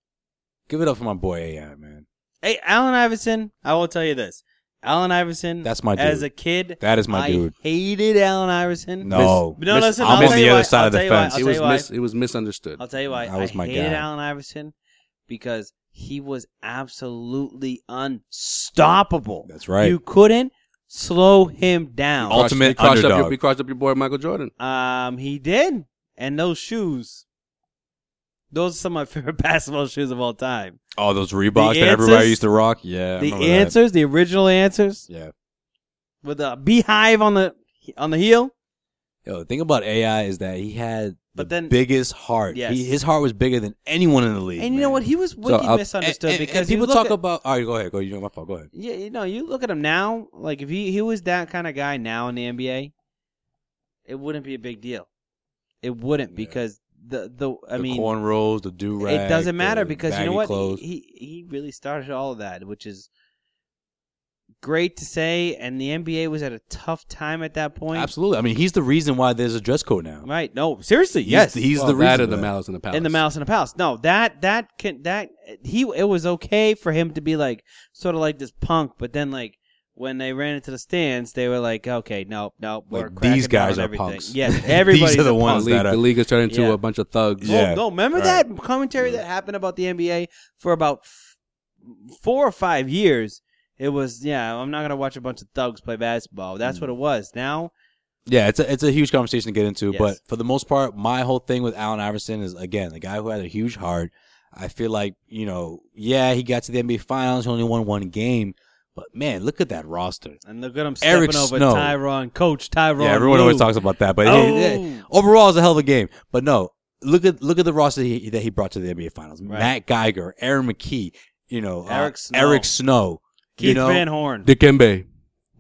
[SPEAKER 1] give it up for my boy AI man.
[SPEAKER 2] Hey, Allen Iverson. I will tell you this. Allen Iverson.
[SPEAKER 1] That's my dude.
[SPEAKER 2] As a kid,
[SPEAKER 1] That is my
[SPEAKER 2] I
[SPEAKER 1] dude.
[SPEAKER 2] hated Allen Iverson.
[SPEAKER 1] No,
[SPEAKER 2] No,
[SPEAKER 3] Miss-
[SPEAKER 2] listen.
[SPEAKER 3] I'm
[SPEAKER 2] I'll
[SPEAKER 3] on
[SPEAKER 2] tell
[SPEAKER 3] the
[SPEAKER 2] you
[SPEAKER 1] other
[SPEAKER 2] why-
[SPEAKER 1] side
[SPEAKER 2] I'll
[SPEAKER 1] of the
[SPEAKER 2] tell you why-
[SPEAKER 1] fence.
[SPEAKER 2] I'll
[SPEAKER 3] It
[SPEAKER 2] tell
[SPEAKER 3] was
[SPEAKER 2] you why.
[SPEAKER 3] mis- it was misunderstood.
[SPEAKER 2] I'll tell you why.
[SPEAKER 1] That was
[SPEAKER 2] I
[SPEAKER 1] my
[SPEAKER 2] hated
[SPEAKER 1] guy.
[SPEAKER 2] Allen Iverson because he was absolutely unstoppable.
[SPEAKER 1] That's right.
[SPEAKER 2] You couldn't slow him down.
[SPEAKER 1] All- Ultimate
[SPEAKER 3] He crossed up
[SPEAKER 1] underdog.
[SPEAKER 3] your, he crossed up your boy Michael Jordan.
[SPEAKER 2] um, he did, and those shoes. Those are some of my favorite basketball shoes of all time.
[SPEAKER 1] All Oh, those Reeboks
[SPEAKER 2] The
[SPEAKER 1] that everybody
[SPEAKER 2] answers-
[SPEAKER 1] used to rock. Yeah, I
[SPEAKER 2] the
[SPEAKER 1] remember that.
[SPEAKER 2] answers, the original answers,
[SPEAKER 1] Yeah.
[SPEAKER 2] with a beehive on the on the heel.
[SPEAKER 1] Yo, the thing about AI is that he had
[SPEAKER 2] But
[SPEAKER 1] the
[SPEAKER 2] then-
[SPEAKER 1] biggest heart.
[SPEAKER 2] Yes.
[SPEAKER 1] He, his heart was bigger than anyone in the league.
[SPEAKER 2] And you know
[SPEAKER 1] man. uh,
[SPEAKER 2] what? He was wicked
[SPEAKER 3] I'll-
[SPEAKER 2] misunderstood
[SPEAKER 1] And- and-
[SPEAKER 2] because
[SPEAKER 1] and
[SPEAKER 2] you
[SPEAKER 1] people
[SPEAKER 2] look
[SPEAKER 1] talk
[SPEAKER 2] at-
[SPEAKER 1] about. All right, go ahead. Go. You know my fault. Go ahead.
[SPEAKER 2] Yeah, you know, you look at him now. Like if he he was that kind of guy now in the NBA, it wouldn't be a big deal. It wouldn't
[SPEAKER 1] Yeah.
[SPEAKER 2] because the the I
[SPEAKER 1] the
[SPEAKER 2] mean,
[SPEAKER 1] cornrows, the do rag.
[SPEAKER 2] it doesn't matter
[SPEAKER 1] the
[SPEAKER 2] because you
[SPEAKER 1] baggy
[SPEAKER 2] know what
[SPEAKER 1] clothes.
[SPEAKER 2] he, he he really started all of that, which is great to say. And the NBA was at a tough time at that point.
[SPEAKER 1] Absolutely. I mean, he's the reason why there's a dress code now.
[SPEAKER 2] Right? No, seriously.
[SPEAKER 1] He's-
[SPEAKER 2] yes,
[SPEAKER 1] he's
[SPEAKER 3] Well,
[SPEAKER 1] the
[SPEAKER 3] that
[SPEAKER 1] reason.
[SPEAKER 3] and the
[SPEAKER 1] for that.
[SPEAKER 3] malice in the palace.
[SPEAKER 2] in the mouse in the palace. No, that that can that he it was okay for him to be like sort of like this punk, but then like when they ran into the stands, they were like, okay, no, no, we're
[SPEAKER 1] Like,
[SPEAKER 2] cracking
[SPEAKER 1] these
[SPEAKER 2] down
[SPEAKER 1] guys
[SPEAKER 2] on
[SPEAKER 1] are
[SPEAKER 2] everything.
[SPEAKER 1] punks.
[SPEAKER 2] Yes,
[SPEAKER 1] These
[SPEAKER 2] everybody's
[SPEAKER 1] are the
[SPEAKER 2] a
[SPEAKER 3] The
[SPEAKER 1] ones
[SPEAKER 2] punk.
[SPEAKER 3] league-
[SPEAKER 1] that are-
[SPEAKER 3] the league has turned into
[SPEAKER 2] Yeah.
[SPEAKER 3] a bunch of thugs.
[SPEAKER 1] Yeah.
[SPEAKER 2] Oh, no, remember
[SPEAKER 1] Right.
[SPEAKER 2] that commentary that happened about the NBA for about f- four or five years. It was yeah. I'm not gonna watch a bunch of thugs play basketball. That's
[SPEAKER 1] Mm.
[SPEAKER 2] what it was. Now,
[SPEAKER 1] Yeah, it's a, it's a huge conversation to get into,
[SPEAKER 2] Yes.
[SPEAKER 1] but for the most part, my whole thing with Allen Iverson is again the guy who had a huge heart. I feel like you know, yeah, he got to the NBA Finals, he only won one game, but man, look at that roster.
[SPEAKER 2] and look at him stepping
[SPEAKER 1] Eric
[SPEAKER 2] over
[SPEAKER 1] Snow.
[SPEAKER 2] Tyron, Coach Tyron.
[SPEAKER 1] yeah, everyone
[SPEAKER 2] Lue.
[SPEAKER 1] always talks about that, but
[SPEAKER 2] Oh.
[SPEAKER 1] yeah, yeah, overall, it's a hell of a game. But no, look at look at the roster he, that he brought to the NBA Finals:
[SPEAKER 2] Right.
[SPEAKER 1] Matt Geiger, Aaron McKee, you know, uh,
[SPEAKER 2] Eric Snow.
[SPEAKER 1] Eric Snow.
[SPEAKER 2] Keith
[SPEAKER 1] you know,
[SPEAKER 2] Van Horn.
[SPEAKER 3] Dikembe.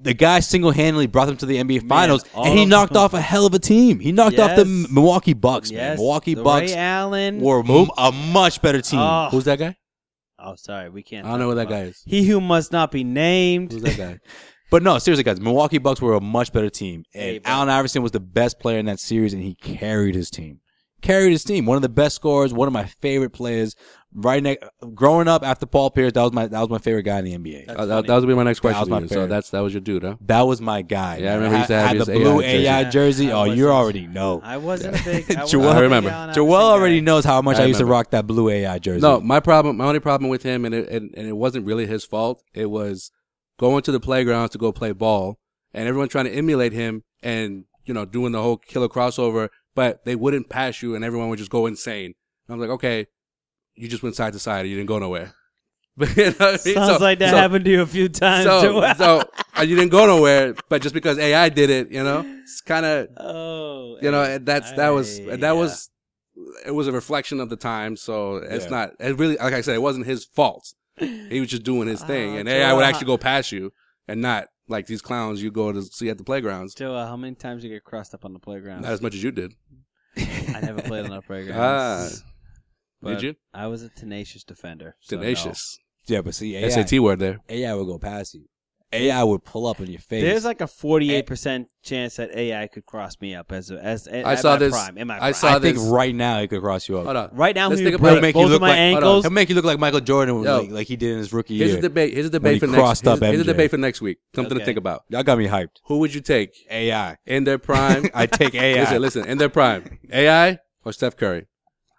[SPEAKER 1] the guy single handedly brought them to the NBA
[SPEAKER 2] Man,
[SPEAKER 1] Finals,
[SPEAKER 2] all
[SPEAKER 1] and he
[SPEAKER 2] of
[SPEAKER 1] knocked
[SPEAKER 2] them.
[SPEAKER 1] off a hell of a team. He knocked off the M-
[SPEAKER 2] Yes.
[SPEAKER 1] Milwaukee Bucks, man. Milwaukee
[SPEAKER 2] the
[SPEAKER 1] Bucks
[SPEAKER 2] Ray Allen.
[SPEAKER 1] were m- a much better team.
[SPEAKER 2] Oh.
[SPEAKER 3] Who's that guy?
[SPEAKER 2] oh, sorry, we can't.
[SPEAKER 3] I don't know
[SPEAKER 2] talk
[SPEAKER 3] who that
[SPEAKER 2] about-
[SPEAKER 3] guy is.
[SPEAKER 2] He who must not be
[SPEAKER 3] Who's
[SPEAKER 2] named.
[SPEAKER 3] that guy?
[SPEAKER 1] But no, seriously, guys, Milwaukee Bucks were a much better team, and
[SPEAKER 2] Hey, but-
[SPEAKER 1] Allen Iverson was the best player in that series, and he carried his team. Carried his team. One of the best scorers. One of my favorite players. Right next, growing up after Paul Pierce, that was my that was my favorite guy in the NBA.
[SPEAKER 2] That's
[SPEAKER 3] Uh, that,
[SPEAKER 2] funny.
[SPEAKER 3] that was gonna be my next
[SPEAKER 1] That
[SPEAKER 3] question.
[SPEAKER 1] was
[SPEAKER 3] to
[SPEAKER 1] my
[SPEAKER 3] you. so
[SPEAKER 1] favorite.
[SPEAKER 3] that's that was your dude, huh?
[SPEAKER 1] That was my guy.
[SPEAKER 3] Yeah, I remember he used to
[SPEAKER 1] had,
[SPEAKER 3] have
[SPEAKER 1] had
[SPEAKER 3] his
[SPEAKER 1] the
[SPEAKER 3] AI
[SPEAKER 1] blue
[SPEAKER 3] jersey.
[SPEAKER 1] AI
[SPEAKER 2] Yeah,
[SPEAKER 1] jersey.
[SPEAKER 2] I
[SPEAKER 1] oh, you
[SPEAKER 2] wasn't-
[SPEAKER 1] already know.
[SPEAKER 2] I wasn't a big. I,
[SPEAKER 1] Joel-
[SPEAKER 2] wasn't
[SPEAKER 3] I
[SPEAKER 2] a
[SPEAKER 3] remember.
[SPEAKER 2] big Allen Iverson
[SPEAKER 1] Joel already
[SPEAKER 2] guy.
[SPEAKER 1] knows how much
[SPEAKER 3] I
[SPEAKER 1] I, used to
[SPEAKER 3] remember.
[SPEAKER 1] rock that blue AI jersey.
[SPEAKER 3] No, my problem. My only problem with him, and it and, and it wasn't really his fault. It was going to the playgrounds to go play ball, and everyone trying to emulate him, and you know doing the whole killer crossover, but they wouldn't pass you, and everyone would just go insane. And I'm like, okay, you just went side to side, and you didn't go nowhere. But you know what I mean?
[SPEAKER 2] Sounds
[SPEAKER 3] So-
[SPEAKER 2] like that
[SPEAKER 3] so-
[SPEAKER 2] happened to you a few times.
[SPEAKER 3] So,
[SPEAKER 2] Joel.
[SPEAKER 3] so uh, you didn't go nowhere, but just because AI did it, you know, it's kind of
[SPEAKER 2] oh,
[SPEAKER 3] you know
[SPEAKER 2] hey,
[SPEAKER 3] and that's that was
[SPEAKER 2] hey,
[SPEAKER 3] that
[SPEAKER 2] yeah.
[SPEAKER 3] was it was a reflection of the time so it's
[SPEAKER 1] Yeah.
[SPEAKER 3] not it really like i said it wasn't his fault he was just doing his thing
[SPEAKER 2] Ah,
[SPEAKER 1] Uh,
[SPEAKER 3] and ai would
[SPEAKER 2] Joel.
[SPEAKER 3] actually go past you and not like these clowns you go to see at the playgrounds
[SPEAKER 2] Joel, how many times you get crossed up on the playground?
[SPEAKER 3] not as much as you did
[SPEAKER 2] I never played on the playground.
[SPEAKER 3] Ah.
[SPEAKER 2] But
[SPEAKER 3] did you
[SPEAKER 2] I was a tenacious defender. so no.
[SPEAKER 3] tenacious
[SPEAKER 1] yeah, but see, AI,
[SPEAKER 3] sat word there
[SPEAKER 1] AI would go past you. AI would pull up in your face.
[SPEAKER 2] There's like a 48% chance that AI could cross me up as a, as
[SPEAKER 3] I
[SPEAKER 2] at
[SPEAKER 3] saw
[SPEAKER 2] my
[SPEAKER 3] this-
[SPEAKER 2] prime. In my
[SPEAKER 3] I
[SPEAKER 2] prime.
[SPEAKER 3] saw
[SPEAKER 1] I think
[SPEAKER 3] this-
[SPEAKER 1] right now it could cross you up.
[SPEAKER 3] hold on
[SPEAKER 2] Right now,
[SPEAKER 3] Let's
[SPEAKER 2] he would
[SPEAKER 3] think about
[SPEAKER 2] break
[SPEAKER 3] it.
[SPEAKER 1] Make you
[SPEAKER 2] both
[SPEAKER 1] look
[SPEAKER 2] of my
[SPEAKER 1] like- hold on.
[SPEAKER 2] ankles.
[SPEAKER 1] It'll make you look like Michael Jordan,
[SPEAKER 3] Yo.
[SPEAKER 1] like, like he did in his rookie
[SPEAKER 3] here's
[SPEAKER 1] year.
[SPEAKER 3] a debate here's a
[SPEAKER 1] he
[SPEAKER 3] debate for
[SPEAKER 1] crossed
[SPEAKER 3] next
[SPEAKER 1] up
[SPEAKER 3] here's, here's a
[SPEAKER 1] MJ.
[SPEAKER 3] debate for next week something to
[SPEAKER 2] Okay.
[SPEAKER 3] think about
[SPEAKER 1] Y'all got me hyped.
[SPEAKER 3] who would you take
[SPEAKER 1] AI.
[SPEAKER 3] in their prime
[SPEAKER 1] I take AI.
[SPEAKER 3] Listen, listen, in their prime, AI or Steph Curry?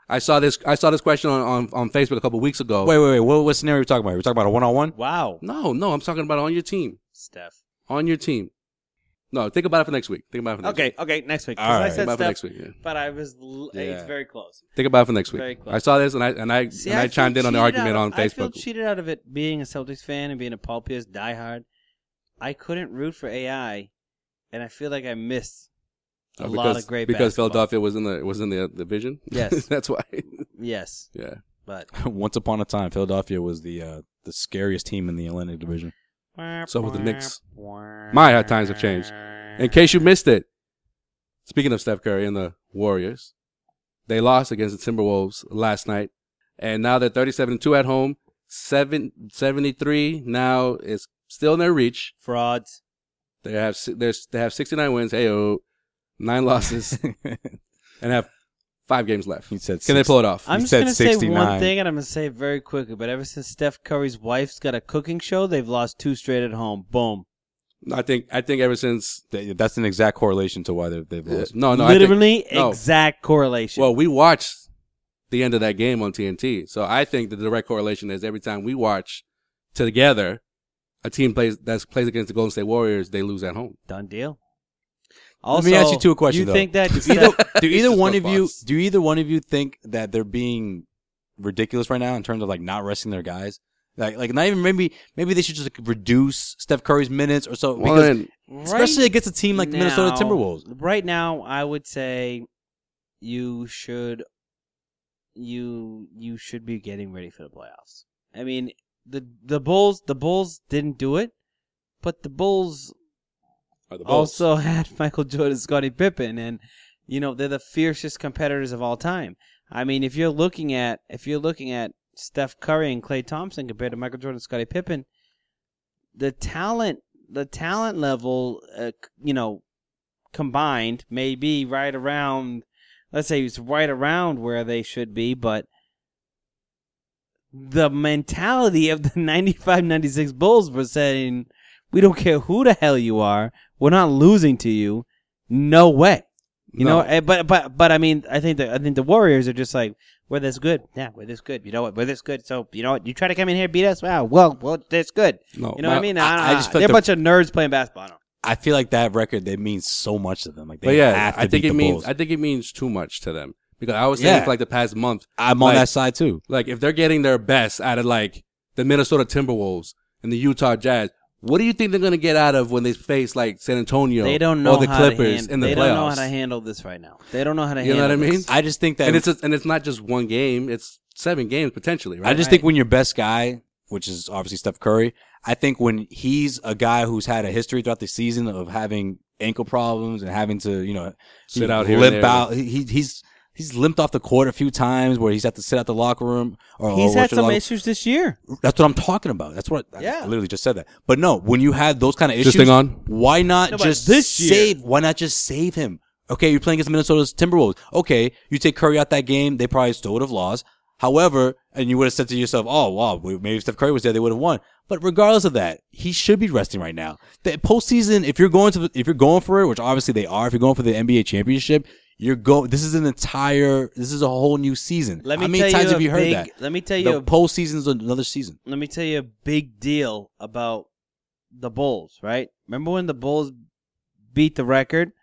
[SPEAKER 3] I saw this. I saw this question on, on, on Facebook a couple weeks ago.
[SPEAKER 1] Wait, wait, wait. What, what scenario are we talking about? We're talking about a one on one?
[SPEAKER 2] Wow,
[SPEAKER 3] no, no, I'm talking about on your team.
[SPEAKER 2] Steph.
[SPEAKER 3] On your team, No, think about it for next week. Think about it for next
[SPEAKER 2] Okay,
[SPEAKER 3] week.
[SPEAKER 2] okay, next week. 'Cause
[SPEAKER 1] All
[SPEAKER 2] I
[SPEAKER 1] right.
[SPEAKER 3] Think
[SPEAKER 2] said
[SPEAKER 3] about it for
[SPEAKER 2] stuff,
[SPEAKER 3] next week. Yeah.
[SPEAKER 2] but I was l- it's
[SPEAKER 1] Yeah.
[SPEAKER 2] very close.
[SPEAKER 3] Think about it for next
[SPEAKER 2] Very
[SPEAKER 3] week.
[SPEAKER 2] close.
[SPEAKER 3] I saw this and I and I
[SPEAKER 2] See,
[SPEAKER 3] and I,
[SPEAKER 2] feel
[SPEAKER 3] chimed in on the
[SPEAKER 2] cheated
[SPEAKER 3] argument
[SPEAKER 2] out
[SPEAKER 3] on
[SPEAKER 2] of- I feel
[SPEAKER 3] Facebook.
[SPEAKER 2] cheated out of it being a Celtics fan and being a Paul Pierce diehard. I couldn't root for AI, and I feel like I missed a
[SPEAKER 3] Uh,
[SPEAKER 2] lot of great
[SPEAKER 3] because
[SPEAKER 2] basketball.
[SPEAKER 3] Philadelphia was in the was in the the vision.
[SPEAKER 2] Yes.
[SPEAKER 3] that's why.
[SPEAKER 2] Yes,
[SPEAKER 3] Yeah,
[SPEAKER 2] but
[SPEAKER 1] Once upon a time, Philadelphia was the uh, the scariest team in the Atlantic Division.
[SPEAKER 3] So with the Knicks. My hard times have changed. In case you missed it, speaking of Steph Curry and the Warriors, they lost against the Timberwolves last night, and now they're 37 2 at home. Seven, 73 now is still in their reach.
[SPEAKER 2] frauds.
[SPEAKER 3] They have si- they're, they have 69 wins, ayo, nine losses, and have five games left.
[SPEAKER 1] He said
[SPEAKER 3] Can they
[SPEAKER 1] six.
[SPEAKER 3] pull it off?
[SPEAKER 2] I'm
[SPEAKER 1] You
[SPEAKER 2] just
[SPEAKER 1] said
[SPEAKER 2] gonna say one
[SPEAKER 1] 69.
[SPEAKER 2] thing, and I'm gonna say it very quickly. But ever since Steph Curry's wife's got a cooking show, they've lost two straight at home. Boom.
[SPEAKER 3] I think I think ever since
[SPEAKER 1] Th- That's an exact correlation to why they've, they've
[SPEAKER 3] uh,
[SPEAKER 1] lost.
[SPEAKER 3] no no I think-
[SPEAKER 2] Literally
[SPEAKER 3] no.
[SPEAKER 2] exact correlation.
[SPEAKER 3] Well, we watched the end of that game on TNT. So I think the direct correlation is every time we watch together, a team plays that plays against the Golden State Warriors, they lose at home.
[SPEAKER 2] done deal.
[SPEAKER 1] Let me ask you two a question,
[SPEAKER 2] You
[SPEAKER 1] though.
[SPEAKER 2] think that
[SPEAKER 1] Either,
[SPEAKER 2] Steph-
[SPEAKER 1] do
[SPEAKER 3] He's
[SPEAKER 1] either
[SPEAKER 3] just
[SPEAKER 1] one
[SPEAKER 3] no
[SPEAKER 1] of you
[SPEAKER 3] boss.
[SPEAKER 1] do either one of you think that they're being ridiculous right now in terms of like not resting their guys? Like, like not even maybe maybe they should just like, reduce Steph Curry's minutes or so
[SPEAKER 3] Well,
[SPEAKER 1] because
[SPEAKER 3] then,
[SPEAKER 1] especially
[SPEAKER 2] Right
[SPEAKER 1] against a team like the Minnesota
[SPEAKER 2] now-
[SPEAKER 1] Timberwolves.
[SPEAKER 2] Right now, I would say you should you you should be getting ready for the playoffs. I mean the the Bulls the Bulls didn't do it, but the Bulls,
[SPEAKER 3] are the Bulls.
[SPEAKER 2] also had Michael Jordan, Scottie Pippen, and you know they're the fiercest competitors of all time. I mean, if you're looking at if you're looking at Steph Curry and Clay Thompson compared to Michael Jordan, Scottie Pippen, the talent the talent level, uh, c- you know, combined may be right around. Let's say it's right around where they should be, but the mentality of the 95-96 Bulls were saying, "We don't care who the hell you are, we're not losing to you. No way." You
[SPEAKER 3] No.
[SPEAKER 2] know, eh, but but but I mean, I think the I think the Warriors are just like we're this good. Yeah, we're this good. You know what? We're this good. So you know what? You try to come in here and beat us. Wow. Well, well, that's good.
[SPEAKER 3] No,
[SPEAKER 2] You know what I
[SPEAKER 3] my-
[SPEAKER 2] mean?
[SPEAKER 1] I-
[SPEAKER 2] I,
[SPEAKER 1] I
[SPEAKER 2] just
[SPEAKER 1] just
[SPEAKER 2] they're
[SPEAKER 1] feel
[SPEAKER 2] a
[SPEAKER 1] like
[SPEAKER 2] bunch of nerds playing basketball. I don't know.
[SPEAKER 1] I feel like that record that means so much to them. Like, they
[SPEAKER 3] But yeah,
[SPEAKER 1] have to
[SPEAKER 3] I think
[SPEAKER 1] beat
[SPEAKER 3] it
[SPEAKER 1] the
[SPEAKER 3] means
[SPEAKER 1] Bulls.
[SPEAKER 3] I think it means too much to them because I was saying
[SPEAKER 1] Yeah.
[SPEAKER 3] for like the past month,
[SPEAKER 1] I'm
[SPEAKER 3] like-
[SPEAKER 1] on that side too.
[SPEAKER 3] like if they're getting their best out of like the Minnesota Timberwolves and the Utah Jazz. What do you think they're gonna get out of when they face like San Antonio
[SPEAKER 2] They don't know
[SPEAKER 3] or the
[SPEAKER 2] how to
[SPEAKER 3] Clippers
[SPEAKER 2] hand-
[SPEAKER 3] in the
[SPEAKER 2] They
[SPEAKER 3] playoffs?
[SPEAKER 2] don't know how to handle this right now. They don't know how to
[SPEAKER 3] You know
[SPEAKER 2] handle
[SPEAKER 3] what I mean?
[SPEAKER 2] this.
[SPEAKER 1] I just think that
[SPEAKER 3] and it's a, and it's not just one game; it's seven games potentially, right?
[SPEAKER 1] I just think when your best guy, which is obviously Steph Curry, I think when he's a guy who's had a history throughout the season of having ankle problems and having to, you know,
[SPEAKER 3] Sit out here and
[SPEAKER 1] limp
[SPEAKER 3] there.
[SPEAKER 1] out. He, he- he's he's limped off the court a few times where he's had to sit out the locker room.
[SPEAKER 3] Oh,
[SPEAKER 1] Or,
[SPEAKER 2] He's
[SPEAKER 1] or
[SPEAKER 2] had
[SPEAKER 1] the
[SPEAKER 2] some
[SPEAKER 1] locker-
[SPEAKER 2] issues this year.
[SPEAKER 1] That's what I'm talking about. That's what I-
[SPEAKER 2] Yeah.
[SPEAKER 1] I literally just said that. But no, when you had those kind of
[SPEAKER 3] Just
[SPEAKER 1] issues,
[SPEAKER 3] thing on?
[SPEAKER 1] why not
[SPEAKER 2] No, but
[SPEAKER 1] just
[SPEAKER 2] this year-
[SPEAKER 1] save? Why not just save him? Okay, you're playing against Minnesota's Timberwolves. Okay, you take Curry out that game, they probably still would have lost. However, and you would have said to yourself, "Oh, wow, we- maybe if Steph Curry was there, they would have won." But regardless of that, he should be resting right now. The postseason, if you're going to, the, if you're going for it, which obviously they are, if you're going for the NBA championship, you're go. This is an entire, this is a whole new season.
[SPEAKER 2] Let me
[SPEAKER 1] How many
[SPEAKER 2] tell you
[SPEAKER 1] times
[SPEAKER 2] a
[SPEAKER 1] have you heard
[SPEAKER 2] big-
[SPEAKER 1] that?
[SPEAKER 2] let me tell you a-
[SPEAKER 1] the postseason is another season.
[SPEAKER 2] let me tell you a big deal about the Bulls, right? Remember when the Bulls beat the record?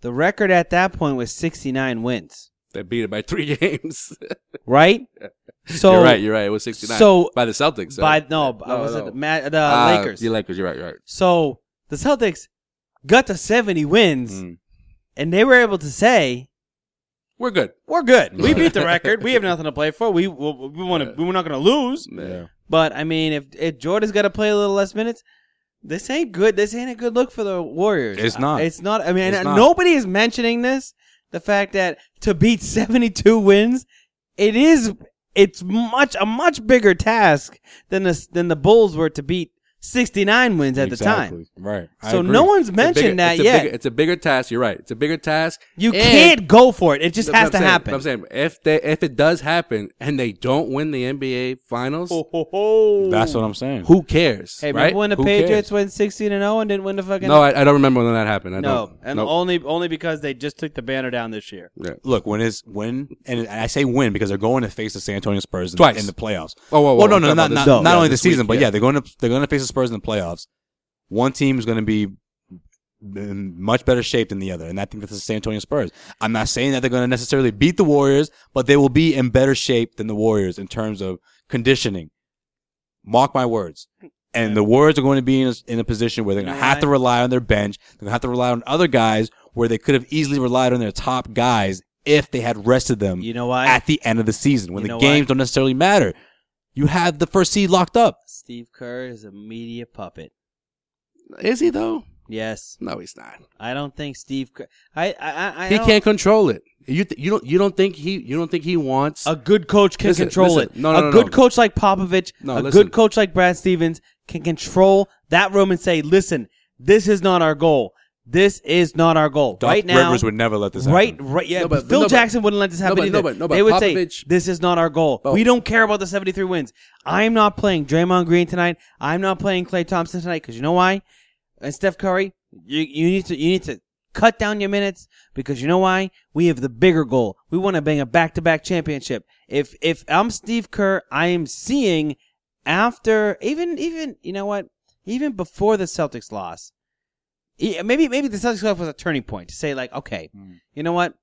[SPEAKER 2] The record at that point was 69 wins,
[SPEAKER 3] they beat it by three games.
[SPEAKER 2] right? So
[SPEAKER 3] you're right. You're right. It was 69.
[SPEAKER 2] so-
[SPEAKER 3] by the Celtics. so-
[SPEAKER 2] by no, I was at the, Ma- the
[SPEAKER 3] Uh,
[SPEAKER 2] Lakers.
[SPEAKER 3] The Lakers. You're right. You're right.
[SPEAKER 2] So the Celtics got to 70 wins,
[SPEAKER 3] Hmm.
[SPEAKER 1] Mm.
[SPEAKER 2] and they were able to say,
[SPEAKER 3] We're good.
[SPEAKER 2] "We're good. We beat the record. We have nothing to play for. We we want to. We're not going to lose."
[SPEAKER 3] Yeah.
[SPEAKER 2] But I mean, if if Jordan's got to play a little less minutes, this ain't good. This ain't a good look for the Warriors.
[SPEAKER 1] It's not.
[SPEAKER 2] Uh, It's not. I mean,
[SPEAKER 1] It's
[SPEAKER 2] uh,
[SPEAKER 1] not.
[SPEAKER 2] nobody is mentioning this. The fact that to beat seventy two wins, it is it's much a much bigger task than the than the Bulls were to beat sixty nine wins at the time.
[SPEAKER 1] Right.
[SPEAKER 2] So no one's
[SPEAKER 3] It's a bigger-
[SPEAKER 2] mentioned that
[SPEAKER 3] it's a
[SPEAKER 2] yet.
[SPEAKER 3] bigger- it's a bigger task. You're right. It's a bigger task.
[SPEAKER 2] you
[SPEAKER 3] And-
[SPEAKER 2] can't go for it. It just
[SPEAKER 3] But
[SPEAKER 2] has
[SPEAKER 3] I'm
[SPEAKER 2] to
[SPEAKER 3] saying-
[SPEAKER 2] happen.
[SPEAKER 3] but I'm saying if they if it does happen and they don't win the NBA Finals,
[SPEAKER 1] That's what I'm saying.
[SPEAKER 3] who cares?
[SPEAKER 2] Oh. Hey,
[SPEAKER 3] right?
[SPEAKER 2] remember when the
[SPEAKER 3] Who
[SPEAKER 2] Patriots
[SPEAKER 3] cares?
[SPEAKER 2] went sixteen and zero and didn't win the fucking?
[SPEAKER 3] No, I, I don't remember when that happened. I
[SPEAKER 2] no,
[SPEAKER 3] don't.
[SPEAKER 2] and
[SPEAKER 3] Nope.
[SPEAKER 2] only only because they just took the banner down this year.
[SPEAKER 3] Yeah.
[SPEAKER 1] Look, when is when, and I say when because they're going to face the San Antonio Spurs in,
[SPEAKER 3] Twice.
[SPEAKER 1] in the playoffs.
[SPEAKER 3] Oh, whoa, whoa,
[SPEAKER 1] Well, no,
[SPEAKER 3] I'm
[SPEAKER 1] no,
[SPEAKER 3] talking
[SPEAKER 1] not
[SPEAKER 3] about
[SPEAKER 1] not,
[SPEAKER 3] this-
[SPEAKER 1] not
[SPEAKER 3] yeah,
[SPEAKER 1] only the
[SPEAKER 3] this week,
[SPEAKER 1] season, but
[SPEAKER 3] yeah.
[SPEAKER 1] yeah, they're going to they're going to face the Spurs in the playoffs. One team is going to be in much better shape than the other. And I think that's the San Antonio Spurs. I'm not saying that they're going to necessarily beat the Warriors, but they will be in better shape than the Warriors in terms of conditioning. Mark my words. And the Warriors are going to be in a, in a position where they're going to have to rely on their bench. They're going to have to rely on other guys where they could have easily relied on their top guys if they had rested them
[SPEAKER 2] You know why?
[SPEAKER 1] at the end of the season when
[SPEAKER 2] You
[SPEAKER 1] the
[SPEAKER 2] know
[SPEAKER 1] games
[SPEAKER 2] why?
[SPEAKER 1] don't necessarily matter. You have the first seed locked up.
[SPEAKER 2] Steve Kerr is a media puppet.
[SPEAKER 3] Is he though?
[SPEAKER 2] Yes,
[SPEAKER 3] No, he's not.
[SPEAKER 2] I don't think Steve Kerr. I I I, I
[SPEAKER 3] he
[SPEAKER 2] don't-
[SPEAKER 3] can't control it. You th- you don't you don't think he you don't think he wants
[SPEAKER 2] A good coach can
[SPEAKER 3] Listen,
[SPEAKER 2] control
[SPEAKER 3] listen.
[SPEAKER 2] it.
[SPEAKER 3] No, no,
[SPEAKER 2] a
[SPEAKER 3] no,
[SPEAKER 2] good
[SPEAKER 3] no.
[SPEAKER 2] coach like Popovich,
[SPEAKER 3] No,
[SPEAKER 2] a
[SPEAKER 3] listen.
[SPEAKER 2] good coach like Brad Stevens can control that room and say, "Listen, this is not our goal. This is not our goal."
[SPEAKER 1] Doc
[SPEAKER 2] right now,
[SPEAKER 1] Rivers would never let this happen.
[SPEAKER 2] Right, right. Yeah,
[SPEAKER 3] No, but-
[SPEAKER 2] Phil
[SPEAKER 3] no, but-
[SPEAKER 2] Jackson wouldn't let this
[SPEAKER 3] no,
[SPEAKER 2] happen
[SPEAKER 3] but-
[SPEAKER 2] either.
[SPEAKER 3] no, but- no, but
[SPEAKER 2] they would
[SPEAKER 3] Popovich- Oh.
[SPEAKER 2] say, "This is not our goal.
[SPEAKER 3] But-
[SPEAKER 2] we don't care about the 73 wins. I'm not playing Draymond Green tonight. I'm not playing Clay Thompson tonight because you know why? And Steph Curry, you you need to you need to cut down your minutes because you know why? We have the bigger goal. We want to bring a back-to-back championship. If if I'm Steve Kerr, I am seeing after even even you know what? Even before the Celtics loss, yeah, maybe maybe the Celtics loss was a turning point to say like, okay,
[SPEAKER 3] Hmm.
[SPEAKER 2] you know what?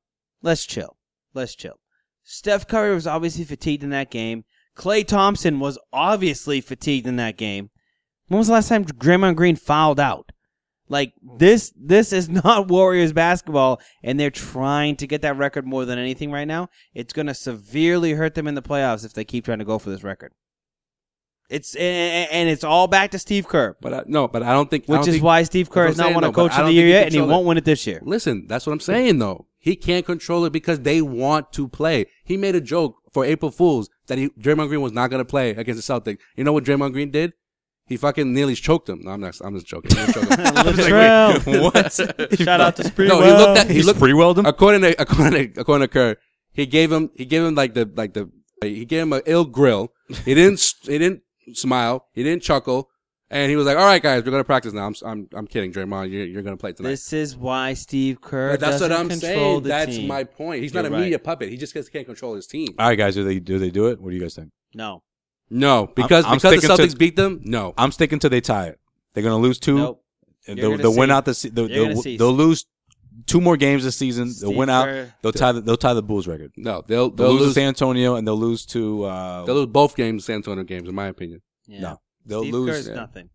[SPEAKER 2] Let's chill. Let's chill. Steph Curry was obviously fatigued in that game. Clay Thompson was obviously fatigued in that game. When was the last time Draymond Green fouled out? Like this this is not Warriors basketball and they're trying to get that record more than anything right now. It's going to severely hurt them in the playoffs if they keep trying to go for this record. It's and, and it's all back to Steve Kerr,
[SPEAKER 3] But I, no, but I don't think I
[SPEAKER 2] which
[SPEAKER 3] don't
[SPEAKER 2] is
[SPEAKER 3] think-
[SPEAKER 2] why Steve Kerr
[SPEAKER 3] That's
[SPEAKER 2] has
[SPEAKER 3] what I'm
[SPEAKER 2] not won
[SPEAKER 3] saying,
[SPEAKER 2] a
[SPEAKER 3] though, but
[SPEAKER 2] coach
[SPEAKER 3] I
[SPEAKER 2] of the
[SPEAKER 3] don't
[SPEAKER 2] year
[SPEAKER 3] think he
[SPEAKER 2] yet and he
[SPEAKER 3] controlled
[SPEAKER 2] won't
[SPEAKER 3] it.
[SPEAKER 2] win it this year.
[SPEAKER 3] Listen, that's what I'm saying though. He can't control it because they want to play. He made a joke for April Fools that he Draymond Green was not going to play against the Celtics. You know what Draymond Green did? He fucking nearly choked him. No, I'm not. I'm just joking. I'm just joking.
[SPEAKER 2] Latrell. Shout out to Spreewell.
[SPEAKER 3] no, he looked at he
[SPEAKER 1] He's
[SPEAKER 3] looked
[SPEAKER 1] pre-welled him?
[SPEAKER 3] according to according to, according to Kerr. He gave him he gave him like the like the he gave him an ill grill. He didn't s- he didn't smile. He didn't chuckle. And he was like, "All right, guys, we're gonna practice now. I'm s- I'm, I'm kidding, Draymond. You're, you're gonna play tonight."
[SPEAKER 2] This is why Steve Kerr.
[SPEAKER 3] But that's what
[SPEAKER 2] doesn't
[SPEAKER 3] I'm
[SPEAKER 2] control
[SPEAKER 3] saying.
[SPEAKER 2] the
[SPEAKER 3] That's
[SPEAKER 2] team.
[SPEAKER 3] my point. He's not
[SPEAKER 2] You're
[SPEAKER 3] a media
[SPEAKER 2] right.
[SPEAKER 3] puppet. He just gets- can't control his team.
[SPEAKER 1] All right, guys, do they do they do it? What do you guys think?
[SPEAKER 2] No.
[SPEAKER 3] No, because
[SPEAKER 1] I'm
[SPEAKER 3] because the
[SPEAKER 1] sticking
[SPEAKER 3] Celtics
[SPEAKER 1] to-
[SPEAKER 3] beat them. No,
[SPEAKER 1] I'm sticking to they tie it. They're gonna lose two.
[SPEAKER 2] Nope.
[SPEAKER 1] They'll,
[SPEAKER 2] You're gonna
[SPEAKER 1] they'll win
[SPEAKER 2] see.
[SPEAKER 1] out the. se- They'll,
[SPEAKER 2] You're gonna
[SPEAKER 1] they'll,
[SPEAKER 2] see.
[SPEAKER 1] they'll lose two more games this season.
[SPEAKER 2] Steve
[SPEAKER 1] they'll win out.
[SPEAKER 2] Kerr.
[SPEAKER 1] They'll tie. The, they'll tie the Bulls record.
[SPEAKER 3] no, they'll
[SPEAKER 1] They'll,
[SPEAKER 3] they'll,
[SPEAKER 1] lose, to
[SPEAKER 3] lose
[SPEAKER 1] San Antonio and they'll lose to. Uh,
[SPEAKER 3] they'll lose both games, San Antonio games, in my opinion.
[SPEAKER 2] Yeah.
[SPEAKER 1] No, they'll
[SPEAKER 2] Steve
[SPEAKER 1] lose.
[SPEAKER 2] Kerr's nothing.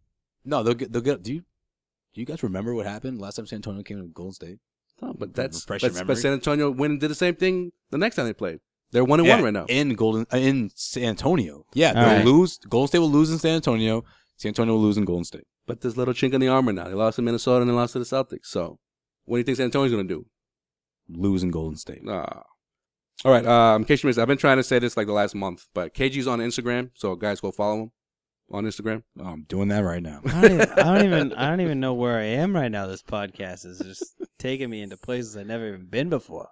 [SPEAKER 1] No, they'll get. They'll get. Do you? Do you guys remember what happened last time San Antonio came to Golden State?
[SPEAKER 3] No, but that's
[SPEAKER 1] Refresh
[SPEAKER 3] but,
[SPEAKER 1] your
[SPEAKER 3] but
[SPEAKER 1] memory.
[SPEAKER 3] San Antonio went and did the same thing the next time they played. They're one and one
[SPEAKER 1] Yeah,
[SPEAKER 3] right now.
[SPEAKER 1] in Golden uh, in San Antonio. Yeah,
[SPEAKER 2] All
[SPEAKER 1] they'll
[SPEAKER 2] right.
[SPEAKER 1] lose. Golden State will lose in San Antonio. San Antonio will lose in Golden State.
[SPEAKER 3] But there's little chink in the armor now. They lost to Minnesota and they lost to the Celtics. So what do you think San Antonio's gonna do?
[SPEAKER 1] Lose in Golden State.
[SPEAKER 3] Ah. All right. Um, in case you missed, I've been trying to say this like the last month, but KG's on Instagram, so guys, go follow him on Instagram.
[SPEAKER 1] Oh, I'm doing that right now.
[SPEAKER 2] I don't, even, I don't even. I don't even know where I am right now. This podcast is just taking me into places I've never even been before.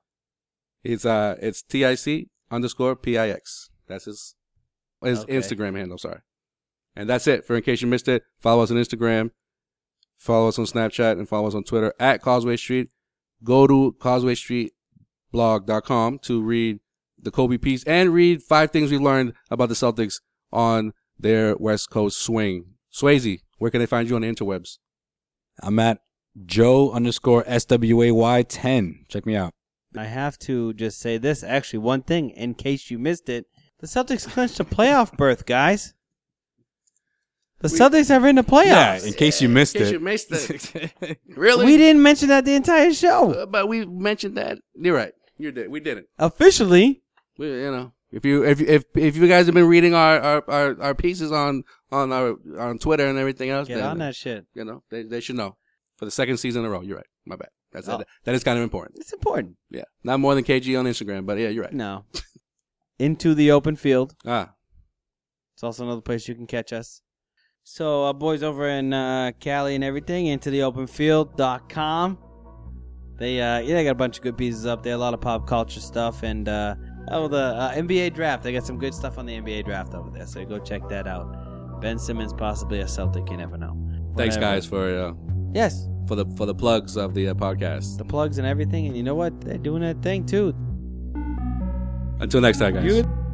[SPEAKER 3] It's uh, it's tic underscore pix. That's his his
[SPEAKER 2] Okay.
[SPEAKER 3] Instagram handle. Sorry, and that's it. For in case you missed it, follow us on Instagram, follow us on Snapchat, and follow us on Twitter at Causeway Street. Go to causewaystreetblog.com to read the Kobe piece and read five things we learned about the Celtics on their West Coast swing. Swayze, where can they find you on the interwebs?
[SPEAKER 1] I'm at Joe underscore SWAY ten. Check me out.
[SPEAKER 2] I have to just say this. Actually, one thing in case you missed it, the Celtics clinched a playoff berth, guys. The Celtics are in the playoffs.
[SPEAKER 1] Yeah, in case you missed it.
[SPEAKER 3] missed it. really?
[SPEAKER 2] we didn't mention that the entire show.
[SPEAKER 3] Uh, but we mentioned that. You're right. You did. We didn't.
[SPEAKER 2] Officially,
[SPEAKER 3] We, you know, if you if if if you guys have been reading our our, our, our pieces on on our on Twitter and everything else,
[SPEAKER 2] get
[SPEAKER 3] then,
[SPEAKER 2] on that shit.
[SPEAKER 3] You know, they they should know for the second season in a row. You're right. My bad. That's
[SPEAKER 2] Oh.
[SPEAKER 3] that is kind of important.
[SPEAKER 2] It's important.
[SPEAKER 3] Yeah, not more than KG on Instagram, but yeah, you're right.
[SPEAKER 2] No. Into the open field.
[SPEAKER 3] Ah,
[SPEAKER 2] It's also another place you can catch us. So our boys over in uh, Cali and everything, into the openfield.com. They uh, yeah, they got a bunch of good pieces up there, a lot of pop culture stuff, and uh, oh the uh, NBA draft. They got some good stuff on the NBA draft over there, so go check that out. Ben Simmons possibly a Celtic, you never know.
[SPEAKER 3] thanks
[SPEAKER 2] Whatever.
[SPEAKER 3] guys for uh,
[SPEAKER 2] yes,
[SPEAKER 3] for the for the plugs of the uh, podcast.
[SPEAKER 2] the plugs and everything, and you know what? They're doing that thing too.
[SPEAKER 3] Until next time, guys.
[SPEAKER 2] You-